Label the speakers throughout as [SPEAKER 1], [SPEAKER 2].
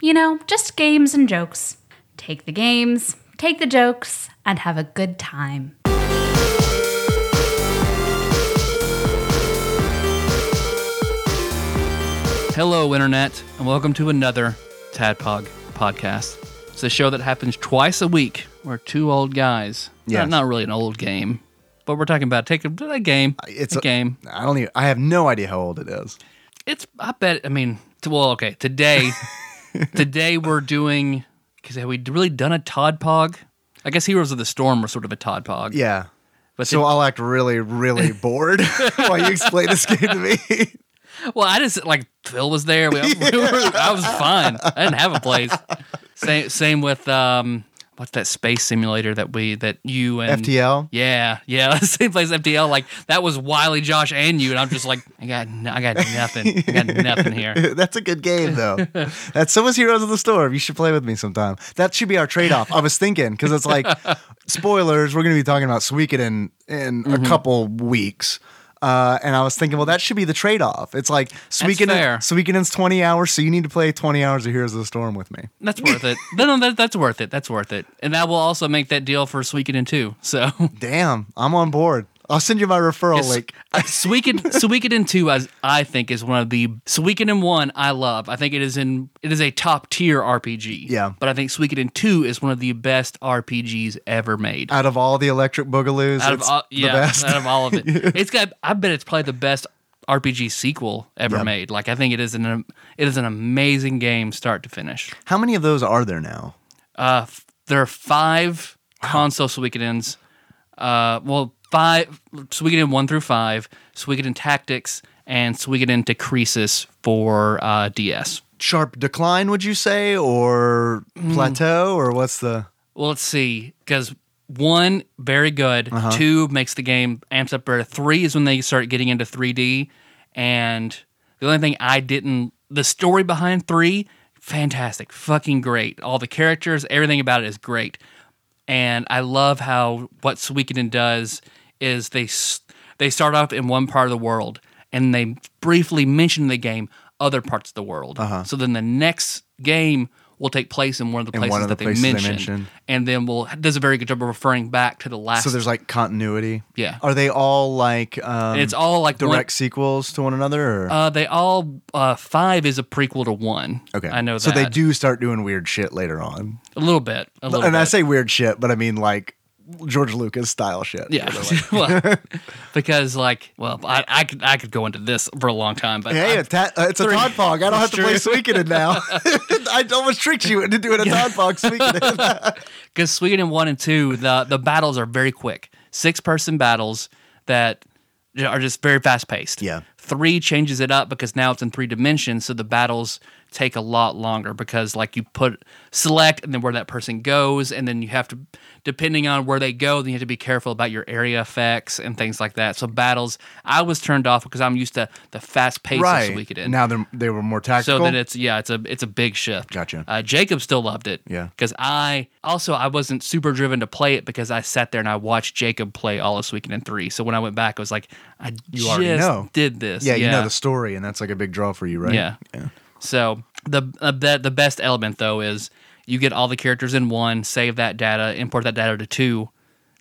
[SPEAKER 1] You know, just games and jokes. Take the games, take the jokes, and have a good time.
[SPEAKER 2] Hello, Internet, and welcome to another Tadpog podcast. It's a show that happens twice a week where two old guys, yeah,
[SPEAKER 3] Yes.
[SPEAKER 2] not, not really an old game, but we're talking about take a, a game.
[SPEAKER 3] It's
[SPEAKER 2] Uh, a, game.
[SPEAKER 3] I don't even. I have no idea how old it is.
[SPEAKER 2] It's, I bet, I mean, t- well, okay, today, today we're doing, because have we really done a Todpog? I guess Heroes of the Storm were sort of a Todpog.
[SPEAKER 3] Yeah.
[SPEAKER 2] But
[SPEAKER 3] so
[SPEAKER 2] did-
[SPEAKER 3] I'll act really, really bored while you explain this game to me.
[SPEAKER 2] Well, I just like Phil was there. We, we were, I was fine. I didn't have a place. Same same with um what's that space simulator that we that you and
[SPEAKER 3] FTL?
[SPEAKER 2] Yeah, yeah, that's the same place FTL. Like that was Wiley, Josh, and you, and I'm just like I got no, I got nothing. I got nothing here.
[SPEAKER 3] That's a good game, though. That's so was Heroes of the Storm. You should play with me sometime. That should be our trade off. I was thinking because it's like spoilers. We're going to be talking about Suikoden in in
[SPEAKER 2] Mm-hmm.
[SPEAKER 3] a couple weeks. Uh, and I was thinking, well, that should be the trade off. It's like
[SPEAKER 2] fair.
[SPEAKER 3] Suikoden, Suikoden's 20 hours, so you need to play 20 hours of Heroes of the Storm with me.
[SPEAKER 2] That's worth it. No, no, that, that's worth it. That's worth it. And I will also make that deal for Suikoden too. So
[SPEAKER 3] Damn, I'm on board. I'll send you my referral link.
[SPEAKER 2] uh, Suikoden, Suikoden two, as I think, is one of the Suikoden one I love. I think it is in it is a top tier RPG.
[SPEAKER 3] Yeah.
[SPEAKER 2] but I think Suikoden two is one of the best RPGs ever made.
[SPEAKER 3] out of all the electric boogaloos,
[SPEAKER 2] out of
[SPEAKER 3] it's
[SPEAKER 2] all, yeah,
[SPEAKER 3] Uh, the best.
[SPEAKER 2] out of all of it, it's got. I bet it's probably the best RPG sequel ever made. Like I think it is an am- it is an amazing game, start to finish.
[SPEAKER 3] How many of those are there now?
[SPEAKER 2] Uh, f- there are five console Suikodens. Uh, well, five Suikoden one through five, Suikoden Tactics, and Suikoden Decreases for uh, DS.
[SPEAKER 3] Sharp decline, would you say, or
[SPEAKER 2] Mm.
[SPEAKER 3] plateau, or what's the?
[SPEAKER 2] Well, let's see, because one very good,
[SPEAKER 3] Uh-huh.
[SPEAKER 2] two makes the game amps up better. Three is when they start getting into 3D, and the only thing I didn't, the story behind three, fantastic, fucking great. All the characters, everything about it is great, and I love how what Suikoden does is they s- they start off in one part of the world and they briefly mention the game other parts of the world.
[SPEAKER 3] Uh-huh.
[SPEAKER 2] So then the next game will take place in one of the places
[SPEAKER 3] one of
[SPEAKER 2] that
[SPEAKER 3] the places they
[SPEAKER 2] they mention
[SPEAKER 3] mention.
[SPEAKER 2] and then we'll does a very good job of referring back to the last.
[SPEAKER 3] So there's like continuity.
[SPEAKER 2] Yeah.
[SPEAKER 3] Are they all like? Um,
[SPEAKER 2] and it's all like one-
[SPEAKER 3] direct sequels to one another. Or?
[SPEAKER 2] uh, they all uh, five is a prequel to one.
[SPEAKER 3] okay,
[SPEAKER 2] I know.
[SPEAKER 3] So they
[SPEAKER 2] that.
[SPEAKER 3] do start doing weird shit later on,
[SPEAKER 2] a little bit. A little
[SPEAKER 3] and
[SPEAKER 2] bit.
[SPEAKER 3] I say weird shit, but I mean like George Lucas style shit.
[SPEAKER 2] yeah, Well, because like, well, I, I could I could go into this for a long time, but
[SPEAKER 3] Hey,
[SPEAKER 2] I-
[SPEAKER 3] a ta- uh, it's a Todd Fog. I don't have to play Suikoden now. I almost tricked you into doing a Todd Fog Suikoden.
[SPEAKER 2] because Sweden one and two, the the battles are very quick, six person battles that are just very fast paced.
[SPEAKER 3] Yeah.
[SPEAKER 2] three changes it up because now it's in three dimensions, so the battles take a lot longer because like you put select and then where that person goes, and then you have to depending on where they go, then you have to be careful about your area effects and things like that. So battles, I was turned off because I'm used to the fast pace of Suikoden.
[SPEAKER 3] now they're, they were more tactical.
[SPEAKER 2] So then it's yeah, it's a it's a big shift.
[SPEAKER 3] Gotcha.
[SPEAKER 2] Uh, Jacob still loved it.
[SPEAKER 3] Yeah.
[SPEAKER 2] Because I also I wasn't super driven to play it because I sat there and I watched Jacob play all this weekend in three. So when I went back, I was like, I just
[SPEAKER 3] already know.
[SPEAKER 2] did this.
[SPEAKER 3] Yeah, you know the story, and that's like a big draw for you, right?
[SPEAKER 2] Yeah. So the uh, the the best element though is you get all the characters in one, save that data, import that data to two,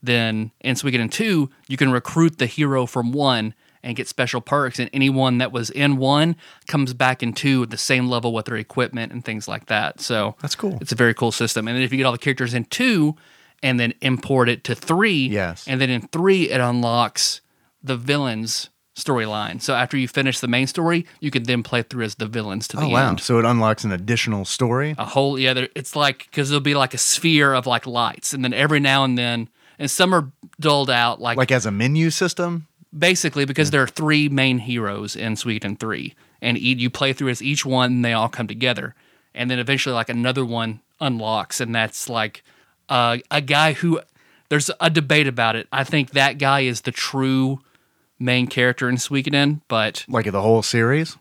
[SPEAKER 2] then in Suikoden two you can recruit the hero from one and get special perks, and anyone that was in one comes back in two at the same level with their equipment and things like that. So
[SPEAKER 3] That's cool.
[SPEAKER 2] It's a very cool system, and then if you get all the characters in two and then import it to three,
[SPEAKER 3] Yes.
[SPEAKER 2] and then in three, it unlocks the villains storyline. So after you finish the main story, you can then play through as the villains to the
[SPEAKER 3] Oh wow!
[SPEAKER 2] end.
[SPEAKER 3] So it unlocks an additional story.
[SPEAKER 2] A whole yeah, there, it's like because there'll be like a sphere of like lights, and then every now and then, and some are doled out like,
[SPEAKER 3] Like as a menu system,
[SPEAKER 2] basically because there are three main heroes in Suikoden three, and e- you play through as each one, and they all come together, and then eventually like another one unlocks, and that's like uh, a guy who there's a debate about it. I think that guy is the true main character in Suikoden, but
[SPEAKER 3] Like the whole series?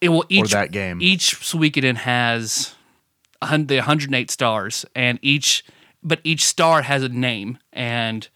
[SPEAKER 2] it will each
[SPEAKER 3] that game.
[SPEAKER 2] Each Suikoden has a hun- the 108 stars, and each but each star has a name, and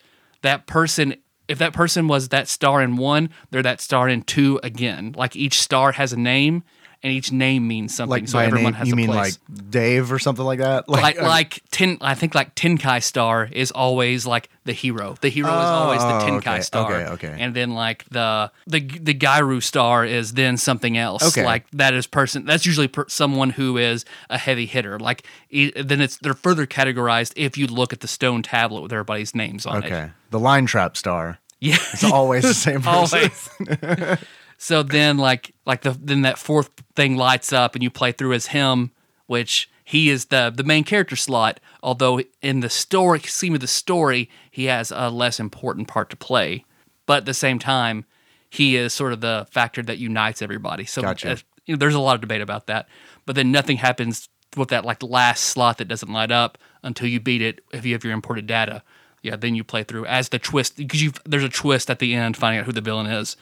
[SPEAKER 2] that person. If that person was that star in one, they're that star in two again. Like each star has a name, and each name means something.
[SPEAKER 3] Like
[SPEAKER 2] so
[SPEAKER 3] by
[SPEAKER 2] everyone
[SPEAKER 3] name,
[SPEAKER 2] has
[SPEAKER 3] you
[SPEAKER 2] a
[SPEAKER 3] mean
[SPEAKER 2] place.
[SPEAKER 3] like Dave or something like uh, that?
[SPEAKER 2] Like, like ten, I think like Tenkai Star is always like the hero. The hero is always the
[SPEAKER 3] Oh,
[SPEAKER 2] Tenkai
[SPEAKER 3] okay,
[SPEAKER 2] Star.
[SPEAKER 3] okay, okay.
[SPEAKER 2] And then like the the the Gairu Star is then something else.
[SPEAKER 3] Okay.
[SPEAKER 2] Like that is person. That's usually per, someone who is a heavy hitter. Like e- then it's they're further categorized if you look at the stone tablet with everybody's names on it.
[SPEAKER 3] okay, the line trap star.
[SPEAKER 2] Yeah.
[SPEAKER 3] It's always the same person.
[SPEAKER 2] Always. so then like like the then that fourth thing lights up and you play through as him, which he is the the main character slot, although in the story scheme of the story, he has a less important part to play. But at the same time, he is sort of the factor that unites everybody. So
[SPEAKER 3] Gotcha.
[SPEAKER 2] uh, you know, there's a lot of debate about that. But then nothing happens with that like last slot that doesn't light up until you beat it if you have your imported data. Yeah, then you play through as the twist because you there's a twist at the end finding out who the villain is.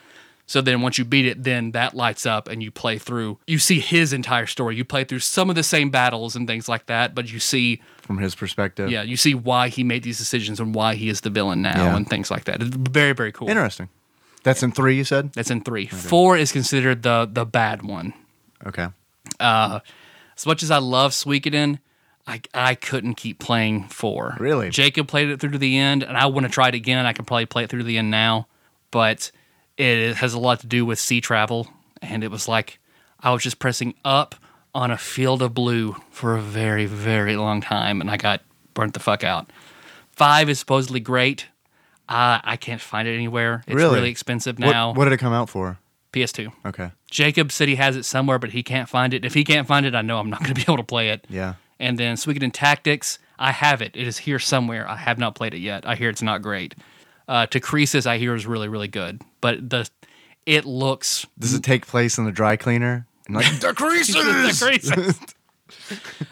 [SPEAKER 2] So then once you beat it, then that lights up and you play through. You see his entire story. You play through some of the same battles and things like that, but you see
[SPEAKER 3] From his perspective,
[SPEAKER 2] yeah, you see why he made these decisions and why he is the villain now
[SPEAKER 3] Yeah.
[SPEAKER 2] and things like that. It's very very cool.
[SPEAKER 3] interesting. That's in three, you said.
[SPEAKER 2] That's in 3. 4 is considered the the bad one.
[SPEAKER 3] Okay,
[SPEAKER 2] as much as I love Suikoden, I I couldn't keep playing four.
[SPEAKER 3] Really?
[SPEAKER 2] Jacob played it through to the end, and I want to try it again. I can probably play it through to the end now, but it has a lot to do with sea travel, and it was like I was just pressing up on a field of blue for a very very long time, and I got burnt the fuck out. Five is supposedly great. I I can't find it anywhere. It's
[SPEAKER 3] Really?
[SPEAKER 2] really, expensive
[SPEAKER 3] What-
[SPEAKER 2] now.
[SPEAKER 3] What, did it come out for?
[SPEAKER 2] PS2.
[SPEAKER 3] Okay,
[SPEAKER 2] Jacob said he has it somewhere, but he can't find it. If he can't find it, I know I'm not going to be able to play it.
[SPEAKER 3] yeah.
[SPEAKER 2] And then Suikoden Tactics, I have it. It is here somewhere. I have not played it yet. I hear it's not great. Uh, To Creases, I hear is really really good, but the it looks
[SPEAKER 3] Does it take place in the dry cleaner? And like the
[SPEAKER 2] To
[SPEAKER 3] creases.
[SPEAKER 2] Creases.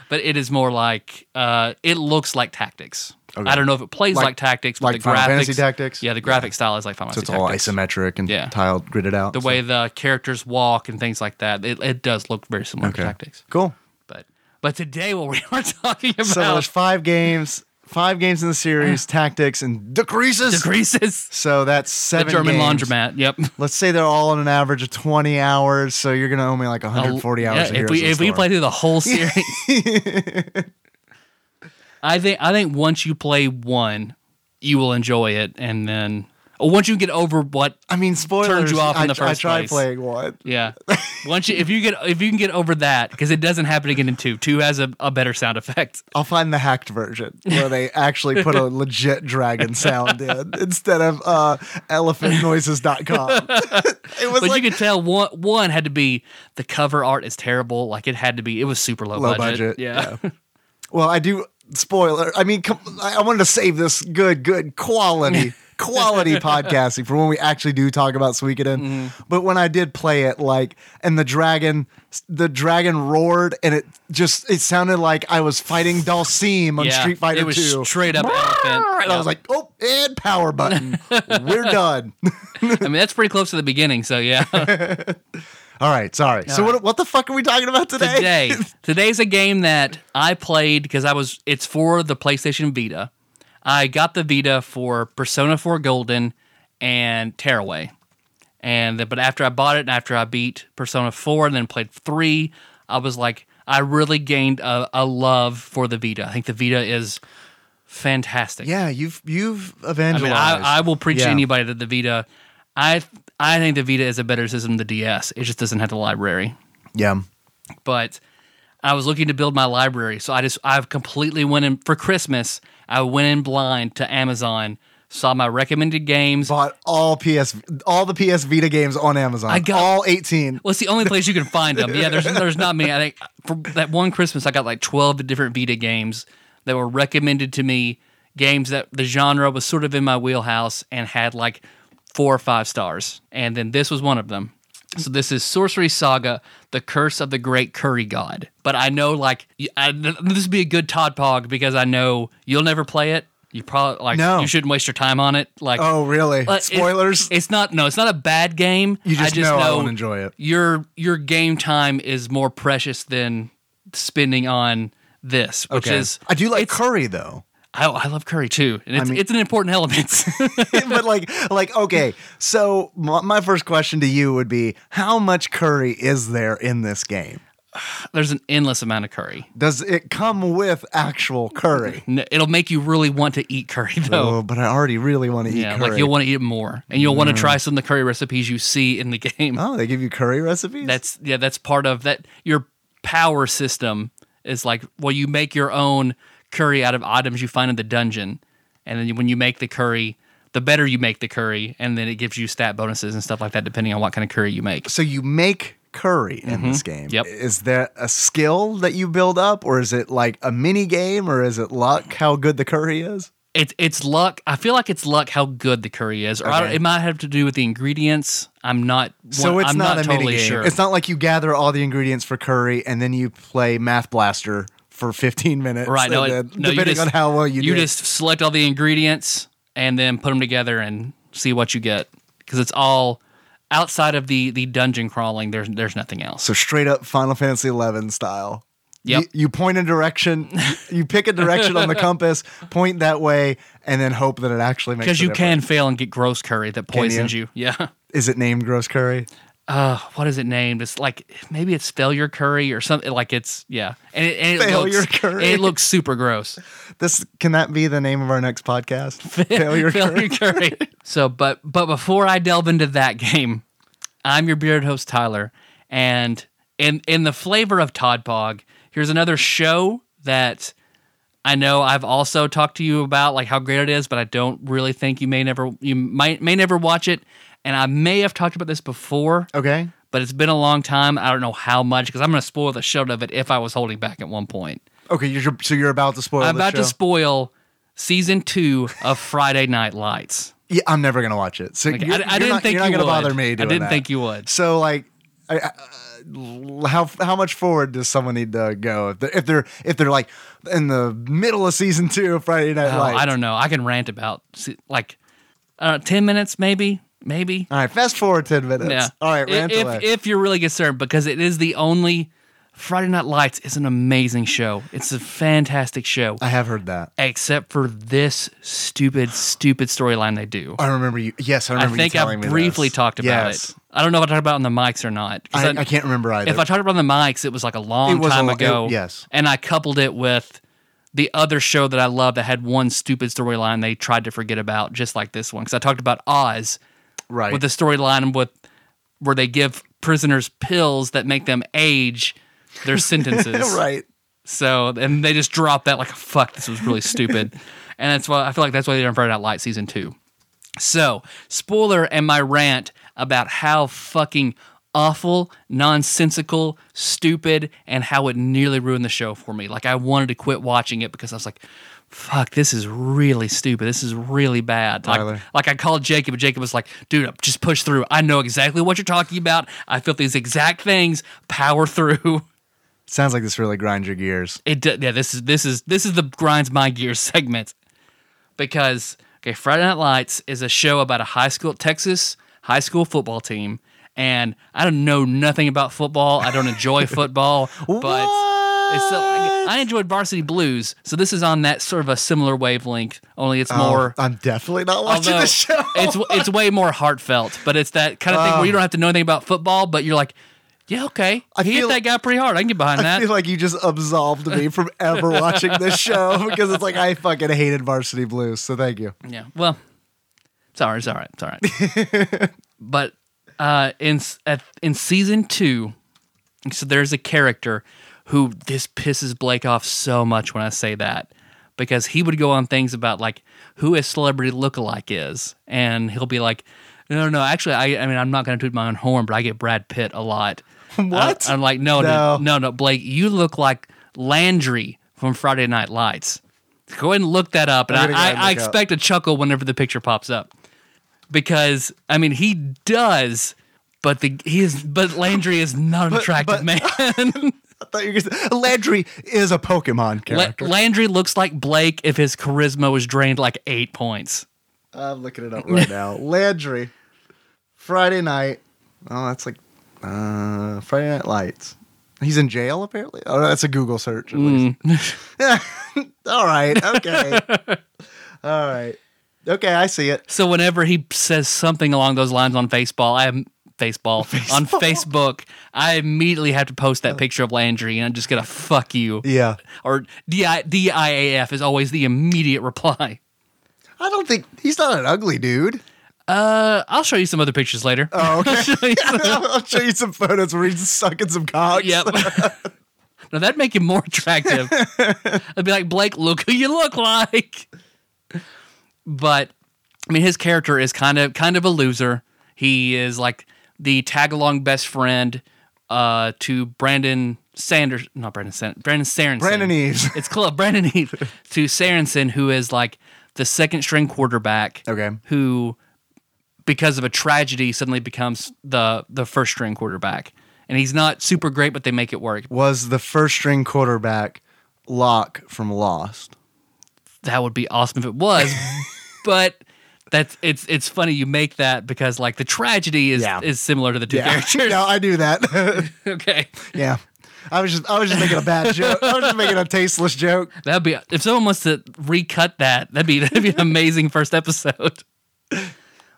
[SPEAKER 2] but it is more like uh, it looks like Tactics.
[SPEAKER 3] Okay.
[SPEAKER 2] I don't know if it plays
[SPEAKER 3] Like-
[SPEAKER 2] like, Tactics, but
[SPEAKER 3] like
[SPEAKER 2] the
[SPEAKER 3] Final
[SPEAKER 2] graphics,
[SPEAKER 3] Fantasy Tactics?
[SPEAKER 2] Yeah, the graphic style is like Final
[SPEAKER 3] So
[SPEAKER 2] Fantasy
[SPEAKER 3] it's all
[SPEAKER 2] Tactics.
[SPEAKER 3] isometric and
[SPEAKER 2] Yeah.
[SPEAKER 3] tiled, gridded out.
[SPEAKER 2] the
[SPEAKER 3] so-
[SPEAKER 2] way the characters walk and things like that, it, it does look very similar
[SPEAKER 3] Okay.
[SPEAKER 2] to Tactics.
[SPEAKER 3] Cool.
[SPEAKER 2] But but today what we are talking about
[SPEAKER 3] So there's five games, five games in the series, tactics, and decreases.
[SPEAKER 2] decreases.
[SPEAKER 3] so that's
[SPEAKER 2] The
[SPEAKER 3] seven.
[SPEAKER 2] German
[SPEAKER 3] games.
[SPEAKER 2] laundromat. Yep.
[SPEAKER 3] Let's say they're all on an average of 20 hours. So you're going to owe me like 140
[SPEAKER 2] Yeah,
[SPEAKER 3] hours.
[SPEAKER 2] if
[SPEAKER 3] of Heroes
[SPEAKER 2] we
[SPEAKER 3] of the
[SPEAKER 2] if we
[SPEAKER 3] Storm.
[SPEAKER 2] play through the whole series. I think I think once you play one, you will enjoy it and then or once you get over what
[SPEAKER 3] I mean, spoilers.
[SPEAKER 2] you off in
[SPEAKER 3] I,
[SPEAKER 2] the
[SPEAKER 3] I
[SPEAKER 2] first
[SPEAKER 3] tried
[SPEAKER 2] place.
[SPEAKER 3] playing one.
[SPEAKER 2] yeah. Once you if you get if you can get over that, because it doesn't happen again in two. Two has a, a better sound effect.
[SPEAKER 3] I'll find the hacked version where they actually put a legit dragon sound in instead of uh, elephantnoises.com. it was
[SPEAKER 2] But
[SPEAKER 3] like
[SPEAKER 2] you could tell one one had to be the cover art is terrible. Like it had to be it was super low,
[SPEAKER 3] Low budget,
[SPEAKER 2] Yeah.
[SPEAKER 3] Well, I do. Spoiler. I mean, come, I I wanted to save this good, good quality, quality podcasting for when we actually do talk about Suikoden.
[SPEAKER 2] Mm-hmm.
[SPEAKER 3] But when I did play it, like, and the dragon, the dragon roared, and it just it sounded like I was fighting Dalsim on
[SPEAKER 2] Yeah,
[SPEAKER 3] Street Fighter
[SPEAKER 2] It was
[SPEAKER 3] Two.
[SPEAKER 2] straight up elephant.
[SPEAKER 3] and I was like, oh, and power button. We're done.
[SPEAKER 2] I mean, that's pretty close to the beginning. So yeah,
[SPEAKER 3] All right, sorry. so what, what the fuck are we talking about today?
[SPEAKER 2] today today's a game that I played because I was. It's for the PlayStation Vita. I got the Vita for Persona 4 Golden and Tearaway. And the, but after I bought it and after I beat Persona 4 and then played 3, I was like I really gained a, a love for the Vita. I think the Vita is fantastic.
[SPEAKER 3] Yeah, you've you've
[SPEAKER 2] I mean,
[SPEAKER 3] evangelized.
[SPEAKER 2] I, I will preach to
[SPEAKER 3] Yeah.
[SPEAKER 2] anybody that the Vita. I I think the Vita is a better system than the DS. It just doesn't have the library.
[SPEAKER 3] yeah.
[SPEAKER 2] But I was looking to build my library, so I just I've completely went in for Christmas. I went in blind to Amazon, saw my recommended games.
[SPEAKER 3] bought all PS all the PS Vita games on Amazon.
[SPEAKER 2] I got-
[SPEAKER 3] all 18.
[SPEAKER 2] Well, it's the only place you can find them. Yeah, there's there's not many. I think for that one Christmas, I got like 12 different Vita games that were recommended to me. Games that the genre was sort of in my wheelhouse and had like four or five stars. And then this was one of them. So this is Sorcery Saga: The Curse of the Great Curry God. But I know, like, y- I- this would be a good Todd Pog because I know you'll never play it. You probably like
[SPEAKER 3] No.
[SPEAKER 2] you shouldn't waste your time on it. Like,
[SPEAKER 3] Oh, really?
[SPEAKER 2] uh, it-
[SPEAKER 3] Spoilers?
[SPEAKER 2] it's not no, it's not a bad game.
[SPEAKER 3] You
[SPEAKER 2] I
[SPEAKER 3] just
[SPEAKER 2] just
[SPEAKER 3] know
[SPEAKER 2] know,
[SPEAKER 3] I won't enjoy it.
[SPEAKER 2] Your your game time is more precious than spending on this, which is
[SPEAKER 3] I do like
[SPEAKER 2] it's-
[SPEAKER 3] curry though.
[SPEAKER 2] I, I love curry too, and it's,
[SPEAKER 3] mean-
[SPEAKER 2] it's an important element.
[SPEAKER 3] but like like okay so my, my first question to you would be how much curry is there in this game
[SPEAKER 2] There's an endless amount of curry.
[SPEAKER 3] does it come with actual curry
[SPEAKER 2] N- It'll make you really want to eat curry though.
[SPEAKER 3] oh but i already really want to eat
[SPEAKER 2] yeah,
[SPEAKER 3] curry Mm.
[SPEAKER 2] like you'll want to eat it more, and you'll want to try some of the curry recipes you see in the game.
[SPEAKER 3] oh they give you curry recipes
[SPEAKER 2] That's yeah, that's part of that. Your power system is like well, you make your own curry out of items you find in the dungeon, and then when you make the curry, the better you make the curry, and then it gives you stat bonuses and stuff like that depending on what kind of curry you make.
[SPEAKER 3] so you make curry in this game
[SPEAKER 2] Mm-hmm. Yep.
[SPEAKER 3] is there a skill that you build up or is it like a mini game or is it luck how good the curry is
[SPEAKER 2] It's it's luck. I feel like it's luck how good the curry is, or I don't,
[SPEAKER 3] Okay.
[SPEAKER 2] it might have to do with the ingredients. I'm not.
[SPEAKER 3] so
[SPEAKER 2] one-
[SPEAKER 3] it's
[SPEAKER 2] I'm
[SPEAKER 3] not,
[SPEAKER 2] not,
[SPEAKER 3] a
[SPEAKER 2] totally
[SPEAKER 3] mini game.
[SPEAKER 2] sure.
[SPEAKER 3] It's not like you gather all the ingredients for curry and then you play Math Blaster for 15 minutes.
[SPEAKER 2] right. No,
[SPEAKER 3] and
[SPEAKER 2] it-
[SPEAKER 3] then-
[SPEAKER 2] no, you
[SPEAKER 3] depending
[SPEAKER 2] just-
[SPEAKER 3] on how well you,
[SPEAKER 2] you
[SPEAKER 3] do.
[SPEAKER 2] just select all the ingredients and then put them together and see what you get because it's all outside of the the dungeon crawling. There's there's nothing else.
[SPEAKER 3] So straight up Final Fantasy 11 style.
[SPEAKER 2] Yep.
[SPEAKER 3] You, you point a direction, you pick a direction on the compass, point that way, and then hope that it actually makes.
[SPEAKER 2] Because
[SPEAKER 3] a
[SPEAKER 2] you can
[SPEAKER 3] difference.
[SPEAKER 2] fail and get gross curry that poisons you? Yeah.
[SPEAKER 3] Is it named gross curry?
[SPEAKER 2] Uh, what is it named? It's like maybe it's failure curry or something. Like it's yeah, and it, and it
[SPEAKER 3] Failure
[SPEAKER 2] looks,
[SPEAKER 3] curry.
[SPEAKER 2] and It looks super gross.
[SPEAKER 3] This can that be the name of our next podcast? Failure curry.
[SPEAKER 2] Failure Curry. so, but but before I delve into that game, I'm your beard host Tyler, and in in the flavor of Todd Pog, here's another show that I know I've also talked to you about, like how great it is, but I don't really think you may never you might may never watch it, and I may have talked about this before.
[SPEAKER 3] Okay.
[SPEAKER 2] But it's been a long time. I don't know how much because I'm going to spoil the show of it if I was holding back at one point.
[SPEAKER 3] Okay. You're, so you're about to spoil.
[SPEAKER 2] I'm
[SPEAKER 3] the
[SPEAKER 2] about to
[SPEAKER 3] show.
[SPEAKER 2] spoil season two of Friday Night Lights.
[SPEAKER 3] Yeah, I'm never gonna watch it. So
[SPEAKER 2] Like,
[SPEAKER 3] you're,
[SPEAKER 2] I- I
[SPEAKER 3] you're
[SPEAKER 2] didn't
[SPEAKER 3] not,
[SPEAKER 2] think
[SPEAKER 3] you're not
[SPEAKER 2] you
[SPEAKER 3] gonna
[SPEAKER 2] would.
[SPEAKER 3] bother me.
[SPEAKER 2] I
[SPEAKER 3] Doing
[SPEAKER 2] didn't
[SPEAKER 3] that.
[SPEAKER 2] think you would.
[SPEAKER 3] So like, I, I- uh, how how much forward does someone need to go if they're if they're, if they're like in the middle of season two of Friday Night
[SPEAKER 2] Oh,
[SPEAKER 3] Lights?
[SPEAKER 2] I don't know. I can rant about se- like uh, ten minutes, maybe, maybe.
[SPEAKER 3] All right, fast forward ten minutes.
[SPEAKER 2] Yeah.
[SPEAKER 3] All right,
[SPEAKER 2] I-
[SPEAKER 3] rant
[SPEAKER 2] if,
[SPEAKER 3] away.
[SPEAKER 2] if you're really concerned, because it is the only Friday Night Lights is an amazing show. It's a fantastic show,
[SPEAKER 3] I have heard that.
[SPEAKER 2] except for this stupid, stupid storyline they do.
[SPEAKER 3] I remember you. Yes, I
[SPEAKER 2] I
[SPEAKER 3] remember
[SPEAKER 2] think
[SPEAKER 3] you
[SPEAKER 2] I
[SPEAKER 3] telling me
[SPEAKER 2] briefly
[SPEAKER 3] this.
[SPEAKER 2] talked about
[SPEAKER 3] Yes.
[SPEAKER 2] it. I don't know if I talked about it on the mics or not. 'cause
[SPEAKER 3] I, I can't remember either.
[SPEAKER 2] If I talked about the mics, it was like a long
[SPEAKER 3] It was a
[SPEAKER 2] time
[SPEAKER 3] lo-
[SPEAKER 2] ago.
[SPEAKER 3] it- yes.
[SPEAKER 2] And I coupled it with the other show that I love that had one stupid storyline they tried to forget about, just like this one. Because I talked about Oz
[SPEAKER 3] right.
[SPEAKER 2] with the storyline with where they give prisoners pills that make them age their sentences.
[SPEAKER 3] right.
[SPEAKER 2] So and they just dropped that like fuck, this was really stupid. And that's why I feel like that's why they didn't Friday Night Light season two. So, spoiler and my rant about how fucking awful, nonsensical, stupid, and how it nearly ruined the show for me. Like I wanted to quit watching it because I was like, fuck, this is really stupid. This is really bad. Like,
[SPEAKER 3] Tyler.
[SPEAKER 2] like I called Jacob and Jacob was like, dude, just push through. I know exactly what you're talking about. I felt these exact things. Power through.
[SPEAKER 3] Sounds like this really grinds your gears.
[SPEAKER 2] It do, yeah, this is this is this is the grinds my gears segment because okay, Friday Night Lights is a show about a high school Texas high school football team, and I don't know nothing about football. I don't enjoy football, but it's still, I enjoyed Varsity Blues, so this is on that sort of a similar wavelength. Only it's more.
[SPEAKER 3] I'm definitely not Oh, watching
[SPEAKER 2] Although
[SPEAKER 3] the show. Oh.
[SPEAKER 2] it's it's way more heartfelt, but it's that kind of thing where you don't have to know anything about football, but you're like, yeah, okay,
[SPEAKER 3] I
[SPEAKER 2] he hit
[SPEAKER 3] feel-
[SPEAKER 2] that guy pretty hard. I can get behind
[SPEAKER 3] I
[SPEAKER 2] that.
[SPEAKER 3] feel like you just absolved me from ever watching this show because it's like I fucking hated Varsity Blues. So thank you.
[SPEAKER 2] Yeah. Well, it's all right. It's all right. It's all right. but uh, in s- at, in season two, so there's a character who this pisses Blake off so much when I say that because he would go on things about like who a celebrity lookalike is, and he'll be like, no, no, no. Actually, I, I mean, I'm not going to toot my own horn, but I get Brad Pitt a lot.
[SPEAKER 3] What?
[SPEAKER 2] I, am like, no, no,
[SPEAKER 3] No.
[SPEAKER 2] no, no, Blake, you look like Landry from Friday Night Lights. Go ahead and look that up, and
[SPEAKER 3] I'm gonna go
[SPEAKER 2] I,
[SPEAKER 3] ahead and
[SPEAKER 2] I, I
[SPEAKER 3] look up.
[SPEAKER 2] expect a chuckle whenever the picture pops up because I mean he does But the he is but Landry is not an attractive
[SPEAKER 3] but-
[SPEAKER 2] man.
[SPEAKER 3] I thought you were gonna say, Landry is a Pokemon
[SPEAKER 2] La-
[SPEAKER 3] character.
[SPEAKER 2] Landry looks like Blake if his charisma was drained like eight points.
[SPEAKER 3] I'm looking it up right now. Landry, Friday night. Oh, that's like uh, Friday Night Lights. He's in jail apparently. Oh, that's a Google search. At least. All right. Okay. All right. Okay, I see it.
[SPEAKER 2] So whenever he says something along those lines on Faceball, I am Faceball on Facebook, I immediately have to post that picture of Landry and I just get a fuck you.
[SPEAKER 3] Oh. Yeah.
[SPEAKER 2] Or DI- DIAF is always the immediate reply.
[SPEAKER 3] I don't think he's not an ugly dude.
[SPEAKER 2] Uh, I'll show you some other pictures later.
[SPEAKER 3] Oh, okay.
[SPEAKER 2] okay.
[SPEAKER 3] I'll show you some photos where he's sucking some cocks.
[SPEAKER 2] yep. now that'd make him more attractive. I'd be like, Blake, look who you look like. But I mean, his character is kind of kind of a loser. He is like the tag along best friend uh, to Brandon Sanders, not Brandon Sanders, Brandon Sarensen.
[SPEAKER 3] Brandon E. Eves.
[SPEAKER 2] It's close. Brandon Heath to Sarensen, who is like the second string quarterback.
[SPEAKER 3] Okay.
[SPEAKER 2] Who, because of a tragedy, suddenly becomes the the first string quarterback, and he's not super great, but they make it work.
[SPEAKER 3] Was the first string quarterback Locke from Lost?
[SPEAKER 2] That would be awesome if it was, but. That's it's it's funny you make that because like the tragedy is
[SPEAKER 3] Yeah.
[SPEAKER 2] is similar to the two characters.
[SPEAKER 3] no, I knew that.
[SPEAKER 2] Okay,
[SPEAKER 3] yeah. I was just I was just making a bad joke. I was just making a tasteless joke.
[SPEAKER 2] that'd be if someone wants to recut that, that'd be that'd be an amazing first episode.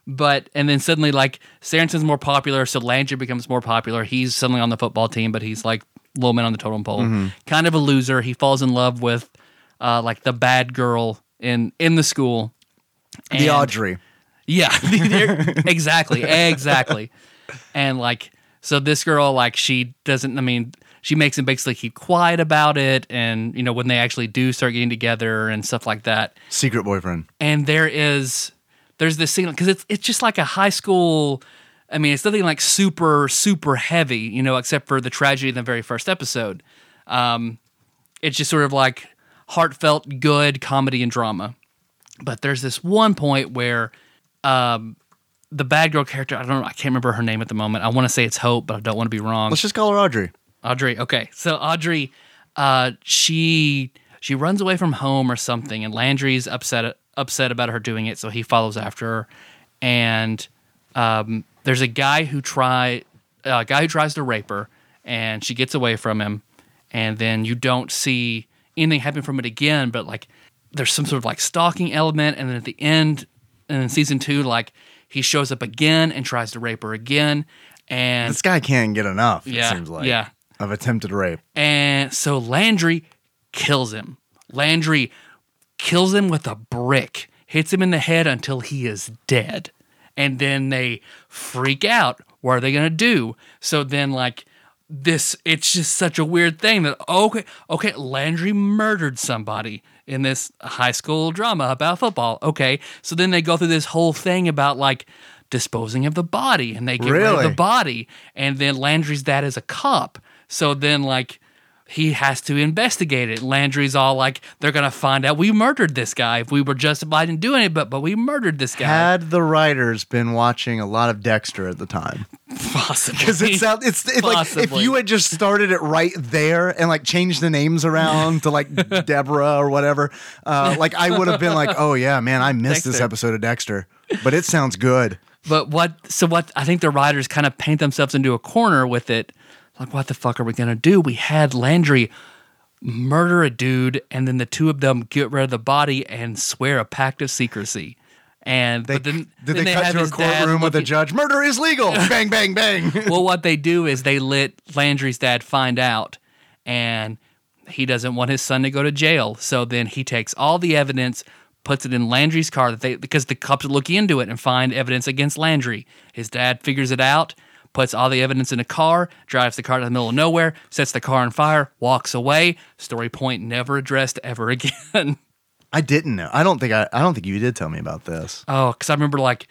[SPEAKER 2] But and then suddenly like Sarensen's more popular, so Landry becomes more popular. He's suddenly on the football team, but he's like low man on the totem pole, kind of a loser. He falls in love with uh, like the bad girl in in the school.
[SPEAKER 3] the
[SPEAKER 2] And-
[SPEAKER 3] Audrey.
[SPEAKER 2] yeah, they're- exactly, exactly. And like, so this girl, like, she doesn't. I mean, she makes him basically keep quiet about it, and you know, when they actually do start getting together and stuff like that.
[SPEAKER 3] Secret boyfriend.
[SPEAKER 2] And there is, there's this scene because it's it's just like a high school. I mean, it's nothing like super super heavy, you know, except for the tragedy in the very first episode. Um, it's just sort of like heartfelt, good comedy and drama. But there's this one point where um, the bad girl character, I don't know, I can't remember her name at the moment. I want to say it's Hope, but I don't want to be wrong.
[SPEAKER 3] Let's just call her Audrey.
[SPEAKER 2] Audrey, okay. So Audrey, uh, she she runs away from home or something, and Landry's upset upset about her doing it, so he follows after her. And um, there's a guy who try uh, a guy who tries to rape her, and she gets away from him. And then you don't see anything happen from it again, but like there's some sort of like stalking element, and then at the end, and in season two, like he shows up again and tries to rape her again, and
[SPEAKER 3] This guy can't get enough,
[SPEAKER 2] Yeah,
[SPEAKER 3] it seems like.
[SPEAKER 2] yeah.
[SPEAKER 3] Of attempted rape.
[SPEAKER 2] and so Landry kills him. Landry kills him with a brick, hits him in the head until he is dead. And then they freak out. What are they going to do? So then, like, this, it's just such a weird thing that, okay, okay, Landry murdered somebody in this high school drama about football. Okay. So then they go through this whole thing about, like, disposing of the body and they get rid of the
[SPEAKER 3] Really?
[SPEAKER 2] body. And then Landry's dad is a cop. So then, like, he has to investigate it. Landry's all like, they're going to find out we murdered this guy if we were justified in doing it, but, but we murdered this guy.
[SPEAKER 3] Had the writers been watching a lot of Dexter at the time?
[SPEAKER 2] Possibly.
[SPEAKER 3] Because it sounds it's, it's like if
[SPEAKER 2] Possibly.
[SPEAKER 3] you had just started it right there and like changed the names around to like Deborah or whatever, uh, like I would have been like, oh yeah, man, I missed this
[SPEAKER 2] Dexter.
[SPEAKER 3] episode of Dexter, but it sounds good.
[SPEAKER 2] But what? So what? I think the writers kind of paint themselves into a corner with it. Like, what the fuck are we gonna do? We had Landry murder a dude, and then the two of them get rid of the body and swear a pact of secrecy. And
[SPEAKER 3] They,
[SPEAKER 2] but then
[SPEAKER 3] did they,
[SPEAKER 2] then
[SPEAKER 3] cut
[SPEAKER 2] have
[SPEAKER 3] to a
[SPEAKER 2] his dad
[SPEAKER 3] courtroom with a
[SPEAKER 2] looking-
[SPEAKER 3] judge? Murder is legal. bang, bang, bang.
[SPEAKER 2] well, what they do is they let Landry's dad find out, and he doesn't want his son to go to jail. So then he takes all the evidence, puts it in Landry's car that they because the cops look into it and find evidence against Landry. His dad figures it out, puts all the evidence in a car, drives the car to the middle of nowhere, sets the car on fire, walks away. Story point never addressed ever again.
[SPEAKER 3] I didn't know. I don't think I. I don't think you did tell me about this.
[SPEAKER 2] Oh, because I remember like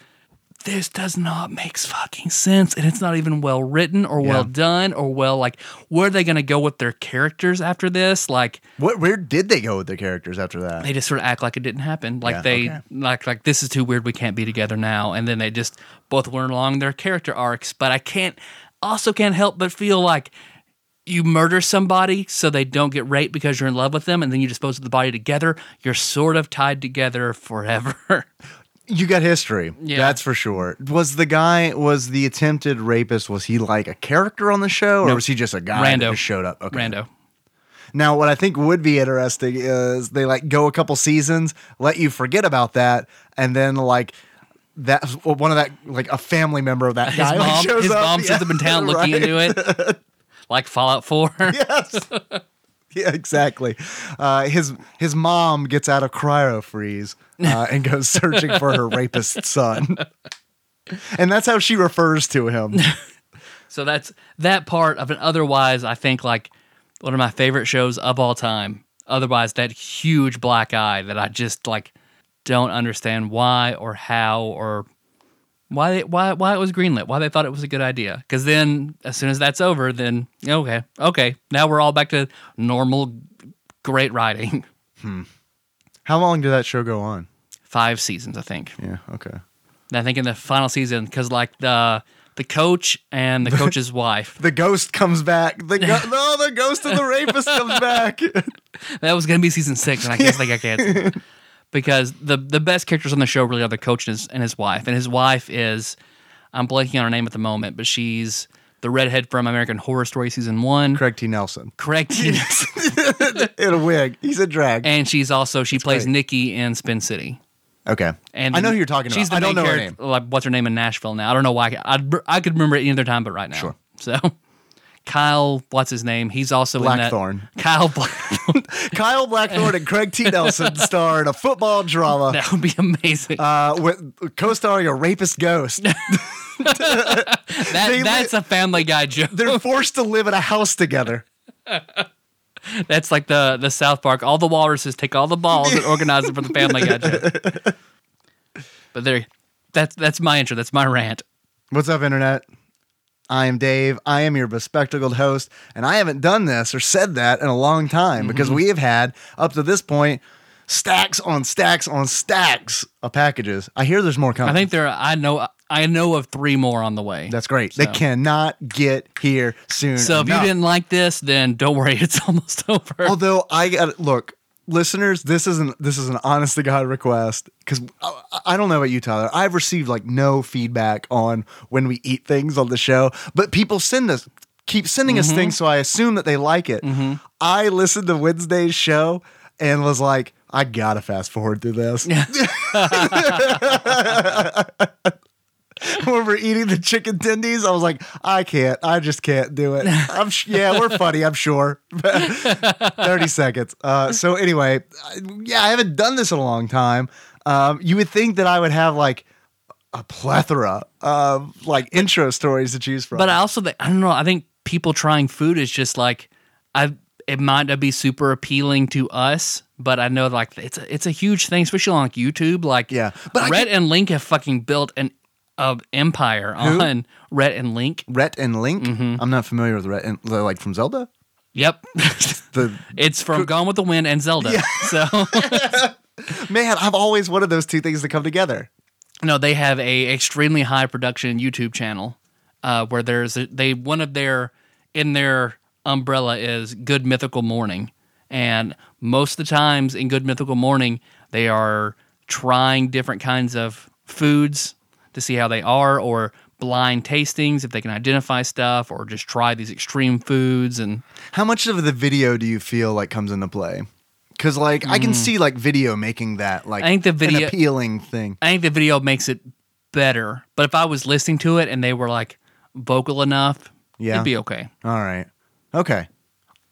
[SPEAKER 2] this does not make fucking sense and it's not even well written or well
[SPEAKER 3] Yeah.
[SPEAKER 2] done or well like where are they going to go with their characters after this like
[SPEAKER 3] What, where did they go with their characters after that?
[SPEAKER 2] they just sort of act like it didn't happen like
[SPEAKER 3] Yeah,
[SPEAKER 2] they
[SPEAKER 3] okay.
[SPEAKER 2] like like this is too weird we can't be together now and then they just both learn along their character arcs but i can't also can't help but feel like you murder somebody so they don't get raped because you're in love with them and then you dispose of the body together you're sort of tied together forever
[SPEAKER 3] you got history.
[SPEAKER 2] Yeah.
[SPEAKER 3] That's for sure. Was the guy was the attempted rapist was he like a character on the show or was he just a guy
[SPEAKER 2] Rando.
[SPEAKER 3] that just showed up? Okay.
[SPEAKER 2] rando
[SPEAKER 3] Now what I think would be interesting is they like go a couple seasons, let you forget about that and then like that one of that like a family member of that
[SPEAKER 2] his
[SPEAKER 3] guy like,
[SPEAKER 2] mom,
[SPEAKER 3] shows
[SPEAKER 2] his
[SPEAKER 3] up.
[SPEAKER 2] mom sits up in town looking
[SPEAKER 3] right.
[SPEAKER 2] into it like fallout 4
[SPEAKER 3] yes. Yeah, exactly. Uh, his his mom gets out of cryo freeze uh, and goes searching for her rapist son, and that's how she refers to him.
[SPEAKER 2] So that's that part of an otherwise, I think, like one of my favorite shows of all time. Otherwise, that huge black eye that I just like don't understand why or how or why they, why why it was greenlit, why they thought it was a good idea. Because then, as soon as that's over, then okay, okay, now we're all back to normal, great writing.
[SPEAKER 3] How long did that show go on?
[SPEAKER 2] Five seasons, I think.
[SPEAKER 3] Yeah, okay.
[SPEAKER 2] And I think in the final season, because like the the coach and the coach's wife,
[SPEAKER 3] The ghost comes back. The go- no, the ghost of the rapist comes back.
[SPEAKER 2] That was gonna be season six, and I guess they got canceled because the the best characters on the show really are the coach and his, and his wife. And his wife is I'm blanking on her name at the moment, but she's the redhead from American Horror Story season one.
[SPEAKER 3] Craig T. Nelson
[SPEAKER 2] Correct. yes.
[SPEAKER 3] in a wig. He's a drag.
[SPEAKER 2] and she's also she plays
[SPEAKER 3] great.
[SPEAKER 2] Nikki in Spin City.
[SPEAKER 3] okay,
[SPEAKER 2] And
[SPEAKER 3] I know who you're talking about.
[SPEAKER 2] She's the
[SPEAKER 3] I don't
[SPEAKER 2] main
[SPEAKER 3] know her name.
[SPEAKER 2] character- Like what's her name in Nashville now? I don't know why. I, I, I could remember it any other time, but right now.
[SPEAKER 3] Sure.
[SPEAKER 2] So. Kyle, what's his name? He's also in
[SPEAKER 3] Blackthorne.
[SPEAKER 2] that. Kyle Blackthorn.
[SPEAKER 3] Kyle Blackthorne and Craig T. Nelson star in a football drama.
[SPEAKER 2] that would be amazing.
[SPEAKER 3] Uh, with co-starring a rapist ghost,
[SPEAKER 2] that,
[SPEAKER 3] they-
[SPEAKER 2] that's a Family Guy joke.
[SPEAKER 3] they're forced to live in a house together.
[SPEAKER 2] That's like the the South Park. All the walruses take all the balls and organize them for the Family Guy joke. But there, that's that's my intro. That's my rant.
[SPEAKER 3] What's up, Internet? I am Dave. I am your bespectacled host, and I haven't done this or said that in a long time
[SPEAKER 2] Mm-hmm.
[SPEAKER 3] because we have had, up to this point, stacks on stacks on stacks of packages. I hear there's more coming.
[SPEAKER 2] I think there. I know. I know of three more on the way.
[SPEAKER 3] that's great. They cannot get here soon.
[SPEAKER 2] so. If
[SPEAKER 3] enough.
[SPEAKER 2] you didn't like this, then don't worry. It's almost over.
[SPEAKER 3] Although I got look, listeners, this isn't this is an honest to god request because I, I don't know about you, Tyler. I've received like no feedback on when we eat things on the show, but people send us keep sending us things, so I assume that they like it. I listened to Wednesday's show and was like, I gotta fast forward through this. when we're eating the chicken tendies, I was like, I can't. I just can't do it. I'm sh- yeah, we're funny, I'm sure. 30 seconds. Uh, so anyway, I- yeah, I haven't done this in a long time. Um, you would think that I would have like a plethora of like intro stories to choose from.
[SPEAKER 2] But I also, think, I don't know. I think people trying food is just like, I it might not be super appealing to us, but I know like it's a, it's a huge thing, especially on like YouTube. Like,
[SPEAKER 3] Yeah. But I
[SPEAKER 2] But Rhett and Link have fucking built an uh, empire on Rhett and Link.
[SPEAKER 3] Rhett and Link.
[SPEAKER 2] Mm-hmm.
[SPEAKER 3] I'm not familiar with Rhett and they're, like from Zelda.
[SPEAKER 2] Yep,
[SPEAKER 3] The
[SPEAKER 2] it's from Gone with the Wind and Zelda. So
[SPEAKER 3] man, I've always wanted those two things to come together.
[SPEAKER 2] no, they have a extremely high production YouTube channel uh, where there's a, they one of their in their umbrella is Good Mythical Morning, and most of the times in Good Mythical Morning they are trying different kinds of foods to see how they are or blind tastings if they can identify stuff or just try these extreme foods and
[SPEAKER 3] How much of the video do you feel like comes into play? Because like I can see like video making that like
[SPEAKER 2] Mm. I think the
[SPEAKER 3] an
[SPEAKER 2] video-
[SPEAKER 3] appealing thing.
[SPEAKER 2] I think the video makes it better. But if I was listening to it and they were like vocal enough,
[SPEAKER 3] Yeah.
[SPEAKER 2] it'd be okay.
[SPEAKER 3] All right. Okay.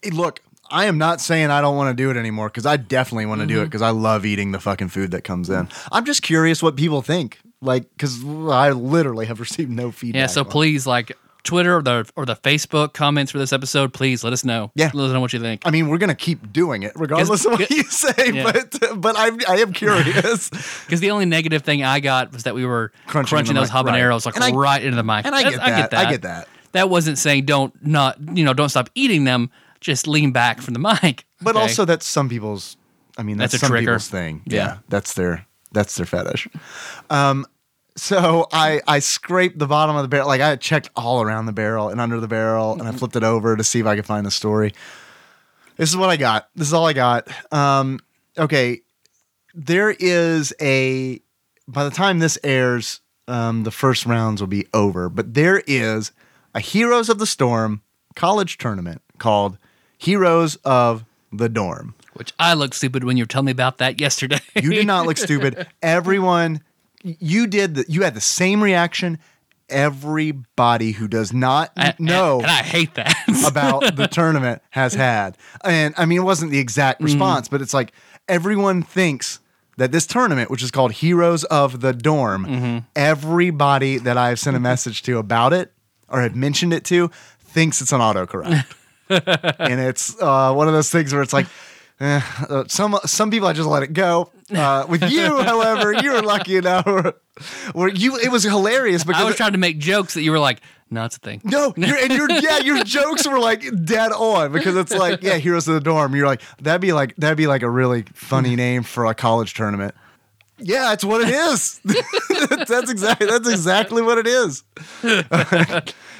[SPEAKER 3] Hey, look, I am not saying I don't want to do it anymore because I definitely want to do it
[SPEAKER 2] Mm-hmm.
[SPEAKER 3] because I love eating the fucking food that comes in. I'm just curious what people think. Like, because I literally have received no feedback.
[SPEAKER 2] Yeah. So
[SPEAKER 3] on it.
[SPEAKER 2] please, like, Twitter or the or the Facebook comments for this episode, please let us know.
[SPEAKER 3] Yeah.
[SPEAKER 2] let us know what you think.
[SPEAKER 3] I mean, we're gonna keep doing it regardless of what you say,
[SPEAKER 2] Yeah.
[SPEAKER 3] but but I'm, I am curious.
[SPEAKER 2] Because the only negative thing I got was that we were crunching,
[SPEAKER 3] Crunching the
[SPEAKER 2] those
[SPEAKER 3] mic, right.
[SPEAKER 2] habaneros like
[SPEAKER 3] And I-
[SPEAKER 2] right into the mic,
[SPEAKER 3] and I
[SPEAKER 2] That's-
[SPEAKER 3] get that, I get that.
[SPEAKER 2] That wasn't saying don't not you know don't stop eating them. Just lean back from the mic.
[SPEAKER 3] But
[SPEAKER 2] Okay.
[SPEAKER 3] also, that's some people's. I mean, that's,
[SPEAKER 2] That's a
[SPEAKER 3] some
[SPEAKER 2] trigger.
[SPEAKER 3] people's thing.
[SPEAKER 2] Yeah.
[SPEAKER 3] Yeah. that's their that's their fetish. Um, so I I scraped the bottom of the barrel. Like I checked all around the barrel and under the barrel, and I flipped it over to see if I could find the story. This is what I got. This is all I got. Um, okay, there is a. By the time this airs, um, the first rounds will be over. But there is a Heroes of the Storm college tournament called Heroes of the Dorm.
[SPEAKER 2] which I looked stupid when you were telling me about that yesterday.
[SPEAKER 3] You did not look stupid. Everyone, you did. The, you had the same reaction. Everybody who does not
[SPEAKER 2] I-
[SPEAKER 3] know
[SPEAKER 2] and, and I hate that.
[SPEAKER 3] about the tournament has had, and I mean, it wasn't the
[SPEAKER 2] Mm-hmm.
[SPEAKER 3] exact response, but it's like everyone thinks that this tournament, which is called Heroes of the Dorm,
[SPEAKER 2] Mm-hmm.
[SPEAKER 3] everybody that I've sent a message to about it or have mentioned it to thinks it's an autocorrect and it's uh, one of those things where it's like eh, uh, some some people I just let it go. Uh, with you, however, you were lucky enough where- where you it was hilarious because
[SPEAKER 2] I was trying to make jokes that you were like, no, it's a thing.
[SPEAKER 3] no, you're, and your yeah, your jokes were like dead on because it's like yeah, Heroes of the Dorm. You're like that'd be like that'd be like a really funny name for a college tournament. Yeah, that's what it is. that's exactly that's exactly what it is.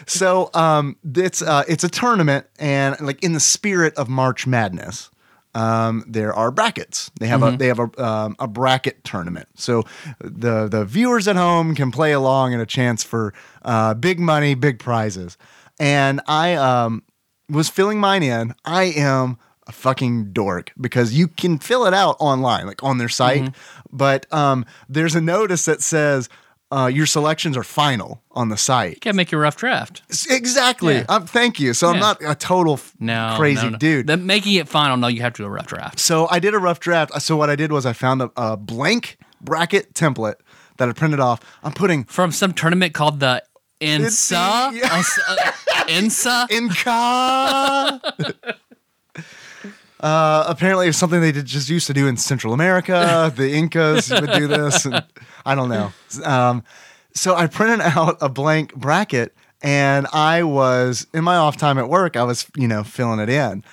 [SPEAKER 3] so um, it's uh, it's a tournament, and like in the spirit of March Madness, um, there are brackets. They have a they have a um, a bracket tournament. So the the viewers at home can play along and a chance for uh, big money, big prizes. And I um, was filling mine in. I am a fucking dork because you can fill it out online, like on their site. But um, there's a notice that says. Uh, your selections are final on the site.
[SPEAKER 2] You can't make your rough draft.
[SPEAKER 3] S- Exactly.
[SPEAKER 2] Yeah.
[SPEAKER 3] Um, thank you. So I'm
[SPEAKER 2] Yeah.
[SPEAKER 3] not a total f-
[SPEAKER 2] No,
[SPEAKER 3] crazy
[SPEAKER 2] no, no.
[SPEAKER 3] dude.
[SPEAKER 2] The- making it final, no, you have to do a rough draft.
[SPEAKER 3] so I did a rough draft. Uh, So what I did was I found a, a blank bracket template that I printed off. I'm putting
[SPEAKER 2] From some tournament called the INSA.
[SPEAKER 3] It's the-
[SPEAKER 2] us- uh, INSA?
[SPEAKER 3] Inca. Uh, apparently, it was something they did, just used to do in Central America. The Incas would do this. And I don't know. Um, so I printed out a blank bracket, and I was in my off time at work. I was, you know, filling it in.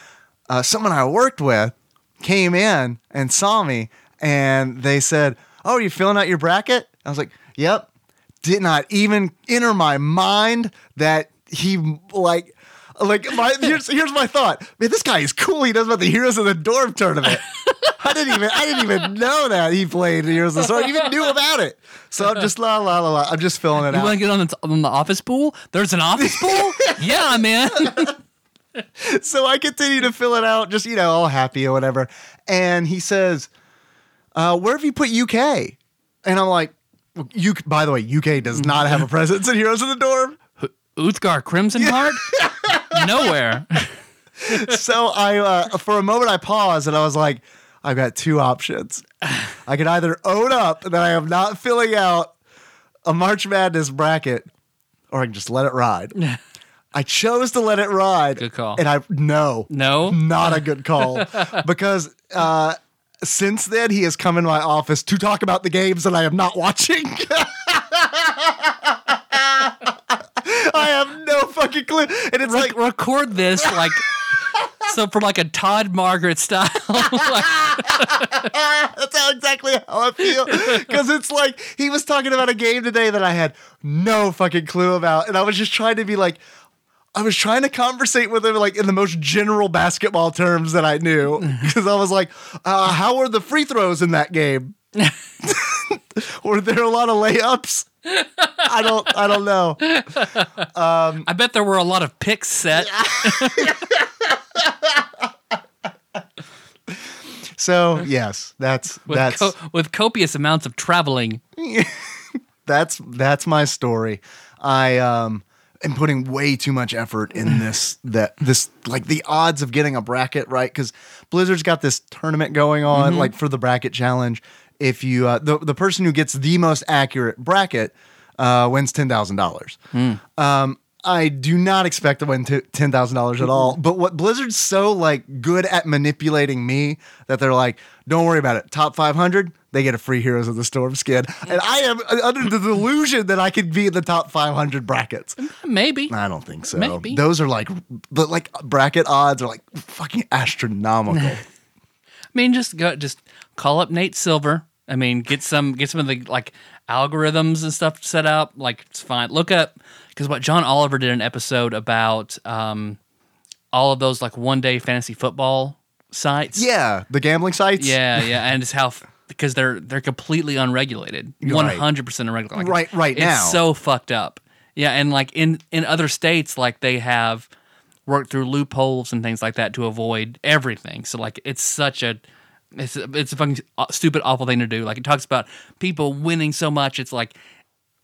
[SPEAKER 3] Uh, someone I worked with came in and saw me, and they said, "Oh, are you filling out your bracket?" I was like, "Yep." Did not even enter my mind that he like like my here's here's my thought. Man, this guy is cool. He knows about the Heroes of the Dorm tournament. I didn't even I didn't even know that he played Heroes of the Storm. I even knew about it. So I'm just la la la la. I'm just filling it
[SPEAKER 2] You want
[SPEAKER 3] out.
[SPEAKER 2] to get on the, on the office pool? There's an office pool? yeah, man.
[SPEAKER 3] So I continue to fill it out, just you know, all happy or whatever. And he says, uh, "Where have you put UK?" And I'm like, "You." By the way, UK does not have a presence in Heroes of the Dorm.
[SPEAKER 2] Uthgar Crimson Heart? Nowhere.
[SPEAKER 3] so I, uh, for a moment, I paused and I was like, I've got two options. I can either own up that I am not filling out a March Madness bracket, or I can just let it ride. I chose to let it ride.
[SPEAKER 2] Good call.
[SPEAKER 3] And I no,
[SPEAKER 2] No?
[SPEAKER 3] not a good call because uh, since then he has come in my office to talk about the games that I am not watching. I have no fucking clue, and it's like
[SPEAKER 2] Record this like. So for like a Todd Margaret style, like,
[SPEAKER 3] That's how exactly how I feel. Because it's like he was talking about a game today that I had no fucking clue about. And I was just trying to be like, I was trying to conversate with him like in the most general basketball terms that I knew. Because I was like, uh, how were the free throws in that game? were there a lot of layups? I don't I don't know.
[SPEAKER 2] I bet there were a lot of picks set.
[SPEAKER 3] So yes, that's
[SPEAKER 2] with,
[SPEAKER 3] that's
[SPEAKER 2] co- with copious amounts of traveling.
[SPEAKER 3] that's that's my story. I um am putting way too much effort in this that this like the odds of getting a bracket right because Blizzard's got this tournament going on like for the bracket challenge. If you uh, the the person who gets the most accurate bracket uh, wins ten thousand dollars. Um, I do not expect to win t- ten thousand dollars at all. But what Blizzard's so like good at manipulating me that they're like, don't worry about it. Top five hundred, they get a free Heroes of the Storm skin, and I am under the delusion that I could be in the top five hundred brackets.
[SPEAKER 2] Maybe.
[SPEAKER 3] I don't think so.
[SPEAKER 2] Maybe.
[SPEAKER 3] Those are like, but like bracket odds are like fucking astronomical.
[SPEAKER 2] I mean, just go, just call up Nate Silver. I mean, get some, get some of the like algorithms and stuff set up. Like it's fine. Look up because what John Oliver did an episode about um, all of those like one day fantasy football sites.
[SPEAKER 3] yeah, the gambling sites.
[SPEAKER 2] yeah, yeah, and it's how f- because they're they're completely unregulated, one hundred percent unregulated.
[SPEAKER 3] Right- right
[SPEAKER 2] it's
[SPEAKER 3] now.
[SPEAKER 2] so fucked up. Yeah, and like in in other states, like they have worked through loopholes and things like that to avoid everything. So like it's such a it's a, it's a fucking uh, stupid awful thing to do. Like it talks about people winning so much, it's like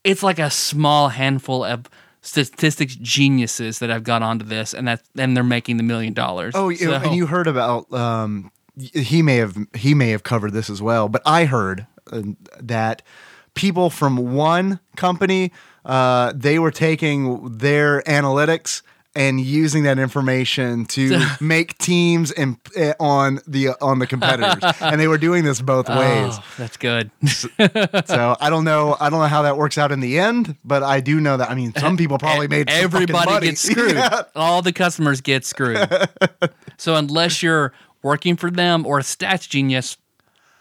[SPEAKER 2] it's like a small handful of statistics geniuses that have gone onto this and that and they're making the million dollars.
[SPEAKER 3] Oh,
[SPEAKER 2] So-
[SPEAKER 3] and you heard about um, y- he may have he may have covered this as well, but I heard uh, that people from one company uh, they were taking their analytics and using that information to make teams and uh, on the on the competitors, and they were doing this both ways.
[SPEAKER 2] Oh, that's good.
[SPEAKER 3] So I don't know I don't know how that works out in the end, but I do know that I mean some people probably made some fucking
[SPEAKER 2] E, everybody
[SPEAKER 3] money.
[SPEAKER 2] gets screwed.
[SPEAKER 3] Yeah.
[SPEAKER 2] All the customers get screwed. so unless you're working for them or a stats genius,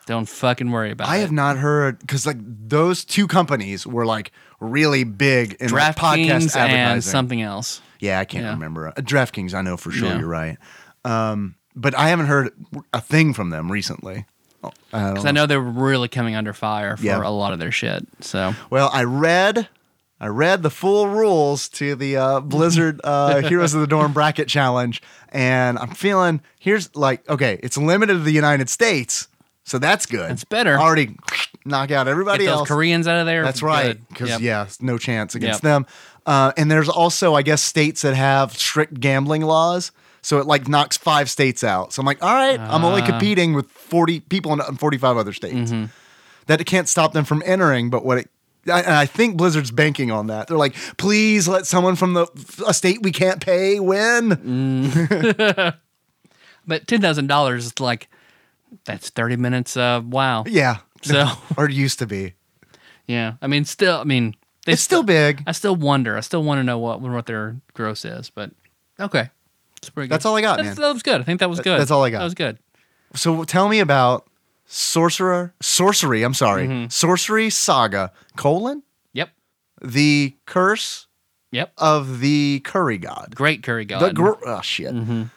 [SPEAKER 2] don't fucking worry about
[SPEAKER 3] I
[SPEAKER 2] it.
[SPEAKER 3] have not heard because like those two companies were like really big in like, podcast
[SPEAKER 2] DraftKings and
[SPEAKER 3] advertising.
[SPEAKER 2] something else.
[SPEAKER 3] yeah, I can't
[SPEAKER 2] yeah.
[SPEAKER 3] remember. Uh, DraftKings, I know for sure.
[SPEAKER 2] Yeah.
[SPEAKER 3] You're right, um, but I haven't heard a thing from them recently. I don't
[SPEAKER 2] Because I know they're really coming under fire for
[SPEAKER 3] Yeah.
[SPEAKER 2] a lot of their shit. So
[SPEAKER 3] Well, I read. I read the full rules to the uh, Blizzard uh, Heroes of the Dorm bracket challenge, and I'm feeling here's like okay, it's limited to the United States, so that's good. It's
[SPEAKER 2] better.
[SPEAKER 3] Already knock out
[SPEAKER 2] get
[SPEAKER 3] everybody
[SPEAKER 2] those
[SPEAKER 3] else.
[SPEAKER 2] Koreans out of there.
[SPEAKER 3] That's right.
[SPEAKER 2] Good.
[SPEAKER 3] Because
[SPEAKER 2] Yep.
[SPEAKER 3] yeah, it's no chance against
[SPEAKER 2] Yep.
[SPEAKER 3] them. Uh, and there's also, I guess, states that have strict gambling laws. So it like knocks five states out. So I'm like, all right, I'm
[SPEAKER 2] Ah.
[SPEAKER 3] only competing with 40 people in in 45 other states.
[SPEAKER 2] Mm-hmm.
[SPEAKER 3] That it can't stop them from entering, but what it I, and I think Blizzard's banking on that. They're like, please let someone from the a state we can't pay win.
[SPEAKER 2] Mm. But ten thousand dollars is like that's thirty minutes of wow.
[SPEAKER 3] Yeah,
[SPEAKER 2] So
[SPEAKER 3] or it used to be.
[SPEAKER 2] yeah. I mean still I mean they
[SPEAKER 3] It's still big.
[SPEAKER 2] I still wonder. I still want to know what what their gross is, but okay. It's pretty good.
[SPEAKER 3] That's all I got,
[SPEAKER 2] That's-
[SPEAKER 3] man.
[SPEAKER 2] That was good. I think that was good.
[SPEAKER 3] that's all I got.
[SPEAKER 2] That was good.
[SPEAKER 3] So tell me about sorcerer sorcery. I'm sorry,
[SPEAKER 2] Mm-hmm.
[SPEAKER 3] sorcery saga colon
[SPEAKER 2] Yep.
[SPEAKER 3] the curse
[SPEAKER 2] Yep.
[SPEAKER 3] of the curry god.
[SPEAKER 2] Great curry god.
[SPEAKER 3] Uh,
[SPEAKER 2] Mm-hmm.
[SPEAKER 3] The gr- oh shit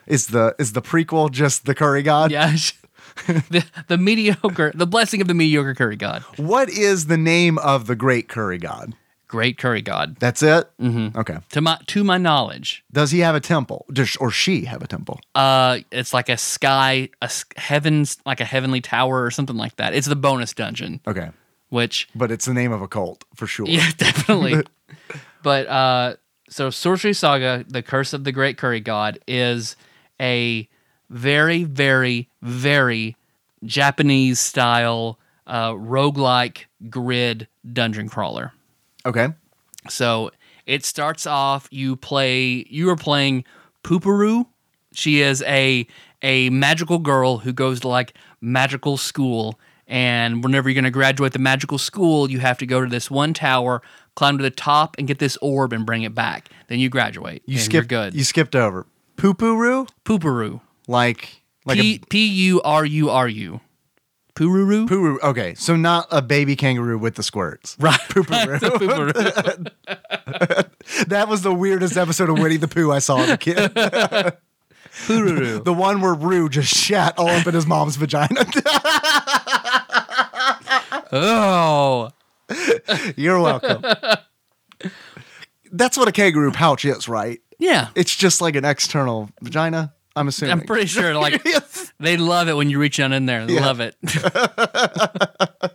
[SPEAKER 3] is the is the prequel just the curry god?
[SPEAKER 2] yes. the the mediocre the blessing of the mediocre curry god.
[SPEAKER 3] What is the name of the great curry god?
[SPEAKER 2] Great curry god.
[SPEAKER 3] That's it. Mm-hmm. Okay.
[SPEAKER 2] To my to my knowledge,
[SPEAKER 3] Does he have a temple? Does sh- or she have a temple?
[SPEAKER 2] uh it's like a sky a s- heavens like a heavenly tower or something like that. It's the bonus dungeon,
[SPEAKER 3] Okay,
[SPEAKER 2] which
[SPEAKER 3] but it's the name of a cult for sure.
[SPEAKER 2] Yeah, definitely. but uh, so Sorcery Saga: The Curse of the Great Curry God is a very, very, very Japanese style uh, roguelike grid dungeon crawler.
[SPEAKER 3] Okay.
[SPEAKER 2] So it starts off you play you are playing Pooparoo. She is a a magical girl who goes to like magical school and whenever you're going to graduate the magical school, you have to go to this one tower, climb to the top and get this orb and bring it back. Then you graduate.
[SPEAKER 3] You
[SPEAKER 2] and
[SPEAKER 3] skipped.
[SPEAKER 2] you're good.
[SPEAKER 3] You skipped over. Poopuru
[SPEAKER 2] Pooparoo.
[SPEAKER 3] like like
[SPEAKER 2] P P U R U R U. Pururu?
[SPEAKER 3] a poo. Okay, so not a baby kangaroo with the squirts.
[SPEAKER 2] Right. Pooparoo.
[SPEAKER 3] That was the weirdest episode of Winnie the Pooh I saw as a kid.
[SPEAKER 2] Pururu.
[SPEAKER 3] The one where Roo just shat all up in his mom's vagina.
[SPEAKER 2] Oh.
[SPEAKER 3] You're welcome. That's what a kangaroo pouch is, right?
[SPEAKER 2] Yeah.
[SPEAKER 3] It's just like an external vagina, I'm assuming.
[SPEAKER 2] I'm pretty sure like
[SPEAKER 3] Yes.
[SPEAKER 2] They love it when you reach down in there. They
[SPEAKER 3] Yeah.
[SPEAKER 2] Love it.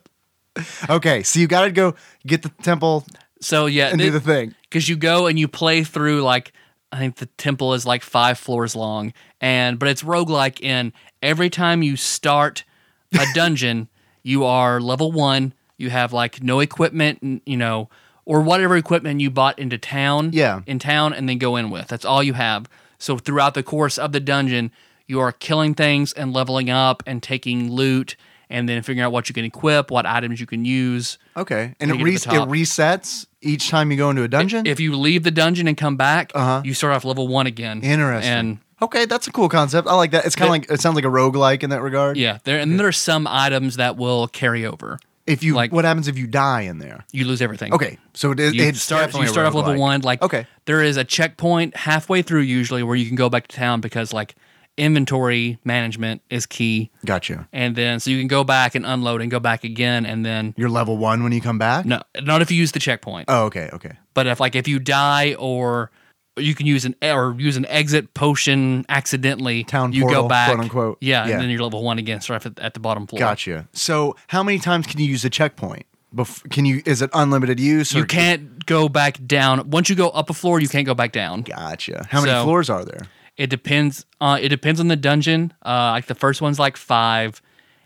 [SPEAKER 3] Okay, so you got to go get the temple
[SPEAKER 2] So yeah,
[SPEAKER 3] and do the thing.
[SPEAKER 2] because you go and you play through like I think the temple is like five floors long, and but it's roguelike in every time you start a dungeon, you are level one. You have like no equipment, n- you know, or whatever equipment you bought into town.
[SPEAKER 3] Yeah.
[SPEAKER 2] In town and then go in with. That's all you have. So throughout the course of the dungeon, you are killing things and leveling up and taking loot and then figuring out what you can equip, what items you can use.
[SPEAKER 3] Okay. And it,
[SPEAKER 2] you get to the
[SPEAKER 3] re- it
[SPEAKER 2] top.
[SPEAKER 3] resets each time you go into a dungeon?
[SPEAKER 2] If you leave the dungeon and come back,
[SPEAKER 3] Uh-huh.
[SPEAKER 2] you start off level one again.
[SPEAKER 3] Interesting.
[SPEAKER 2] And
[SPEAKER 3] okay, that's a cool concept. I like that. It's kind of
[SPEAKER 2] It-
[SPEAKER 3] like, it sounds like a roguelike in that regard.
[SPEAKER 2] yeah, there and there are some items that will carry over.
[SPEAKER 3] If you,
[SPEAKER 2] Like-
[SPEAKER 3] what happens if you die in there?
[SPEAKER 2] You lose everything.
[SPEAKER 3] Okay. So it,
[SPEAKER 2] You
[SPEAKER 3] it
[SPEAKER 2] start, you start off level one. Like,
[SPEAKER 3] Okay.
[SPEAKER 2] there is a checkpoint halfway through usually where you can go back to town because like inventory management is key.
[SPEAKER 3] Gotcha.
[SPEAKER 2] And then so you can go back and unload and go back again. And then
[SPEAKER 3] You're level one when you come back?
[SPEAKER 2] no, not if you use the checkpoint,
[SPEAKER 3] Oh, okay. Okay.
[SPEAKER 2] but if like if you die or you can use an or use an exit potion accidentally,
[SPEAKER 3] Town
[SPEAKER 2] you
[SPEAKER 3] portal,
[SPEAKER 2] go back,
[SPEAKER 3] quote unquote.
[SPEAKER 2] Yeah,
[SPEAKER 3] Yeah.
[SPEAKER 2] and then you're level one again, start off at, at the bottom floor.
[SPEAKER 3] Gotcha. So how many times can you use the checkpoint? Bef- can you, is it unlimited use? Or
[SPEAKER 2] You can't go back down. Once you go up a floor, you can't go back down.
[SPEAKER 3] Gotcha. How many
[SPEAKER 2] So-
[SPEAKER 3] floors are there?
[SPEAKER 2] It depends. Uh, it depends on the dungeon. Uh, like the first one's like five,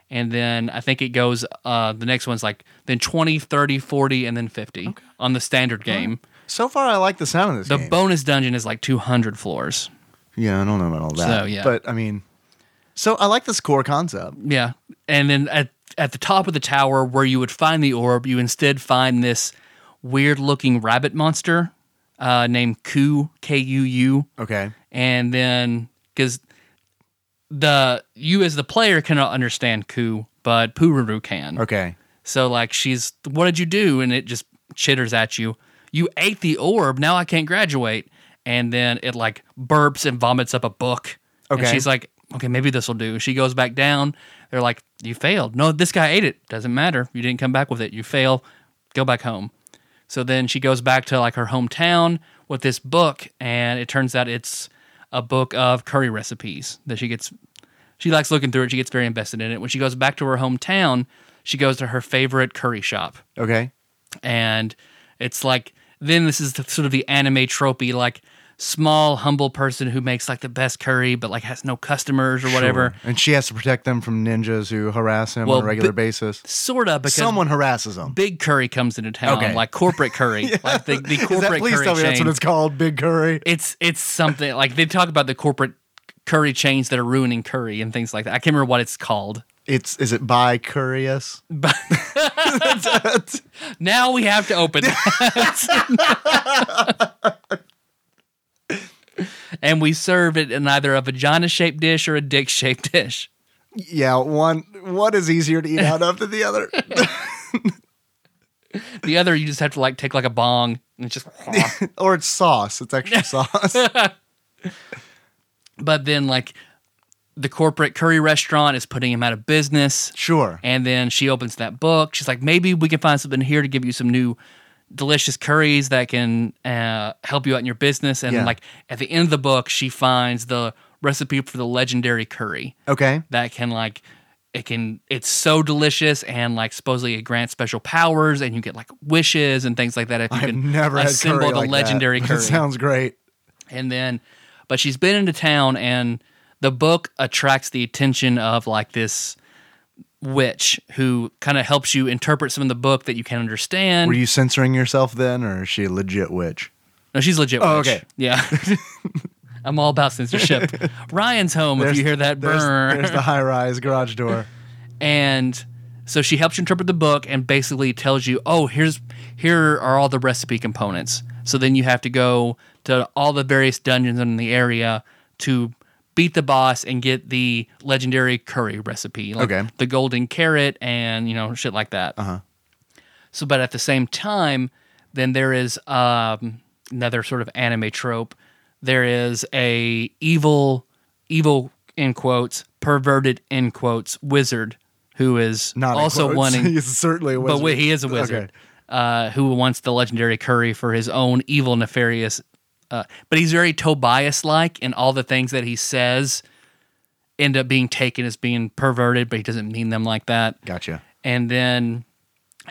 [SPEAKER 2] and then I think it goes. Uh, the next one's like then 20, 30, 40, and then fifty on the standard game.
[SPEAKER 3] So far, I like the sound of this
[SPEAKER 2] The
[SPEAKER 3] game.
[SPEAKER 2] bonus dungeon is like two hundred floors.
[SPEAKER 3] yeah, I don't know about all that.
[SPEAKER 2] So, yeah.
[SPEAKER 3] But I mean, so I like this core concept.
[SPEAKER 2] Yeah, and then at at the top of the tower where you would find the orb, you instead find this weird looking rabbit monster uh, named Ku K U U.
[SPEAKER 3] Okay.
[SPEAKER 2] and then because the you as the player cannot understand Ku, but Pururu can.
[SPEAKER 3] Okay.
[SPEAKER 2] So like she's, what did you do? And it just chitters at you. You ate the orb. Now I can't graduate. And then it like burps and vomits up a book. And
[SPEAKER 3] Okay.
[SPEAKER 2] she's like, okay, maybe this will do. She goes back down. They're like, you failed. No, this guy ate it. Doesn't matter. You didn't come back with it. You fail. Go back home. So then she goes back to like her hometown with this book, and it turns out it's a book of curry recipes that she gets. She likes looking through it. She gets very invested in it. When she goes back to her hometown, she goes to her favorite curry shop,
[SPEAKER 3] Okay.
[SPEAKER 2] and it's like then this is the, sort of the anime tropey like small humble person who makes like the best curry but like has no customers or whatever.
[SPEAKER 3] Sure. And she has to protect them from ninjas who harass him
[SPEAKER 2] Well,
[SPEAKER 3] on a regular
[SPEAKER 2] but-
[SPEAKER 3] basis.
[SPEAKER 2] Sort of because
[SPEAKER 3] Someone harasses him.
[SPEAKER 2] big curry comes into town
[SPEAKER 3] Okay.
[SPEAKER 2] like corporate curry, like the, the
[SPEAKER 3] Is that,
[SPEAKER 2] corporate
[SPEAKER 3] please
[SPEAKER 2] curry
[SPEAKER 3] tell me
[SPEAKER 2] chain.
[SPEAKER 3] that's what it's called, Big Curry.
[SPEAKER 2] it's it's something like they talk about the corporate curry chains that are ruining curry and things like that. I can't remember what it's called.
[SPEAKER 3] It's is it by Curious?
[SPEAKER 2] Now we have to open that. and we serve it in either a vagina shaped dish or a dick shaped dish.
[SPEAKER 3] Yeah, one one is easier to eat out of than the other.
[SPEAKER 2] The other you just have to like take like a bong and it's just
[SPEAKER 3] or it's sauce. It's extra sauce.
[SPEAKER 2] but then like the corporate curry restaurant is putting him out of business.
[SPEAKER 3] Sure.
[SPEAKER 2] And then she opens that book. She's like, maybe we can find something here to give you some new delicious curries that can uh, help you out in your business. And
[SPEAKER 3] Yeah.
[SPEAKER 2] like at the end of the book, she finds the recipe for the legendary curry
[SPEAKER 3] Okay.
[SPEAKER 2] that can like it can it's so delicious and like supposedly it grants special powers and you get like wishes and things like that if you
[SPEAKER 3] I've
[SPEAKER 2] can
[SPEAKER 3] never had
[SPEAKER 2] assemble
[SPEAKER 3] curry
[SPEAKER 2] the
[SPEAKER 3] like that,
[SPEAKER 2] legendary
[SPEAKER 3] but
[SPEAKER 2] curry.
[SPEAKER 3] It sounds great.
[SPEAKER 2] And then, but she's been into town, and the book attracts the attention of like this witch who kind of helps you interpret some of the book that you can understand.
[SPEAKER 3] Were you censoring yourself then, or is she a legit witch?
[SPEAKER 2] no, she's legit.
[SPEAKER 3] Oh,
[SPEAKER 2] witch.
[SPEAKER 3] okay.
[SPEAKER 2] Yeah. I'm all about censorship. Ryan's home if you hear that
[SPEAKER 3] there's,
[SPEAKER 2] burr.
[SPEAKER 3] there's the high rise garage door.
[SPEAKER 2] and so she helps you interpret the book and basically tells you, oh, here's here are all the recipe components. So then you have to go to all the various dungeons in the area to beat the boss and get the legendary curry recipe, like
[SPEAKER 3] Okay.
[SPEAKER 2] the golden carrot and you know shit like that. Uh-huh. So, but at the same time, then there is um, another sort of anime trope. There is a evil, evil in quotes, perverted in quotes wizard who is
[SPEAKER 3] Not in
[SPEAKER 2] also
[SPEAKER 3] quotes.
[SPEAKER 2] wanting,
[SPEAKER 3] He's certainly a
[SPEAKER 2] but
[SPEAKER 3] wizard.
[SPEAKER 2] wait, he is a wizard
[SPEAKER 3] Okay.
[SPEAKER 2] uh, who wants the legendary curry for his own evil, nefarious. Uh, but he's very Tobias like, and all the things that he says end up being taken as being perverted, but he doesn't mean them like that
[SPEAKER 3] Gotcha.
[SPEAKER 2] and then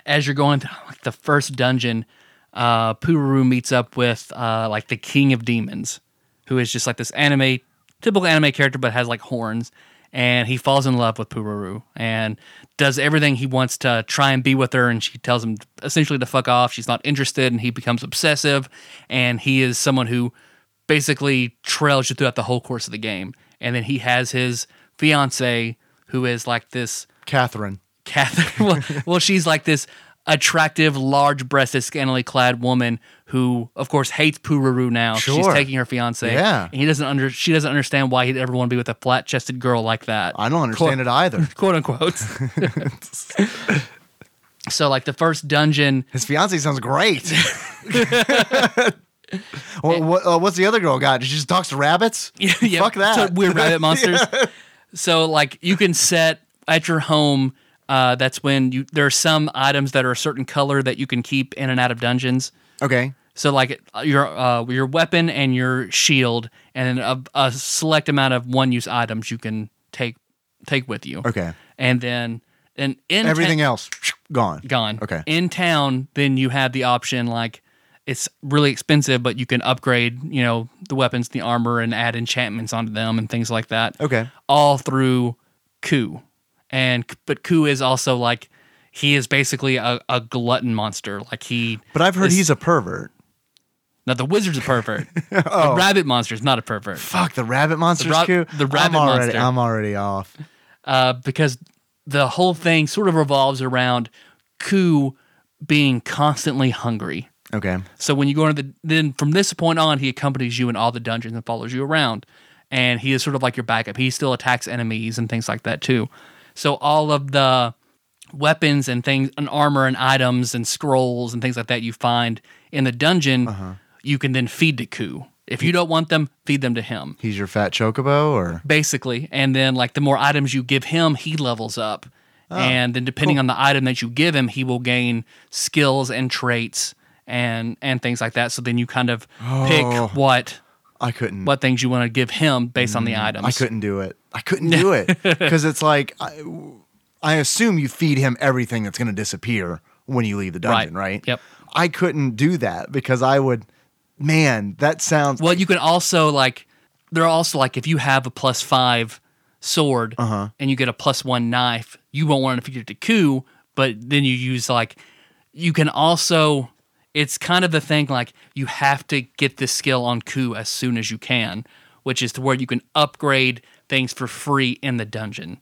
[SPEAKER 2] as you're going through like the first dungeon, uh, Pururu meets up with uh, like the king of demons, who is just like this anime, typical anime character, but has like horns, and he falls in love with Pururu and does everything he wants to try and be with her. And she tells him essentially to fuck off. She's not interested, and he becomes obsessive. And he is someone who basically trails you throughout the whole course of the game. And then he has his fiance, who is like this
[SPEAKER 3] Catherine.
[SPEAKER 2] Catherine. Well, well, she's like this attractive, large-breasted, scantily clad woman who, of course, hates Pururu now. She's
[SPEAKER 3] Sure.
[SPEAKER 2] taking her fiance.
[SPEAKER 3] Yeah.
[SPEAKER 2] and he doesn't under. She doesn't understand why he'd ever want to be with a flat-chested girl like that.
[SPEAKER 3] I don't understand it either.
[SPEAKER 2] Quote unquote. so, like the first dungeon,
[SPEAKER 3] His fiance sounds great. Well, what, uh, what's the other girl got? She just talks to rabbits.
[SPEAKER 2] Yeah, yeah,
[SPEAKER 3] Fuck that.
[SPEAKER 2] to weird rabbit monsters. So like you can set at your home. Uh, that's when you there are some items that are a certain color that you can keep in and out of dungeons.
[SPEAKER 3] Okay.
[SPEAKER 2] So like your uh, your weapon and your shield, and a, a select amount of one use items you can take take with you.
[SPEAKER 3] Okay.
[SPEAKER 2] and then and in
[SPEAKER 3] Everything
[SPEAKER 2] ta-
[SPEAKER 3] else gone.
[SPEAKER 2] gone.
[SPEAKER 3] Okay.
[SPEAKER 2] in town, then you have the option like it's really expensive, but you can upgrade you know the weapons, the armor, and add enchantments onto them and things like that.
[SPEAKER 3] Okay.
[SPEAKER 2] all through Ku, and but Ku is also like he is basically a, a glutton monster. Like he
[SPEAKER 3] But I've heard
[SPEAKER 2] is-
[SPEAKER 3] he's a pervert.
[SPEAKER 2] now the wizard's a pervert. The rabbit monster's not a pervert.
[SPEAKER 3] Fuck the rabbit monster's
[SPEAKER 2] ra-
[SPEAKER 3] cute.
[SPEAKER 2] the rabbit
[SPEAKER 3] I'm already,
[SPEAKER 2] monster.
[SPEAKER 3] I'm already off.
[SPEAKER 2] Uh, because the whole thing sort of revolves around Ku being constantly hungry.
[SPEAKER 3] Okay.
[SPEAKER 2] So when you go into the then from this point on, he accompanies you in all the dungeons and follows you around. And he is sort of like your backup. He still attacks enemies and things like that too. So all of the weapons and things and armor and items and scrolls and things like that you find in the dungeon, you can then feed to Ku. If you don't want them, feed them to him
[SPEAKER 3] He's your fat chocobo, or
[SPEAKER 2] basically. And then like the more items you give him, he levels up. and then depending on the item that you give him, he will gain skills and traits and and things like that. So then you kind of pick what
[SPEAKER 3] I couldn't.
[SPEAKER 2] what things you want to give him based on the items.
[SPEAKER 3] I couldn't do it. I couldn't do it because it's like I, I assume you feed him everything that's going to disappear when you leave the dungeon,
[SPEAKER 2] Right.
[SPEAKER 3] right?
[SPEAKER 2] Yep.
[SPEAKER 3] I couldn't do that because I would. Man, that sounds.
[SPEAKER 2] Well, you can also like there are also like if you have a plus five sword
[SPEAKER 3] Uh-huh.
[SPEAKER 2] and you get a plus one knife, you won't want to feed it to coup, but then you use like you can also it's kind of the thing like you have to get this skill on coup as soon as you can, which is to where you can upgrade things for free in the dungeon.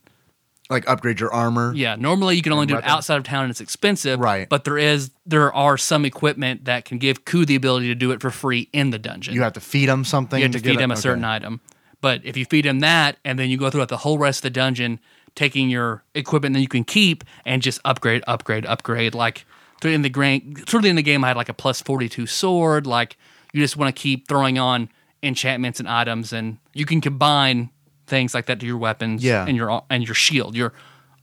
[SPEAKER 3] like upgrade your armor.
[SPEAKER 2] Yeah, normally you can only do it
[SPEAKER 3] weapon.
[SPEAKER 2] outside of town and it's expensive.
[SPEAKER 3] Right.
[SPEAKER 2] But there is there are some equipment that can give coup the ability to do it for free in the dungeon.
[SPEAKER 3] You have to feed him something.
[SPEAKER 2] You have to,
[SPEAKER 3] get
[SPEAKER 2] feed
[SPEAKER 3] it-
[SPEAKER 2] him a
[SPEAKER 3] okay.
[SPEAKER 2] certain item. But if you feed him that, and then you go throughout the whole rest of the dungeon, taking your equipment that you can keep and just upgrade, upgrade, upgrade. Like through in the grand, sort of in the game, I had like a plus forty two sword. Like you just want to keep throwing on enchantments and items, and you can combine things like that to your weapons
[SPEAKER 3] Yeah.
[SPEAKER 2] and your and your shield. Your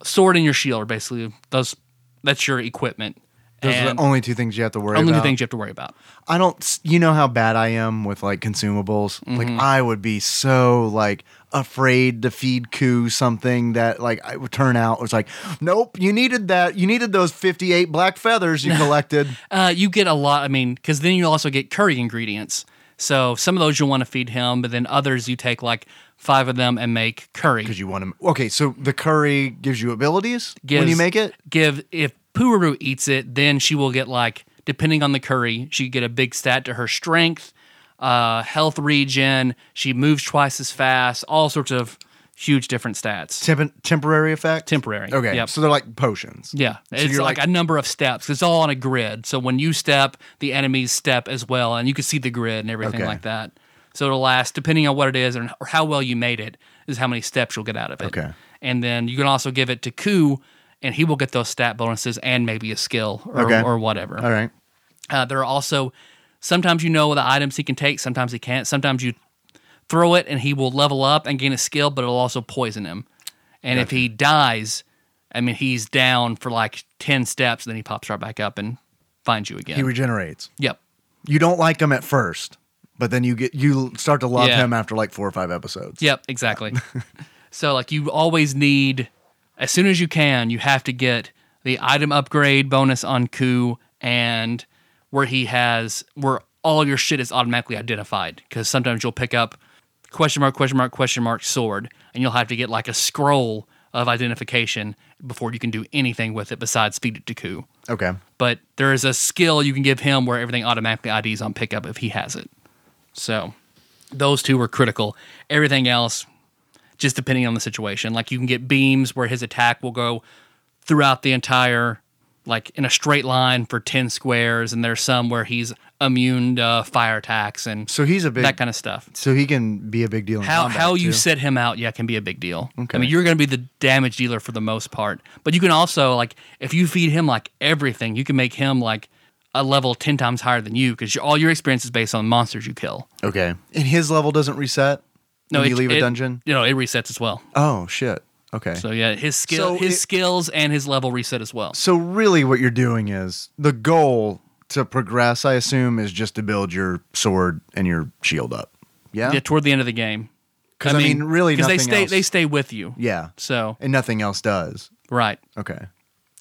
[SPEAKER 2] sword and your shield are basically those. That's your equipment.
[SPEAKER 3] Those are
[SPEAKER 2] and
[SPEAKER 3] the only two things you have to worry
[SPEAKER 2] only
[SPEAKER 3] about.
[SPEAKER 2] two things you have to worry about.
[SPEAKER 3] I don't. s- You know how bad I am with like consumables. Like
[SPEAKER 2] Mm-hmm.
[SPEAKER 3] I would be so like afraid to feed Koo something that like I would turn out was like, nope. You needed that. You needed those fifty eight black feathers you collected.
[SPEAKER 2] Uh, you get a lot. I mean, because then you also get curry ingredients. So some of those you'll want to feed him, but then others you take like five of them and make curry.
[SPEAKER 3] Because you want to. Okay, so the curry gives you abilities when
[SPEAKER 2] Gives-
[SPEAKER 3] you make it.
[SPEAKER 2] give if Pururu eats it, then she will get like depending on the curry, she get a big stat to her strength, uh, health regen. She moves twice as fast. All sorts of huge different stats.
[SPEAKER 3] Temp- temporary effect.
[SPEAKER 2] Temporary.
[SPEAKER 3] Okay,
[SPEAKER 2] Yep.
[SPEAKER 3] so they're like potions.
[SPEAKER 2] Yeah, it's
[SPEAKER 3] you're
[SPEAKER 2] like,
[SPEAKER 3] like-
[SPEAKER 2] a number of steps. It's all on a grid. So when you step, the enemies step as well, and you can see the grid and everything
[SPEAKER 3] Okay.
[SPEAKER 2] like that. So it'll last, depending on what it is and or how well you made it, is how many steps you'll get out of it.
[SPEAKER 3] Okay.
[SPEAKER 2] And then you can also give it to Ku, and he will get those stat bonuses and maybe a skill or,
[SPEAKER 3] Okay.
[SPEAKER 2] or whatever.
[SPEAKER 3] All right.
[SPEAKER 2] Uh, there are also sometimes you know the items he can take, sometimes he can't. Sometimes you throw it and he will level up and gain a skill, but it'll also poison him. And if he dies, I mean he's down for like ten steps, and then he pops right back up and finds you again.
[SPEAKER 3] He regenerates.
[SPEAKER 2] yep.
[SPEAKER 3] You don't like him at first, but then you get you start to love
[SPEAKER 2] Yeah.
[SPEAKER 3] him after like four or five episodes.
[SPEAKER 2] Yep, exactly. so like you always need as soon as you can, you have to get the item upgrade bonus on Ku and where he has where all your shit is automatically identified cuz sometimes you'll pick up question mark, question mark, question mark, sword. And you'll have to get like a scroll of identification before you can do anything with it besides feed it to Ku.
[SPEAKER 3] Okay.
[SPEAKER 2] But there is a skill you can give him where everything automatically IDs on pickup if he has it. So those two were critical. Everything else, just depending on the situation. Like you can get beams where his attack will go throughout the entire, like in a straight line for 10 squares. And there's some where he's immune to fire attacks and
[SPEAKER 3] So he's a big.
[SPEAKER 2] that kind of stuff.
[SPEAKER 3] so he can be a big deal. In
[SPEAKER 2] How,
[SPEAKER 3] combat,
[SPEAKER 2] how you
[SPEAKER 3] too.
[SPEAKER 2] set him out, yeah, can be a big deal.
[SPEAKER 3] Okay.
[SPEAKER 2] I mean, you're going to be the damage dealer for the most part. But you can also, like, if you feed him, like, everything, you can make him, like, a level 10 times higher than you because all your experience is based on monsters you kill.
[SPEAKER 3] Okay. And his level doesn't reset. when you leave a dungeon.
[SPEAKER 2] You know, it resets as well.
[SPEAKER 3] Oh shit. Okay.
[SPEAKER 2] So yeah, his skill,
[SPEAKER 3] So
[SPEAKER 2] his
[SPEAKER 3] it-
[SPEAKER 2] skills, and his level reset as well.
[SPEAKER 3] So really, what you're doing is the goal to progress. I assume is just to build your sword and your shield up. Yeah.
[SPEAKER 2] Yeah, toward the end of the game.
[SPEAKER 3] 'Cause, I mean, really
[SPEAKER 2] because they
[SPEAKER 3] nothing
[SPEAKER 2] stay
[SPEAKER 3] else-
[SPEAKER 2] they stay with you.
[SPEAKER 3] Yeah.
[SPEAKER 2] So
[SPEAKER 3] And nothing else does.
[SPEAKER 2] right,
[SPEAKER 3] Okay.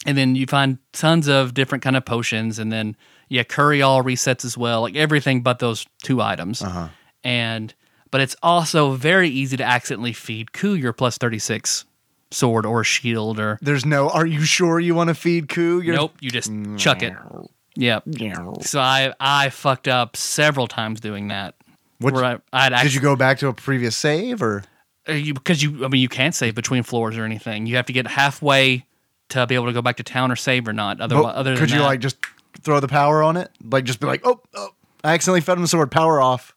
[SPEAKER 2] and then you find tons of different kind of potions, and then yeah, curry all resets as well. Like everything but those two items. Uh-huh. And but it's also very easy to accidentally feed Ku your plus thirty six sword or shield or
[SPEAKER 3] There's no. Are you sure you want to feed Ku? You're,
[SPEAKER 2] nope, you just chuck it. Yep. So I I fucked up several times doing that.
[SPEAKER 3] What-
[SPEAKER 2] where I, I'd actually,
[SPEAKER 3] Did you go back to a previous save or?
[SPEAKER 2] Uh, you because you I mean you can't save between floors or anything. You have to get halfway to be able to go back to town or save or not. Other,
[SPEAKER 3] But
[SPEAKER 2] other than
[SPEAKER 3] could you
[SPEAKER 2] that-
[SPEAKER 3] like just throw the power on it? Like just be like, oh, oh I accidentally fed him the sword. Power off.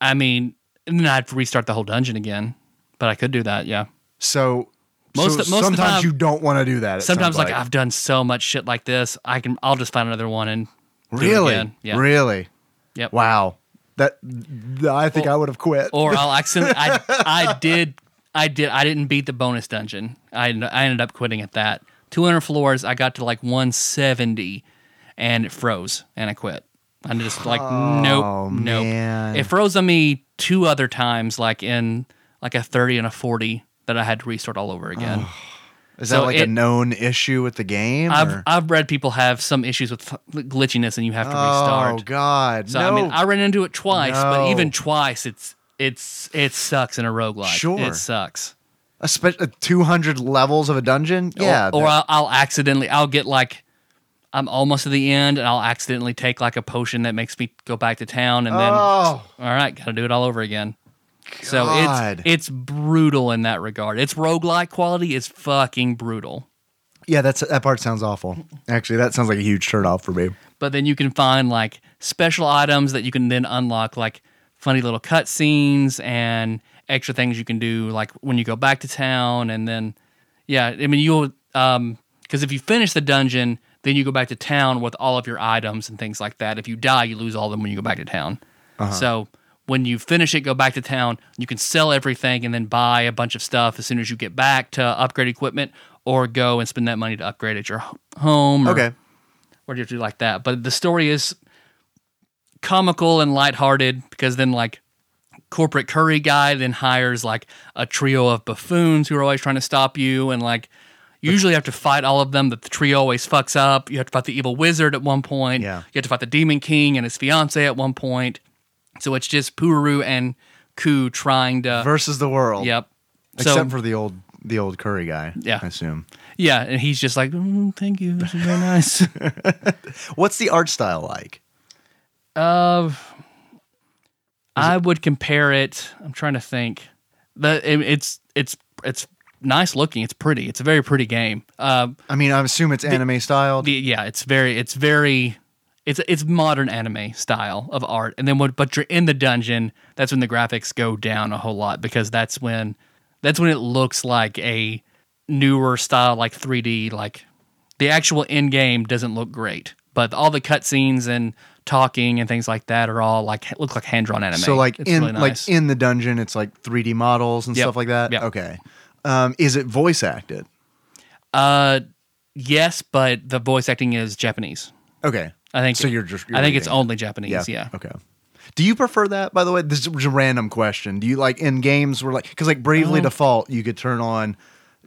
[SPEAKER 2] I mean, and then I'd restart the whole dungeon again. But I could do that. Yeah.
[SPEAKER 3] So.
[SPEAKER 2] Most
[SPEAKER 3] so
[SPEAKER 2] of- most of the
[SPEAKER 3] sometimes
[SPEAKER 2] time-
[SPEAKER 3] you don't want to do that. it
[SPEAKER 2] Sometimes
[SPEAKER 3] sounds
[SPEAKER 2] like, I've done so much shit like this, I can I'll just find another one and do it
[SPEAKER 3] really,
[SPEAKER 2] again. Yeah.
[SPEAKER 3] really,
[SPEAKER 2] Yep.
[SPEAKER 3] wow. That th- I think I would have quit.
[SPEAKER 2] Or I'll accidentally I I did I did I didn't beat the bonus dungeon. I end- I ended up quitting at that. 200 floors. I got to like 170, and it froze, and I quit. I'm just like, nope, nope.
[SPEAKER 3] Oh, man.
[SPEAKER 2] It froze on me two other times, like in like a 30 and a 40 that I had to restart all over again.
[SPEAKER 3] Oh, Is
[SPEAKER 2] So
[SPEAKER 3] that like
[SPEAKER 2] it-
[SPEAKER 3] a known issue with the game?
[SPEAKER 2] I've
[SPEAKER 3] or-
[SPEAKER 2] I've read people have some issues with f- glitchiness, and you have to
[SPEAKER 3] oh
[SPEAKER 2] restart.
[SPEAKER 3] God,
[SPEAKER 2] So
[SPEAKER 3] no.
[SPEAKER 2] I mean, I ran into it twice, but
[SPEAKER 3] No.
[SPEAKER 2] even twice, it's it's it sucks in a roguelike.
[SPEAKER 3] Sure.
[SPEAKER 2] it sucks.
[SPEAKER 3] Especially two hundred levels of a dungeon. Yeah,
[SPEAKER 2] or, or
[SPEAKER 3] that-
[SPEAKER 2] I'll, I'll accidentally I'll get like I'm almost to the end, and I'll accidentally take like a potion that makes me go back to town, and then
[SPEAKER 3] Oh.
[SPEAKER 2] all right, gotta do it all over again. So
[SPEAKER 3] God.
[SPEAKER 2] it's it's brutal in that regard. It's roguelike quality is fucking brutal.
[SPEAKER 3] yeah. That's that part sounds awful. Actually, that sounds like a huge turnoff for me.
[SPEAKER 2] but then you can find like special items that you can then unlock like funny little cutscenes and extra things you can do like when you go back to town and then yeah i mean you'll um because if you finish the dungeon then you go back to town with all of your items and things like that if you die you lose all of them when you go back to town so when you finish it go back to town you can sell everything and then buy a bunch of stuff as soon as you get back to upgrade equipment or go and spend that money to upgrade at your h- home or
[SPEAKER 3] Okay,
[SPEAKER 2] or do you have to do like that? But the story is comical and lighthearted because then like corporate curry guy then hires like a trio of buffoons who are always trying to stop you and like you usually have to fight all of them but the trio always fucks up you have to fight the evil wizard at one point
[SPEAKER 3] Yeah.
[SPEAKER 2] you have to fight the demon king and his fiance at one point so it's just puru and ku trying to
[SPEAKER 3] versus the world.
[SPEAKER 2] yep
[SPEAKER 3] Except
[SPEAKER 2] so
[SPEAKER 3] for the old the old curry guy.
[SPEAKER 2] Yeah.
[SPEAKER 3] I assume.
[SPEAKER 2] yeah and he's just like "Mm, thank you this is very nice
[SPEAKER 3] What's the art style like?
[SPEAKER 2] Uh, I would compare it. I'm trying to think. The it, it's it's it's nice looking. It's pretty. It's a very pretty game. Um,
[SPEAKER 3] I mean, I assume it's anime style.
[SPEAKER 2] the, yeah, it's very it's very it's it's modern anime style of art. And then when but you're in the dungeon, that's when the graphics go down a whole lot because that's when that's when it looks like a newer style like 3D like the actual end game doesn't look great. But all the cutscenes and talking and things like that are all like look like hand drawn anime.
[SPEAKER 3] so like
[SPEAKER 2] It's
[SPEAKER 3] in
[SPEAKER 2] really nice.
[SPEAKER 3] like in the dungeon, it's like 3D models and
[SPEAKER 2] Yep.
[SPEAKER 3] stuff like that.
[SPEAKER 2] Yep.
[SPEAKER 3] Okay. Um, is it voice acted?
[SPEAKER 2] uh yes, but the voice acting is Japanese.
[SPEAKER 3] Okay.
[SPEAKER 2] I think
[SPEAKER 3] so. You're just. You're
[SPEAKER 2] I think it's
[SPEAKER 3] reading it.
[SPEAKER 2] only Japanese, Uh, yeah.
[SPEAKER 3] Okay. Do you prefer that? By the way, this is a random question. Do you like in games where like because like Bravely
[SPEAKER 2] Oh.
[SPEAKER 3] Default, you could turn on,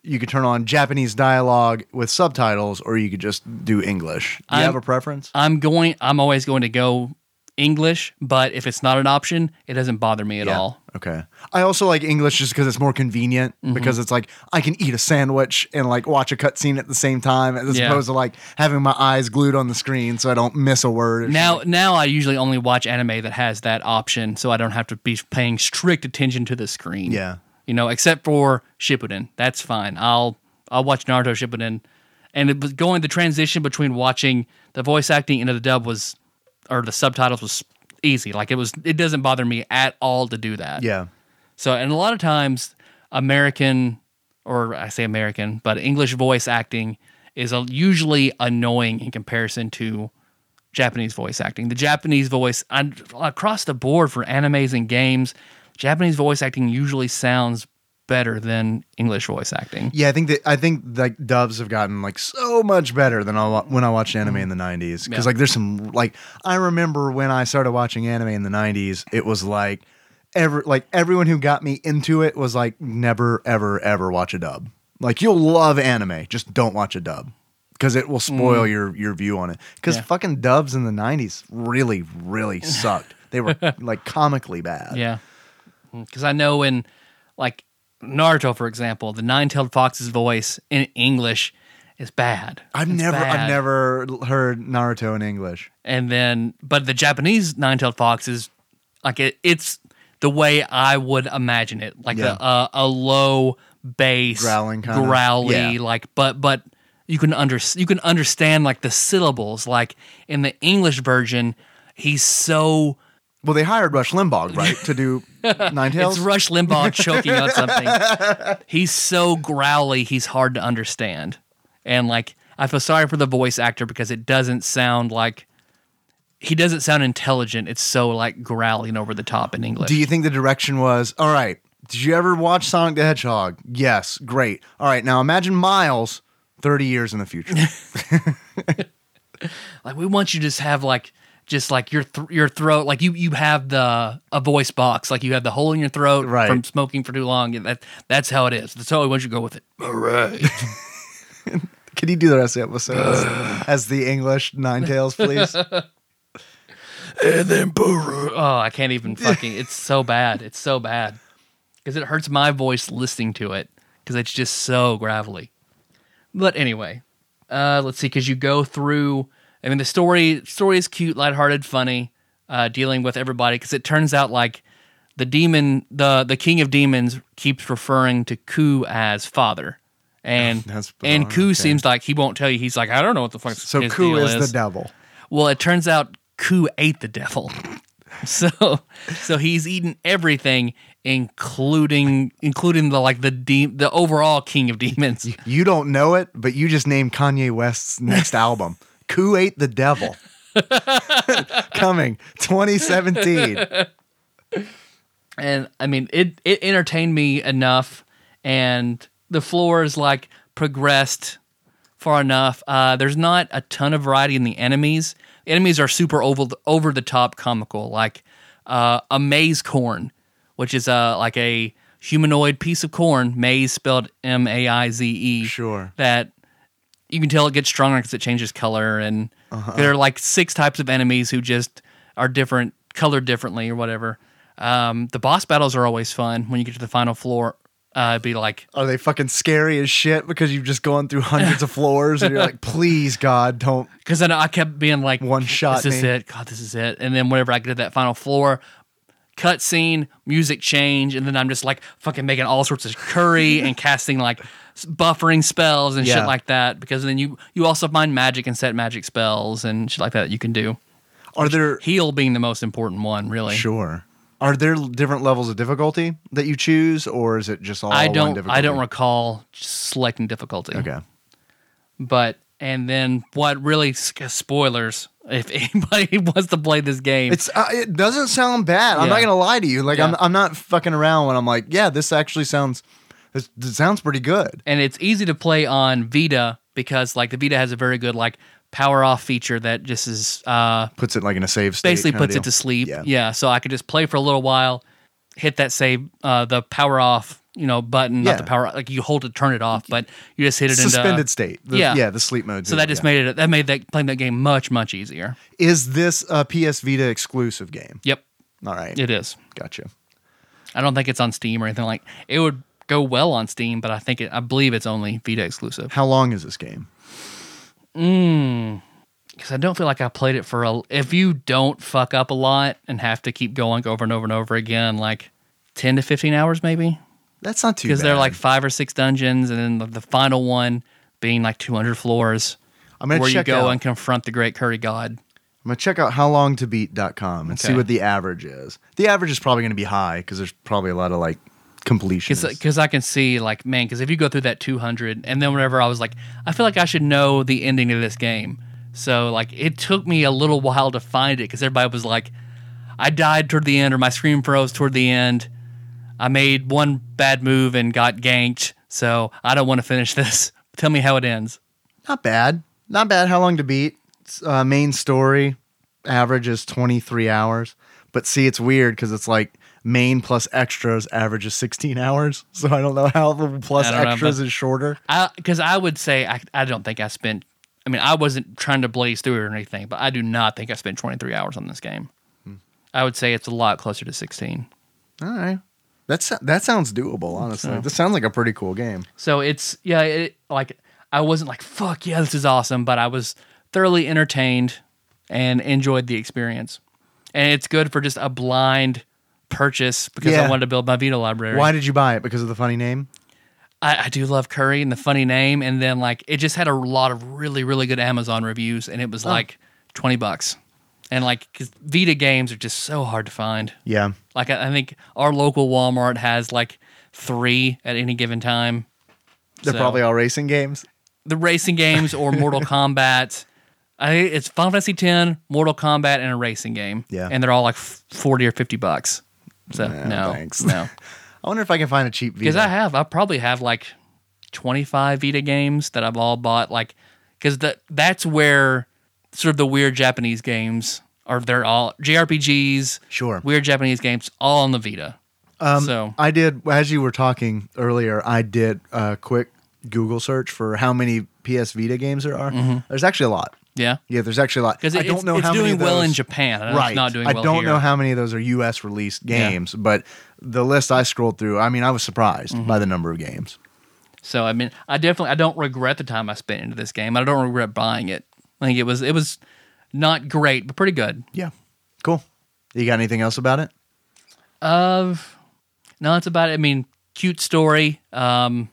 [SPEAKER 3] you could turn on Japanese dialogue with subtitles, or you could just do English. Do you
[SPEAKER 2] I'm-
[SPEAKER 3] have a preference?
[SPEAKER 2] I'm going. I'm always going to go English, but if it's not an option, it doesn't bother me at
[SPEAKER 3] Yeah.
[SPEAKER 2] all.
[SPEAKER 3] Okay. I also like English just because it's more convenient
[SPEAKER 2] Mm-hmm.
[SPEAKER 3] because it's like I can eat a sandwich and like watch a cutscene at the same time as
[SPEAKER 2] Yeah.
[SPEAKER 3] opposed to like having my eyes glued on the screen so I don't miss a word.
[SPEAKER 2] Now, now I usually only watch anime that has that option, so I don't have to be paying strict attention to the screen.
[SPEAKER 3] Yeah.
[SPEAKER 2] you know, except for Shippuden, that's fine. I'll I'll watch Naruto Shippuden, and it was going the transition between watching the voice acting into the dub was, or the subtitles was easy. Like it was, it doesn't bother me at all to do that.
[SPEAKER 3] Yeah.
[SPEAKER 2] So, and a lot of times, American, or I say American, but English voice acting is uh, usually annoying in comparison to Japanese voice acting. The Japanese voice, i across the board for animes and games, Japanese voice acting usually sounds better than English voice acting.
[SPEAKER 3] Yeah, I think that I think like dubs have gotten like so much better than I, wa- when I watched anime in the '90s. Because
[SPEAKER 2] Mm. Yeah.
[SPEAKER 3] like there's some like I remember when I started watching anime in the '90s, it was like ever like everyone who got me into it was like never ever ever watch a dub. Like you'll love anime, just don't watch a dub because it will spoil your your view on it. Because
[SPEAKER 2] Mm. Yeah.
[SPEAKER 3] fucking dubs in the '90s really really sucked. they were like comically bad.
[SPEAKER 2] Yeah. Because I know in like Naruto, for example, the nine tailed fox's voice in English is bad.
[SPEAKER 3] I've
[SPEAKER 2] It's
[SPEAKER 3] never I've
[SPEAKER 2] bad.
[SPEAKER 3] never heard Naruto in English.
[SPEAKER 2] and then but the Japanese nine-tailed fox is like it, it's the way I would imagine it, like
[SPEAKER 3] Yeah.
[SPEAKER 2] the, uh, a low bass
[SPEAKER 3] Growling kinda.
[SPEAKER 2] growly,
[SPEAKER 3] Yeah.
[SPEAKER 2] like but but you can under you can understand like the syllables, like in the English version, he's so
[SPEAKER 3] Well, they hired Rush Limbaugh, right, to do Nine Tails.
[SPEAKER 2] it's Rush Limbaugh choking on something. He's so growly, he's hard to understand, and like I feel sorry for the voice actor because it doesn't sound like. He doesn't sound intelligent. It's so like growling over the top in English.
[SPEAKER 3] Do you think the direction was all right? Did you ever watch Sonic the Hedgehog? Yes, great. All right, now imagine Miles thirty years in the future.
[SPEAKER 2] Like we want you to just have like just like your th- your throat like you you have the a voice box like you have the hole in your throat
[SPEAKER 3] Right.
[SPEAKER 2] from smoking for too long and that that's how it is. That's how we want you to go with it. All right.
[SPEAKER 3] Can you do the rest of the episode as, as the English Nine Tails, please?
[SPEAKER 2] and then oh, I can't even fucking. It's so bad. It's so bad because it hurts my voice listening to it because it's just so gravelly. But anyway, uh, let's see. Because you go through. I mean, the story story is cute, lighthearted, funny, uh, dealing with everybody. Because it turns out like the demon, the the king of demons, keeps referring to Ku as father. And
[SPEAKER 3] That's
[SPEAKER 2] and
[SPEAKER 3] bizarre,
[SPEAKER 2] Ku
[SPEAKER 3] okay.
[SPEAKER 2] seems like he won't tell you. He's like, I don't know what the fuck.
[SPEAKER 3] So
[SPEAKER 2] his
[SPEAKER 3] Ku
[SPEAKER 2] deal
[SPEAKER 3] is, the devil.
[SPEAKER 2] well, it turns out Ku ate the devil. So so he's eaten everything including including the like the de- the overall king of demons.
[SPEAKER 3] You don't know it, but you just named Kanye West's next album. Ku ate the devil. Coming 2017.
[SPEAKER 2] And I mean it it entertained me enough and the floors like progressed far enough. Uh, there's not a ton of variety in the enemies. The enemies are super over the, over the top comical, like uh, a maize corn, which is uh, like a humanoid piece of corn, maize spelled M A I Z E.
[SPEAKER 3] Sure.
[SPEAKER 2] That you can tell it gets stronger because it changes color, and
[SPEAKER 3] Uh-huh.
[SPEAKER 2] there are like six types of enemies who just are different, colored differently or whatever. Um, the boss battles are always fun when you get to the final floor. Uh, it'd be like
[SPEAKER 3] Are they fucking scary as shit because you've just gone through hundreds of floors and you're like, please God, don't
[SPEAKER 2] Because I know I kept being like,
[SPEAKER 3] One shot
[SPEAKER 2] This is
[SPEAKER 3] me."
[SPEAKER 2] it. God, this is it. And then whenever I get to that final floor, cutscene, music change, and then I'm just like fucking making all sorts of curry and casting like s- buffering spells and
[SPEAKER 3] Yeah.
[SPEAKER 2] shit like that. Because then you you also find magic and set magic spells and shit like that, you can do.
[SPEAKER 3] Are there
[SPEAKER 2] Heal being the most important one, really.
[SPEAKER 3] sure? Are there different levels of difficulty that you choose, or is it just all?
[SPEAKER 2] I
[SPEAKER 3] One
[SPEAKER 2] don't.
[SPEAKER 3] difficulty?
[SPEAKER 2] I don't recall selecting difficulty.
[SPEAKER 3] Okay.
[SPEAKER 2] But and then what really uh, spoilers? If anybody wants to play this game,
[SPEAKER 3] It's uh, it doesn't sound bad. I'm not
[SPEAKER 2] Yeah.
[SPEAKER 3] gonna lie to you. Like I'm
[SPEAKER 2] Yeah.
[SPEAKER 3] I'm not fucking around when I'm like, yeah, this actually sounds this, this sounds pretty good.
[SPEAKER 2] and it's easy to play on Vita because like the Vita has a very good like power off feature that just is uh
[SPEAKER 3] Puts it like in a save state.
[SPEAKER 2] basically
[SPEAKER 3] kinda
[SPEAKER 2] puts it to
[SPEAKER 3] deal.
[SPEAKER 2] sleep.
[SPEAKER 3] Yeah.
[SPEAKER 2] Yeah. so I could just play for a little while, hit that save uh the power off you know, button, not the
[SPEAKER 3] Yeah.
[SPEAKER 2] power. Like you hold it, turn it off, but you just hit it
[SPEAKER 3] Suspended
[SPEAKER 2] into
[SPEAKER 3] state. The-
[SPEAKER 2] uh, yeah.
[SPEAKER 3] yeah, the sleep mode.
[SPEAKER 2] So that just made it. That made that playing that game much much easier.
[SPEAKER 3] Is this a PS Vita exclusive game?
[SPEAKER 2] Yep,
[SPEAKER 3] All right.
[SPEAKER 2] it is.
[SPEAKER 3] Gotcha.
[SPEAKER 2] I don't think it's on Steam or anything like. It would go well on Steam, but I think it, I believe it's only Vita exclusive.
[SPEAKER 3] How long is this game?
[SPEAKER 2] because I don't feel like I played it for a. If you don't fuck up a lot and have to keep going over and over and over again, like ten to fifteen hours maybe,
[SPEAKER 3] That's not too bad.
[SPEAKER 2] because there are like five or six dungeons, and then the, the final one being like two hundred floors,
[SPEAKER 3] I'm gonna
[SPEAKER 2] where
[SPEAKER 3] check
[SPEAKER 2] you go
[SPEAKER 3] out-
[SPEAKER 2] and confront the Great Curry God.
[SPEAKER 3] I'm gonna check out howlongtobeat.com and see
[SPEAKER 2] Okay.
[SPEAKER 3] what the average is. The average is probably gonna be high because there's probably a lot of like completion.
[SPEAKER 2] Because I can see like man, because if you go through that two hundred, and then whenever I was like, I feel like I should know the ending of this game. So like it took me a little while to find it because everybody was like, I died toward the end or my screen froze toward the end. I made one bad move and got ganked, so I don't want to finish this. Tell me how it ends.
[SPEAKER 3] Not bad. Not bad. How long to beat? It's, Uh, main story average is 23 hours. But see, it's weird because it's like main plus extras average is 16 hours. So I don't know how the plus
[SPEAKER 2] I don't know,
[SPEAKER 3] extras
[SPEAKER 2] but-
[SPEAKER 3] is shorter.
[SPEAKER 2] Because I, would say I, I don't think I spent. I mean, I wasn't trying to blaze through it or anything, but I do not think I spent 23 hours on this game. I would say it's a lot closer to 16.
[SPEAKER 3] All right. That's, that sounds doable, honestly. This sounds like a pretty cool game.
[SPEAKER 2] So it's yeah, it, like I wasn't like fuck yeah, this is awesome, but I was thoroughly entertained and enjoyed the experience. And it's good for just a blind purchase because
[SPEAKER 3] Yeah.
[SPEAKER 2] I wanted to build my Vita library.
[SPEAKER 3] Why did you buy it? Because of the funny name?
[SPEAKER 2] I, I do love Curry and the funny name, and then like it just had a lot of really really good Amazon reviews, and it was like twenty bucks. And like 'cause Vita games are just so hard to find.
[SPEAKER 3] Yeah.
[SPEAKER 2] Like I, I think our local Walmart has like three at any given time.
[SPEAKER 3] They're
[SPEAKER 2] So-
[SPEAKER 3] probably all racing games.
[SPEAKER 2] the racing games or Mortal Kombat. I it's Final Fantasy X, Mortal Kombat, and a racing game.
[SPEAKER 3] Yeah.
[SPEAKER 2] and they're all like f- forty or fifty bucks. So
[SPEAKER 3] Nah,
[SPEAKER 2] no,
[SPEAKER 3] thanks.
[SPEAKER 2] no,
[SPEAKER 3] I wonder if I can find a cheap Vita.
[SPEAKER 2] because I have, I probably have like twenty five Vita games that I've all bought. Like, because that that's where sort of the weird Japanese games are. They're all JRPGs,
[SPEAKER 3] Sure. Um,
[SPEAKER 2] weird Japanese games, all on the Vita. so
[SPEAKER 3] I did as you were talking earlier. I did a quick Google search for how many PS Vita games there are. There's actually a lot.
[SPEAKER 2] yeah,
[SPEAKER 3] Yeah, there's actually a lot.
[SPEAKER 2] because
[SPEAKER 3] I
[SPEAKER 2] Mm-hmm. it's,
[SPEAKER 3] don't know
[SPEAKER 2] it's
[SPEAKER 3] how
[SPEAKER 2] doing
[SPEAKER 3] many of
[SPEAKER 2] well in
[SPEAKER 3] those-
[SPEAKER 2] Japan. I know
[SPEAKER 3] Right.
[SPEAKER 2] it's not doing well
[SPEAKER 3] I don't
[SPEAKER 2] here.
[SPEAKER 3] know how many of those are U.S. released
[SPEAKER 2] Yeah.
[SPEAKER 3] games, but the list I scrolled through, I mean, I was surprised
[SPEAKER 2] Mm-hmm.
[SPEAKER 3] by the number of games.
[SPEAKER 2] So I mean, I definitely I don't regret the time I spent into this game. I don't regret buying it. I think it was it was not great, but pretty good.
[SPEAKER 3] Yeah, cool. You got anything else about it?
[SPEAKER 2] Of no, that's about it. I mean, cute story. Um,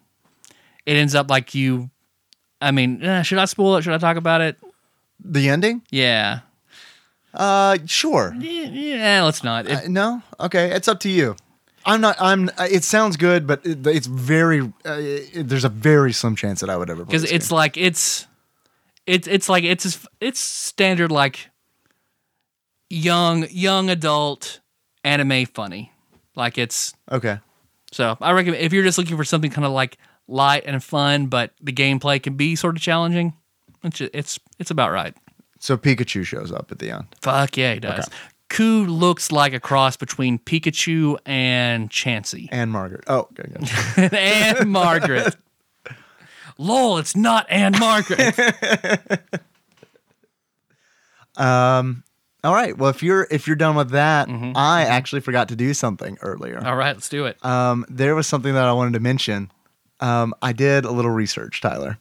[SPEAKER 2] it ends up like you. I mean, eh, should I spoil it? Should I talk about it?
[SPEAKER 3] The ending?
[SPEAKER 2] Yeah,
[SPEAKER 3] Uh, sure.
[SPEAKER 2] yeah. yeah, eh, Let's not. It-
[SPEAKER 3] Uh, no okay it's up to you i'm not i'm uh, it sounds good but it, it's very uh, it, there's a very slim chance that i would ever play
[SPEAKER 2] because
[SPEAKER 3] this
[SPEAKER 2] it's
[SPEAKER 3] game.
[SPEAKER 2] like it's it's it's like it's as- it's standard like young young adult anime funny like it's
[SPEAKER 3] okay
[SPEAKER 2] so i recommend if you're just looking for something kind of like light and fun but the gameplay can be sort of challenging it's ju- it's it's about right
[SPEAKER 3] so pikachu shows up at the end
[SPEAKER 2] fuck yeah he does Ku looks like a cross between Pikachu and Chansey
[SPEAKER 3] and margaret oh okay, good.
[SPEAKER 2] and Margaret. Lol, it's not Anne Margaret.
[SPEAKER 3] all right well if you're if you're done with that i actually forgot to do something earlier
[SPEAKER 2] All right, let's do it.
[SPEAKER 3] um, there was something that I wanted to mention. Um, I did a little research, Tyler.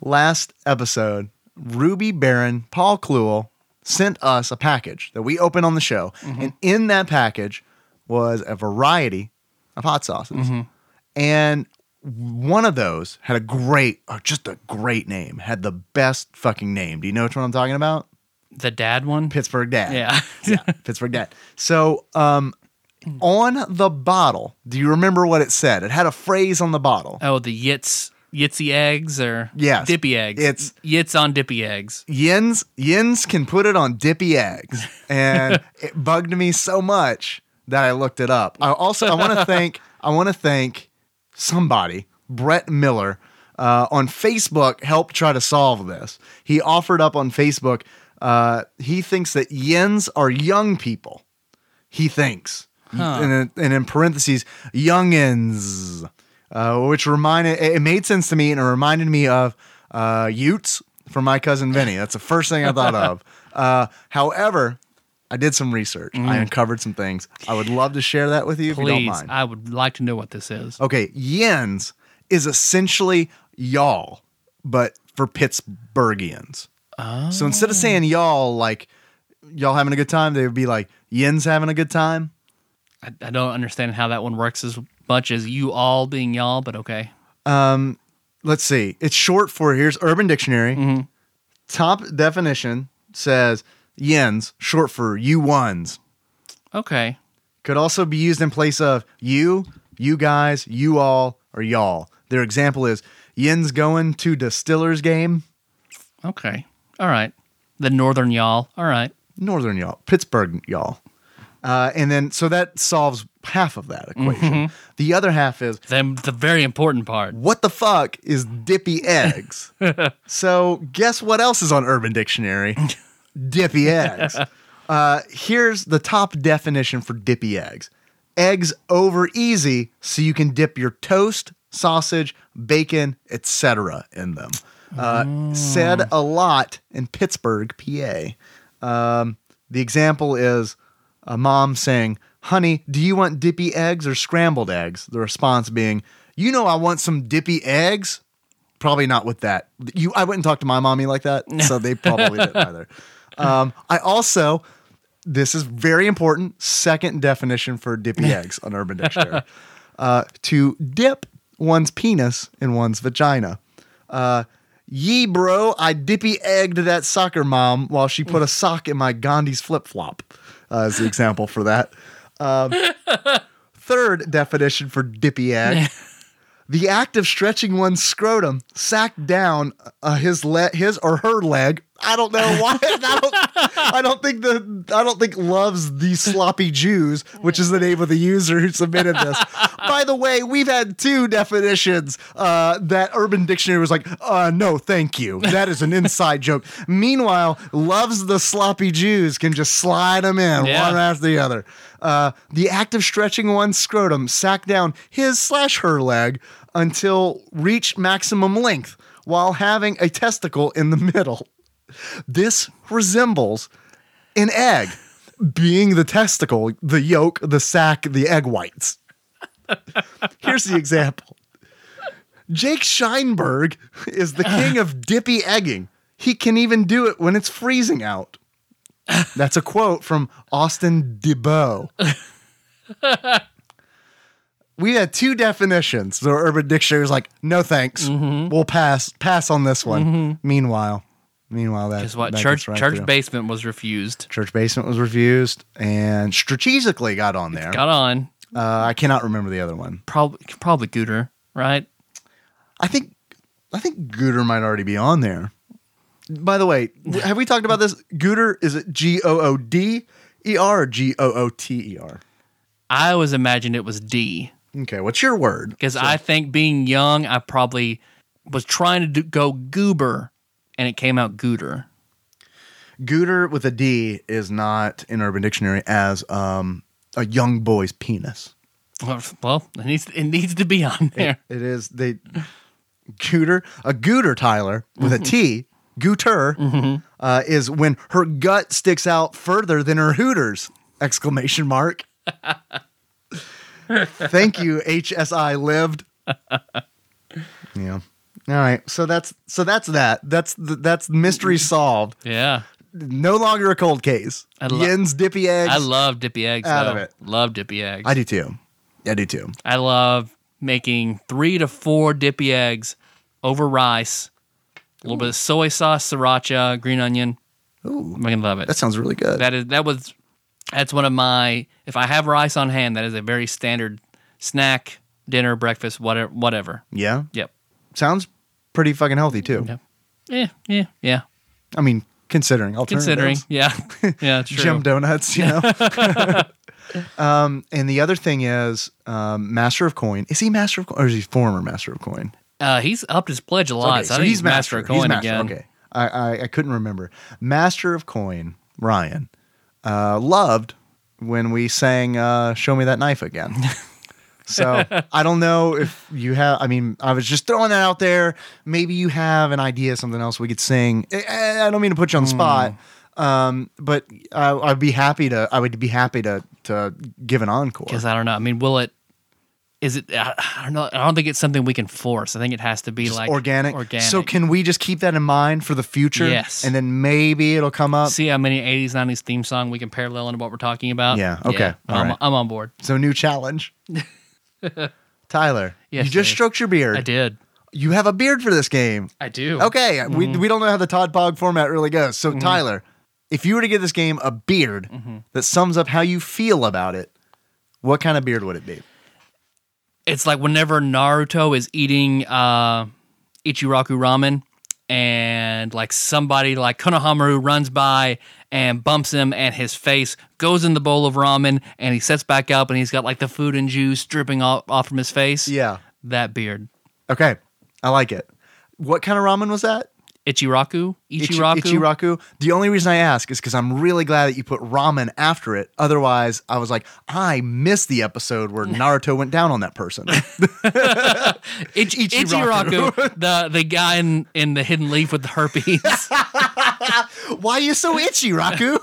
[SPEAKER 3] Last episode, Ruby Baron Paul Kluel sent us a package that we opened on the show, and in that package was a variety of hot sauces, and one of those had a great, or just a great name, had the best fucking name. Do you know which one I'm talking about?
[SPEAKER 2] The dad one?
[SPEAKER 3] Pittsburgh Dad.
[SPEAKER 2] Yeah.
[SPEAKER 3] Pittsburgh Dad. So um, on the bottle, do you remember what it said? It had a phrase on the bottle.
[SPEAKER 2] oh, the Yitz Yitzy eggs or
[SPEAKER 3] Yes.
[SPEAKER 2] Dippy eggs.
[SPEAKER 3] It's-
[SPEAKER 2] Yitz on Dippy eggs.
[SPEAKER 3] Yens Yens can put it on dippy eggs, and it bugged me so much that I looked it up. I also I want to thank I want to thank somebody Brett Miller uh, on Facebook helped try to solve this. He offered up on Facebook. Uh, he thinks that Yens are young people. He thinks. and, then- and in parentheses, youngins, uh, which reminded it, it made sense to me and it reminded me of uh, Utes from my cousin Vinny. That's the first thing I thought of. Uh, however, I did some research. I uncovered some things. I would love to share that with you if you don't
[SPEAKER 2] Please,
[SPEAKER 3] mind.
[SPEAKER 2] I would like to know what this is.
[SPEAKER 3] Okay, yens is essentially y'all, but for Pittsburghians. So instead of saying y'all like y'all having a good time, they would be like yens having a good time.
[SPEAKER 2] I, I don't understand how that one works as much as you all being y'all, but okay.
[SPEAKER 3] Let's see. It's short for here's Urban Dictionary. Top definition says yens, short for you ones.
[SPEAKER 2] Okay.
[SPEAKER 3] could also be used in place of you, you guys, you all, or y'all. Their example is Yin's going to Distillers game,
[SPEAKER 2] Okay. All right. The Northern y'all. All right.
[SPEAKER 3] Northern y'all, Pittsburgh y'all. Uh, and then, so that solves half of that equation. The other half is
[SPEAKER 2] Then the very important part.
[SPEAKER 3] what the fuck is dippy eggs? so guess what else is on Urban Dictionary? dippy eggs. Uh, here's the top definition for dippy eggs: eggs over easy, so you can dip your toast, sausage, bacon, etc. in them. Uh, Said a lot in Pittsburgh, PA. Um, the example is a mom saying, Honey, do you want dippy eggs or scrambled eggs? The response being, You know, I want some dippy eggs. Probably not with that. You, I wouldn't talk to my mommy like that, so they probably didn't either. Um, I also, this is very important, second definition for dippy eggs on Urban Dictionary uh, to dip one's penis in one's vagina. Uh, Yee, bro, I dippy egged that soccer mom while she put a sock in my Gandhi's flip flop, uh, as the example for that. Um, third definition for dippy egg the act of stretching one's scrotum sack down uh, his le- his or her leg. I don't know why. I don't, I don't think the I don't think loves the sloppy Jews, which is the name of the user who submitted this. By the way, we've had two definitions uh, that Urban Dictionary was like, uh, "No, thank you. That is an inside joke." Meanwhile, loves the sloppy Jews can just slide them in
[SPEAKER 2] Yeah.
[SPEAKER 3] one after the other. Uh, the act of stretching one's scrotum sack down his slash her leg until reach maximum length while having a testicle in the middle. This resembles an egg being the testicle, the yolk, the sac, the egg whites. Here's the example. Jake Scheinberg is the king of dippy egging. He can even do it when it's freezing out. That's a quote from Austin Debo. we had two definitions. So Urban Dictionary was like, "No thanks,
[SPEAKER 2] Mm-hmm.
[SPEAKER 3] we'll pass pass on this one." Meanwhile, meanwhile, that
[SPEAKER 2] Is Mm-hmm. what
[SPEAKER 3] that
[SPEAKER 2] church
[SPEAKER 3] gets right
[SPEAKER 2] church
[SPEAKER 3] through.
[SPEAKER 2] basement was refused.
[SPEAKER 3] Church Basement was refused and strategically got on there.
[SPEAKER 2] Got on.
[SPEAKER 3] uh, I cannot remember the other one.
[SPEAKER 2] Probably probably Gooter, right?
[SPEAKER 3] I think I think Gooter might already be on there. By the way, have we talked about this? Gooter is it G O O D E R or G O O T E R?
[SPEAKER 2] I always imagined it was D
[SPEAKER 3] Okay, what's your word?
[SPEAKER 2] because I think being young, I probably was trying to do, go goober, and it came out Gooter.
[SPEAKER 3] Gooter with a D is not in Urban Dictionary as um, a young boy's penis.
[SPEAKER 2] Well, it needs it needs to be on there.
[SPEAKER 3] It is they Gooter a Gooter Tyler with a
[SPEAKER 2] Mm-hmm.
[SPEAKER 3] T Gooter uh, is when her gut sticks out further than her hooters exclamation mark. Thank you HSI lived. yeah. All right. So that's so that's that. That's the, that's mystery solved.
[SPEAKER 2] Yeah,
[SPEAKER 3] No longer a cold case.
[SPEAKER 2] I lo-
[SPEAKER 3] Yin's dippy eggs.
[SPEAKER 2] I love dippy eggs.
[SPEAKER 3] Out of
[SPEAKER 2] though.
[SPEAKER 3] it.
[SPEAKER 2] Love dippy eggs.
[SPEAKER 3] I do too. I do too.
[SPEAKER 2] I love making three to four dippy eggs over rice, a little bit of soy sauce, sriracha, green onion.
[SPEAKER 3] Ooh.
[SPEAKER 2] I can love it.
[SPEAKER 3] That sounds really good.
[SPEAKER 2] that is that was that's one of my if I have rice on hand, that is a very standard snack, dinner, breakfast, whatever whatever.
[SPEAKER 3] yeah.
[SPEAKER 2] Yep.
[SPEAKER 3] Sounds pretty fucking healthy too.
[SPEAKER 2] Yep. Yeah, yeah, yeah.
[SPEAKER 3] I mean, considering alternatives.
[SPEAKER 2] Considering. Yeah. Yeah, true.
[SPEAKER 3] Jim Donuts, you know. um, and the other thing is, um, Master of Coin. Is he Master of Coin, or is he former Master of Coin?
[SPEAKER 2] Uh, he's upped his pledge a lot, so, I think he's master, of coin
[SPEAKER 3] He's master.
[SPEAKER 2] again.
[SPEAKER 3] Okay, I, I I couldn't remember. Master of Coin, Ryan, uh, loved when we sang uh, "Show Me That Knife Again." so I don't know if you have. I mean, I was just throwing that out there. Maybe you have an idea, something else we could sing. I- I, I don't mean to put you on the spot,
[SPEAKER 2] Hmm.
[SPEAKER 3] um, but I, I'd be happy to. I would be happy to to give an encore.
[SPEAKER 2] Because I don't know. I mean, will it? Is it? I, I don't know. I don't think it's something we can force. I think it has to be like
[SPEAKER 3] organic.
[SPEAKER 2] Organic.
[SPEAKER 3] So can we just keep that in mind for the future?
[SPEAKER 2] Yes.
[SPEAKER 3] And then maybe it'll come up.
[SPEAKER 2] see how many '80s, '90s theme song we can parallel into what we're talking about.
[SPEAKER 3] Yeah, okay, all
[SPEAKER 2] I'm,
[SPEAKER 3] right.
[SPEAKER 2] I'm on board.
[SPEAKER 3] So new challenge. Tyler,
[SPEAKER 2] Yes,
[SPEAKER 3] you just
[SPEAKER 2] Dave.
[SPEAKER 3] stroked your beard.
[SPEAKER 2] I did.
[SPEAKER 3] You have a beard for this game.
[SPEAKER 2] I do.
[SPEAKER 3] Okay, we,
[SPEAKER 2] Mm-hmm.
[SPEAKER 3] we don't know how the Todd Pog format really goes. So Tyler, if you were to give this game a beard
[SPEAKER 2] Mm-hmm.
[SPEAKER 3] that sums up how you feel about it, what kind of beard would it be?
[SPEAKER 2] It's like whenever Naruto is eating uh, Ichiraku ramen, and like somebody like Konohamaru runs by and bumps him, and his face goes in the bowl of ramen, and he sets back up, and he's got like the food and juice dripping off, off from his face.
[SPEAKER 3] Yeah.
[SPEAKER 2] that beard.
[SPEAKER 3] Okay, I like it. What kind of ramen was that?
[SPEAKER 2] Ichiraku?
[SPEAKER 3] Ichi-
[SPEAKER 2] Ichiraku?
[SPEAKER 3] Ichiraku. The only reason I ask is because I'm really glad that you put ramen after it. Otherwise, I was like, I missed the episode where Naruto went down on that person.
[SPEAKER 2] Ich-
[SPEAKER 3] Ichiraku.
[SPEAKER 2] Ichiraku. the the guy in, in the hidden leaf with the herpes.
[SPEAKER 3] Why are you so itchy, Raku?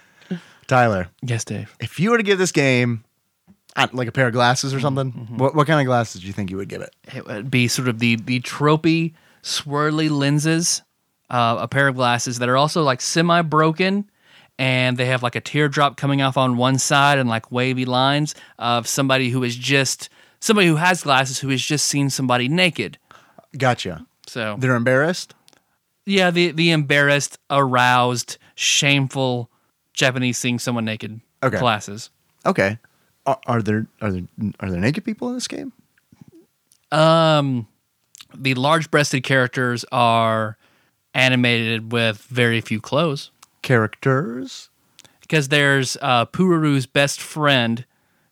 [SPEAKER 3] Tyler,
[SPEAKER 2] yes, Dave.
[SPEAKER 3] if you were to give this game uh, like a pair of glasses or something, what, what kind of glasses do you think you would give it?
[SPEAKER 2] It would be sort of the the tropey swirly lenses, uh, a pair of glasses that are also like semi broken, and they have like a teardrop coming off on one side and like wavy lines of somebody who is just somebody who has glasses who has just seen somebody naked.
[SPEAKER 3] Gotcha.
[SPEAKER 2] So
[SPEAKER 3] They're embarrassed.
[SPEAKER 2] yeah, the the embarrassed, aroused, shameful Japanese seeing someone naked
[SPEAKER 3] Okay.
[SPEAKER 2] classes.
[SPEAKER 3] Okay. Are, are there are there are there naked people in this game?
[SPEAKER 2] Um, the large-breasted characters are animated with very few clothes
[SPEAKER 3] Characters.
[SPEAKER 2] because there's uh, Pururu's best friend,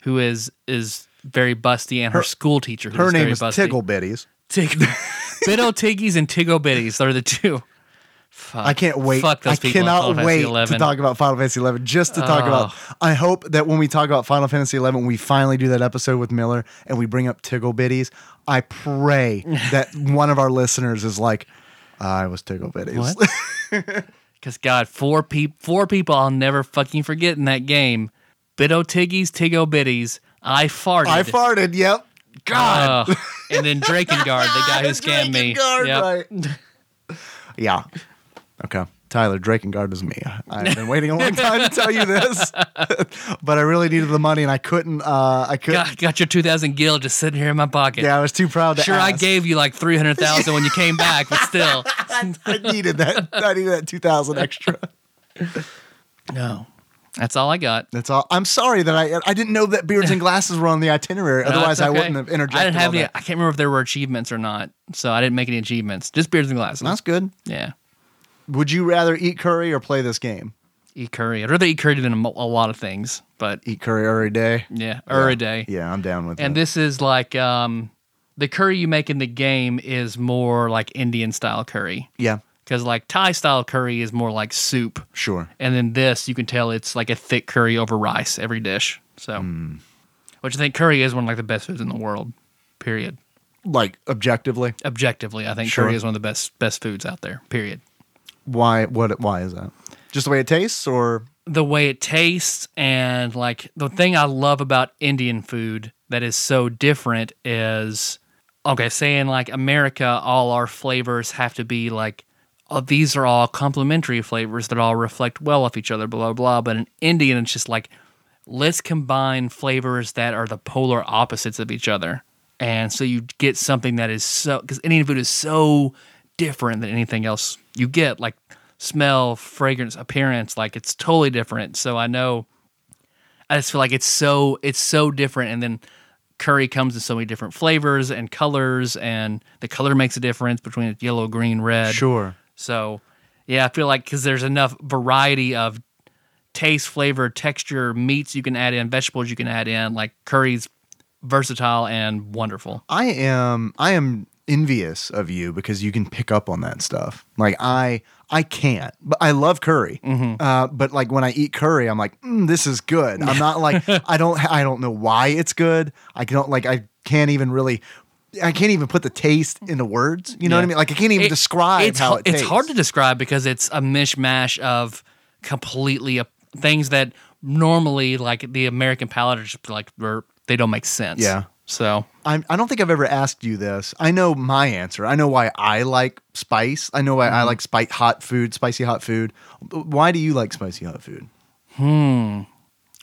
[SPEAKER 2] who is is very busty, and her, school teacher. Who's
[SPEAKER 3] Her name
[SPEAKER 2] very
[SPEAKER 3] is
[SPEAKER 2] busty.
[SPEAKER 3] Tickle Bitties.
[SPEAKER 2] Tig- Bitto Tiggies and Tiggo Bitties are the two. Fuck.
[SPEAKER 3] I can't wait.
[SPEAKER 2] Fuck those
[SPEAKER 3] I
[SPEAKER 2] people in Final
[SPEAKER 3] cannot
[SPEAKER 2] Fantasy
[SPEAKER 3] wait to
[SPEAKER 2] 11.
[SPEAKER 3] talk about Final Fantasy Eleven. Just to talk about. I hope that when we talk about Final Fantasy Eleven, we finally do that episode with Miller and we bring up Tiggle Bitties. I pray that one of our listeners is like, I was Tiggle Bitties.
[SPEAKER 2] What? Because God, four people, four people I'll never fucking forget in that game. Bitto Tiggies, Tiggo Bitties. I farted.
[SPEAKER 3] I farted. Yep. God.
[SPEAKER 2] Ugh. and then Drakengard, the guy who
[SPEAKER 3] The
[SPEAKER 2] scammed me.
[SPEAKER 3] Drakengard,
[SPEAKER 2] Yep.
[SPEAKER 3] right. yeah. Okay. Tyler, Drakengard is me. I've been waiting a long time to tell you this, but I really needed the money and I couldn't. Uh, I couldn't.
[SPEAKER 2] Got, got your 2000 gil just sitting here in my pocket.
[SPEAKER 3] Yeah, I was too proud to
[SPEAKER 2] Sure, I
[SPEAKER 3] ask.
[SPEAKER 2] gave you like 300,000 when you came back, but still.
[SPEAKER 3] I needed that. I needed that two thousand extra.
[SPEAKER 2] No. That's all I got.
[SPEAKER 3] That's all. I'm sorry that I I didn't know that beards and glasses were on the itinerary.
[SPEAKER 2] No,
[SPEAKER 3] Otherwise,
[SPEAKER 2] it's
[SPEAKER 3] I
[SPEAKER 2] okay.
[SPEAKER 3] wouldn't have interjected.
[SPEAKER 2] I didn't have
[SPEAKER 3] all
[SPEAKER 2] any.
[SPEAKER 3] that.
[SPEAKER 2] I can't remember if there were achievements or not, so I didn't make any achievements. Just beards and glasses.
[SPEAKER 3] That's good.
[SPEAKER 2] yeah.
[SPEAKER 3] Would you rather eat curry or play this game?
[SPEAKER 2] Eat curry. I'd rather eat curry than a, mo- a lot of things, but
[SPEAKER 3] Eat curry every day.
[SPEAKER 2] yeah, or a day.
[SPEAKER 3] Yeah, I'm down with
[SPEAKER 2] And
[SPEAKER 3] that.
[SPEAKER 2] this is like um, the curry you make in the game is more like Indian style curry.
[SPEAKER 3] yeah,
[SPEAKER 2] Because like Thai style curry is more like soup.
[SPEAKER 3] sure.
[SPEAKER 2] And then this, you can tell it's like a thick curry over rice every dish. So, which I think curry is one of like the best foods in the world. Period.
[SPEAKER 3] Like objectively,
[SPEAKER 2] Objectively, I think
[SPEAKER 3] Sure.
[SPEAKER 2] curry is one of the best best foods out there. Period.
[SPEAKER 3] why? What? Why is that? Just the way it tastes, or
[SPEAKER 2] The way it tastes and like the thing I love about Indian food that is so different is okay, saying like America, all our flavors have to be like oh, these are all complementary flavors that all reflect well off each other, blah blah blah. But in Indian, it's just like let's combine flavors that are the polar opposites of each other. And so you get something that is so, because Indian food is so different than anything else you get, like smell, fragrance, appearance, like it's totally different. So I know, I just feel like it's so, it's so different. And then curry comes in so many different flavors and colors, and the color makes a difference between it yellow, green, red.
[SPEAKER 3] sure?
[SPEAKER 2] So, yeah, I feel like because there's enough variety of taste, flavor, texture, meats you can add in, vegetables you can add in, like curries versatile and wonderful.
[SPEAKER 3] I am I am envious of you because you can pick up on that stuff. Like I, I can't. But I love curry.
[SPEAKER 2] Mm-hmm.
[SPEAKER 3] Uh, but like when I eat curry, I'm like, mm, this is good. I'm not like I don't. I don't know why it's good. I don't like. I can't even really. I can't even put the taste into words. You know what I
[SPEAKER 2] Yeah.
[SPEAKER 3] mean? Like I can't even
[SPEAKER 2] It-
[SPEAKER 3] describe
[SPEAKER 2] it's,
[SPEAKER 3] how
[SPEAKER 2] har-
[SPEAKER 3] it tastes.
[SPEAKER 2] It's hard to describe because it's a mishmash of completely uh, things that normally, like the American palate, are just like we're- they don't make sense.
[SPEAKER 3] Yeah.
[SPEAKER 2] So
[SPEAKER 3] I'm, I don't think I've ever asked you this. I know my answer. I know why I like spice. I know why
[SPEAKER 2] Mm-hmm.
[SPEAKER 3] I like spice hot food, spicy hot food. Why do you like spicy hot food?
[SPEAKER 2] I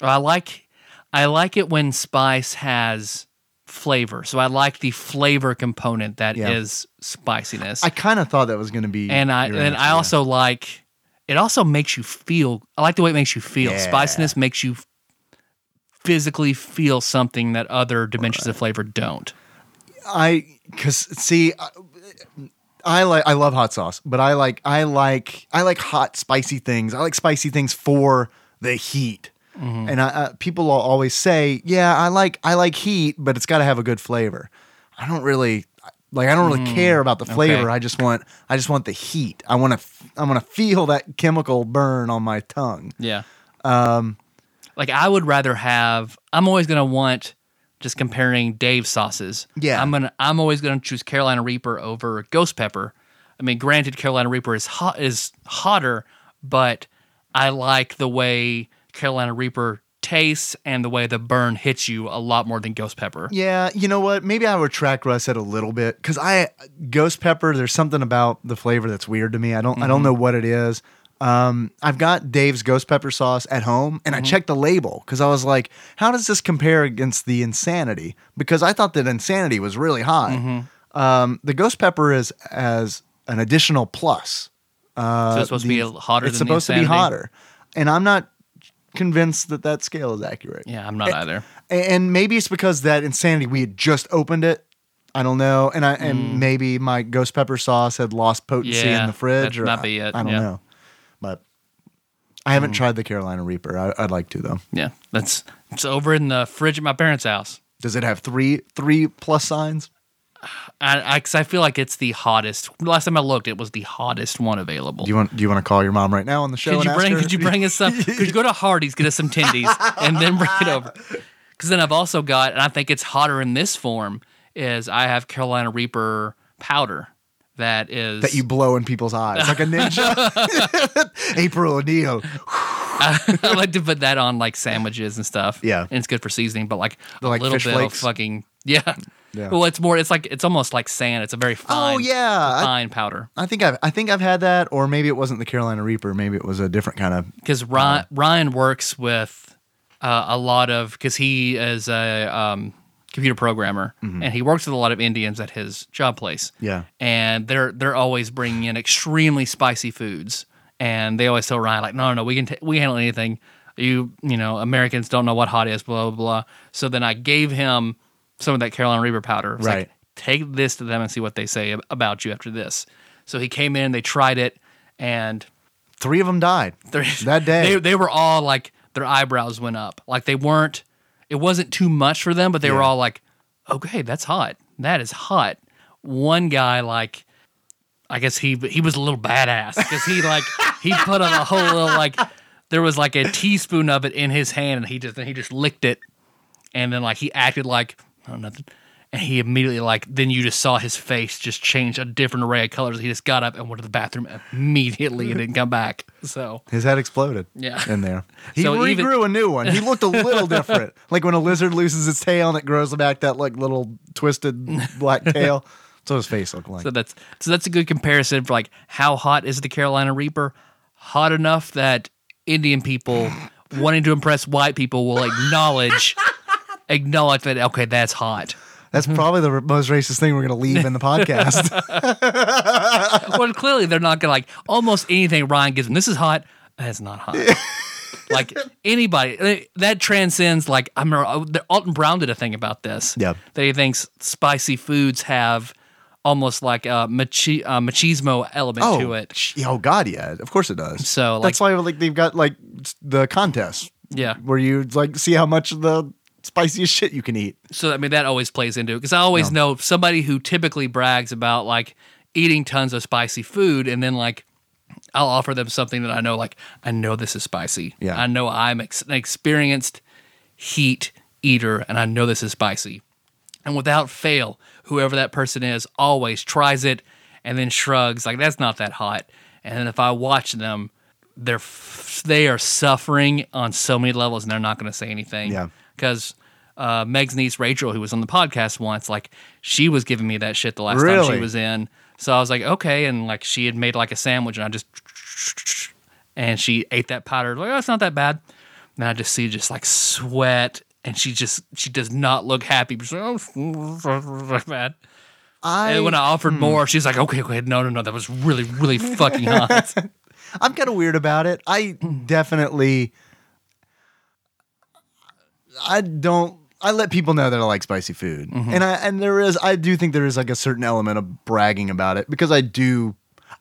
[SPEAKER 2] like I like it when spice has flavor. So I like the flavor component that is
[SPEAKER 3] Yeah.
[SPEAKER 2] spiciness.
[SPEAKER 3] I kind of thought that was going to be.
[SPEAKER 2] and I
[SPEAKER 3] your
[SPEAKER 2] and
[SPEAKER 3] answer,
[SPEAKER 2] I
[SPEAKER 3] yeah.
[SPEAKER 2] also like it also makes you feel I like the way it makes you feel.
[SPEAKER 3] Yeah.
[SPEAKER 2] Spiciness makes you physically feel something that other dimensions of flavor don't.
[SPEAKER 3] I because see, I, I like I love hot sauce, but I like I like I like hot spicy things. I like spicy things for the heat.
[SPEAKER 2] Mm-hmm.
[SPEAKER 3] And I, I, people will always say, "Yeah, I like I like heat, but it's got to have a good flavor." I don't really like I don't really care about the flavor.
[SPEAKER 2] Mm, okay.
[SPEAKER 3] I just want I just want the heat. I want to I want to feel that chemical burn on my tongue.
[SPEAKER 2] Yeah. Um like I would rather have I'm always going to want just comparing Dave's sauces.
[SPEAKER 3] Yeah.
[SPEAKER 2] I'm going to I'm always going to choose Carolina Reaper over Ghost Pepper. I mean, granted Carolina Reaper is hot is hotter, but I like the way Carolina Reaper tastes and the way the burn hits you a lot more than Ghost Pepper.
[SPEAKER 3] Yeah, you know what? Maybe I retract what I said a little bit because I ghost pepper. There's something about the flavor that's weird to me. I don't. I
[SPEAKER 2] Mm-hmm.
[SPEAKER 3] don't know what it is. Um, I've got Dave's ghost pepper sauce at home,
[SPEAKER 2] Mm-hmm.
[SPEAKER 3] and I checked the label because I was like, "How does this compare against the Insanity?" Because I thought that Insanity was really high.
[SPEAKER 2] Mm-hmm.
[SPEAKER 3] Um, the ghost pepper is as an additional plus.
[SPEAKER 2] so it's supposed to be a- hotter
[SPEAKER 3] Uh, It's
[SPEAKER 2] than
[SPEAKER 3] supposed
[SPEAKER 2] the
[SPEAKER 3] to be
[SPEAKER 2] Insanity?
[SPEAKER 3] hotter, and I'm not convinced that that scale is accurate.
[SPEAKER 2] Yeah, I'm not either.
[SPEAKER 3] A- and maybe it's because that insanity we had just opened it i don't know and i and maybe my ghost pepper sauce had lost potency
[SPEAKER 2] Mm. Yeah,
[SPEAKER 3] in the fridge
[SPEAKER 2] that
[SPEAKER 3] or
[SPEAKER 2] might
[SPEAKER 3] I-
[SPEAKER 2] be it,
[SPEAKER 3] i, don't
[SPEAKER 2] yeah. Mm.
[SPEAKER 3] know but i haven't tried the carolina reaper I, i'd like to though
[SPEAKER 2] Yeah. That's it's over in the fridge at my parents' house.
[SPEAKER 3] does it have three three plus signs
[SPEAKER 2] I, I, cause I feel like it's the hottest. Last time I looked, it was the hottest one available.
[SPEAKER 3] do you want do you want to call your mom right now on the show
[SPEAKER 2] could
[SPEAKER 3] and
[SPEAKER 2] you
[SPEAKER 3] ask
[SPEAKER 2] bring?
[SPEAKER 3] her?
[SPEAKER 2] Could you bring us some? could you go to Hardee's, get us some tendies, and then bring it over? Because then I've also got, and I think it's hotter in this form. Is I have Carolina Reaper powder that is
[SPEAKER 3] that you blow in people's eyes like a ninja april o'neil
[SPEAKER 2] I like to put that on like sandwiches and stuff.
[SPEAKER 3] Yeah.
[SPEAKER 2] and it's good for seasoning, but like a
[SPEAKER 3] The, like,
[SPEAKER 2] little
[SPEAKER 3] fish
[SPEAKER 2] bit
[SPEAKER 3] flakes?
[SPEAKER 2] of fucking yeah.
[SPEAKER 3] Yeah. Oh,
[SPEAKER 2] Well, it's more. It's like it's almost like sand. It's a very fine.
[SPEAKER 3] yeah. I-
[SPEAKER 2] fine powder.
[SPEAKER 3] i think i've i think i've had that or maybe it wasn't the carolina reaper maybe it was a different kind of
[SPEAKER 2] because
[SPEAKER 3] Uh-huh.
[SPEAKER 2] Ryan, Ryan works with uh, a lot of because he is a um, computer programmer and he works with a lot of Indians at his job place.
[SPEAKER 3] Mm-hmm. Yeah.
[SPEAKER 2] and they're they're always bringing in extremely spicy foods, and they always tell Ryan like, no, no, no, we can t- we handle anything. You you know Americans don't know what hot is, blah blah blah. So then I gave him some of that Carolina Reaper powder. It's like,
[SPEAKER 3] Right.
[SPEAKER 2] take this to them and see what they say ab- about you after this. So he came in, they tried it, and
[SPEAKER 3] three of them died
[SPEAKER 2] three-
[SPEAKER 3] that day
[SPEAKER 2] They, they were all like their eyebrows went up. Like they weren't. It wasn't too much for them, but they were all like, "Okay, that's hot. That is hot." One guy like. I guess he he was a little badass because he like he put on a whole little like there was like a teaspoon of it in his hand and he just he just licked it and then like he acted like oh, nothing and he immediately like then you just saw his face just change a different array of colors he just got up and went to the bathroom immediately and didn't come back so
[SPEAKER 3] His head exploded.
[SPEAKER 2] Yeah.
[SPEAKER 3] In there. He
[SPEAKER 2] So
[SPEAKER 3] regrew
[SPEAKER 2] even-
[SPEAKER 3] a new one. He looked a little different. Like when a lizard loses its tail and it grows back that like little twisted black tail. So his face looked like.
[SPEAKER 2] so that's so that's a good comparison for like how hot is the Carolina Reaper hot enough that Indian people wanting to impress white people will acknowledge acknowledge that okay that's hot
[SPEAKER 3] That's
[SPEAKER 2] Mm-hmm.
[SPEAKER 3] probably the r- most racist thing we're going to leave in the podcast.
[SPEAKER 2] well, clearly they're not gonna like almost anything Ryan gives them. This is hot. That's not hot. like anybody uh, that transcends. Like I remember uh, Alton Brown did a thing about this.
[SPEAKER 3] Yep.
[SPEAKER 2] that he thinks spicy foods have almost like a machi- uh, machismo element to it.
[SPEAKER 3] sh- oh God, yeah. Of course it does.
[SPEAKER 2] So,
[SPEAKER 3] that's why like they've got like s- the contest
[SPEAKER 2] Yeah.
[SPEAKER 3] where you like see how much the spiciest shit you can eat.
[SPEAKER 2] So I mean that always plays into it because I always know somebody who typically brags about like eating tons of spicy food and then like I'll offer them something that I know like I know this is spicy.
[SPEAKER 3] Yeah.
[SPEAKER 2] I know I'm ex- an experienced heat eater and I know this is spicy. And without fail, whoever that person is always tries it and then shrugs like that's not that hot. And then if I watch them, they're f- they are suffering on so many levels and they're not going to say anything.
[SPEAKER 3] Yeah.
[SPEAKER 2] Because uh, Meg's niece Rachel, who was on the podcast once, like she was giving me that shit the last time
[SPEAKER 3] Really?
[SPEAKER 2] she was in. So I was like, okay, and like she had made like a sandwich, and I just and she ate that powder. Like, oh, it's not that bad. And I just see just like sweat, and she just she does not look happy. She's like, oh, it's not bad.
[SPEAKER 3] I hmm.
[SPEAKER 2] And when I offered more, she's like, okay, okay, no, no, no, that was really, really fucking hot.
[SPEAKER 3] I'm kind of weird about it. I
[SPEAKER 2] Mm.
[SPEAKER 3] definitely, I don't. I let people know that I like spicy food,
[SPEAKER 2] Mm-hmm.
[SPEAKER 3] and I and there is. I do think there is like a certain element of bragging about it because I do.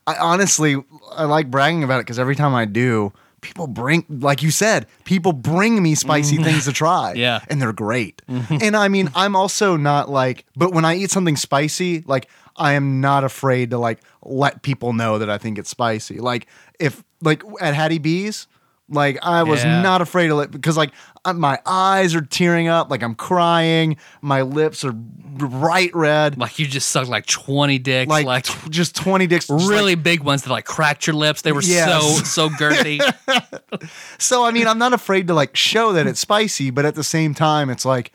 [SPEAKER 3] I honestly, I like bragging about it because every time I do, people bring, like you said, people bring me spicy things to try.
[SPEAKER 2] Mm-hmm. Yeah. Mm-hmm.
[SPEAKER 3] and they're great. And I mean, I'm also not like, but when I eat something spicy, like I am not afraid to like let people know that I think it's spicy. Like if like at Hattie B's, like I was
[SPEAKER 2] Yeah.
[SPEAKER 3] not afraid to let because like I- my eyes are tearing up, like I'm crying, my lips are bright red,
[SPEAKER 2] like you just sucked like twenty dicks,
[SPEAKER 3] like,
[SPEAKER 2] like,
[SPEAKER 3] tw- just twenty dicks. just, like,
[SPEAKER 2] really big ones that like cracked your lips. They were so
[SPEAKER 3] Yes.
[SPEAKER 2] so girthy.
[SPEAKER 3] So I mean, I'm not afraid to like show that it's spicy, but at the same time, it's like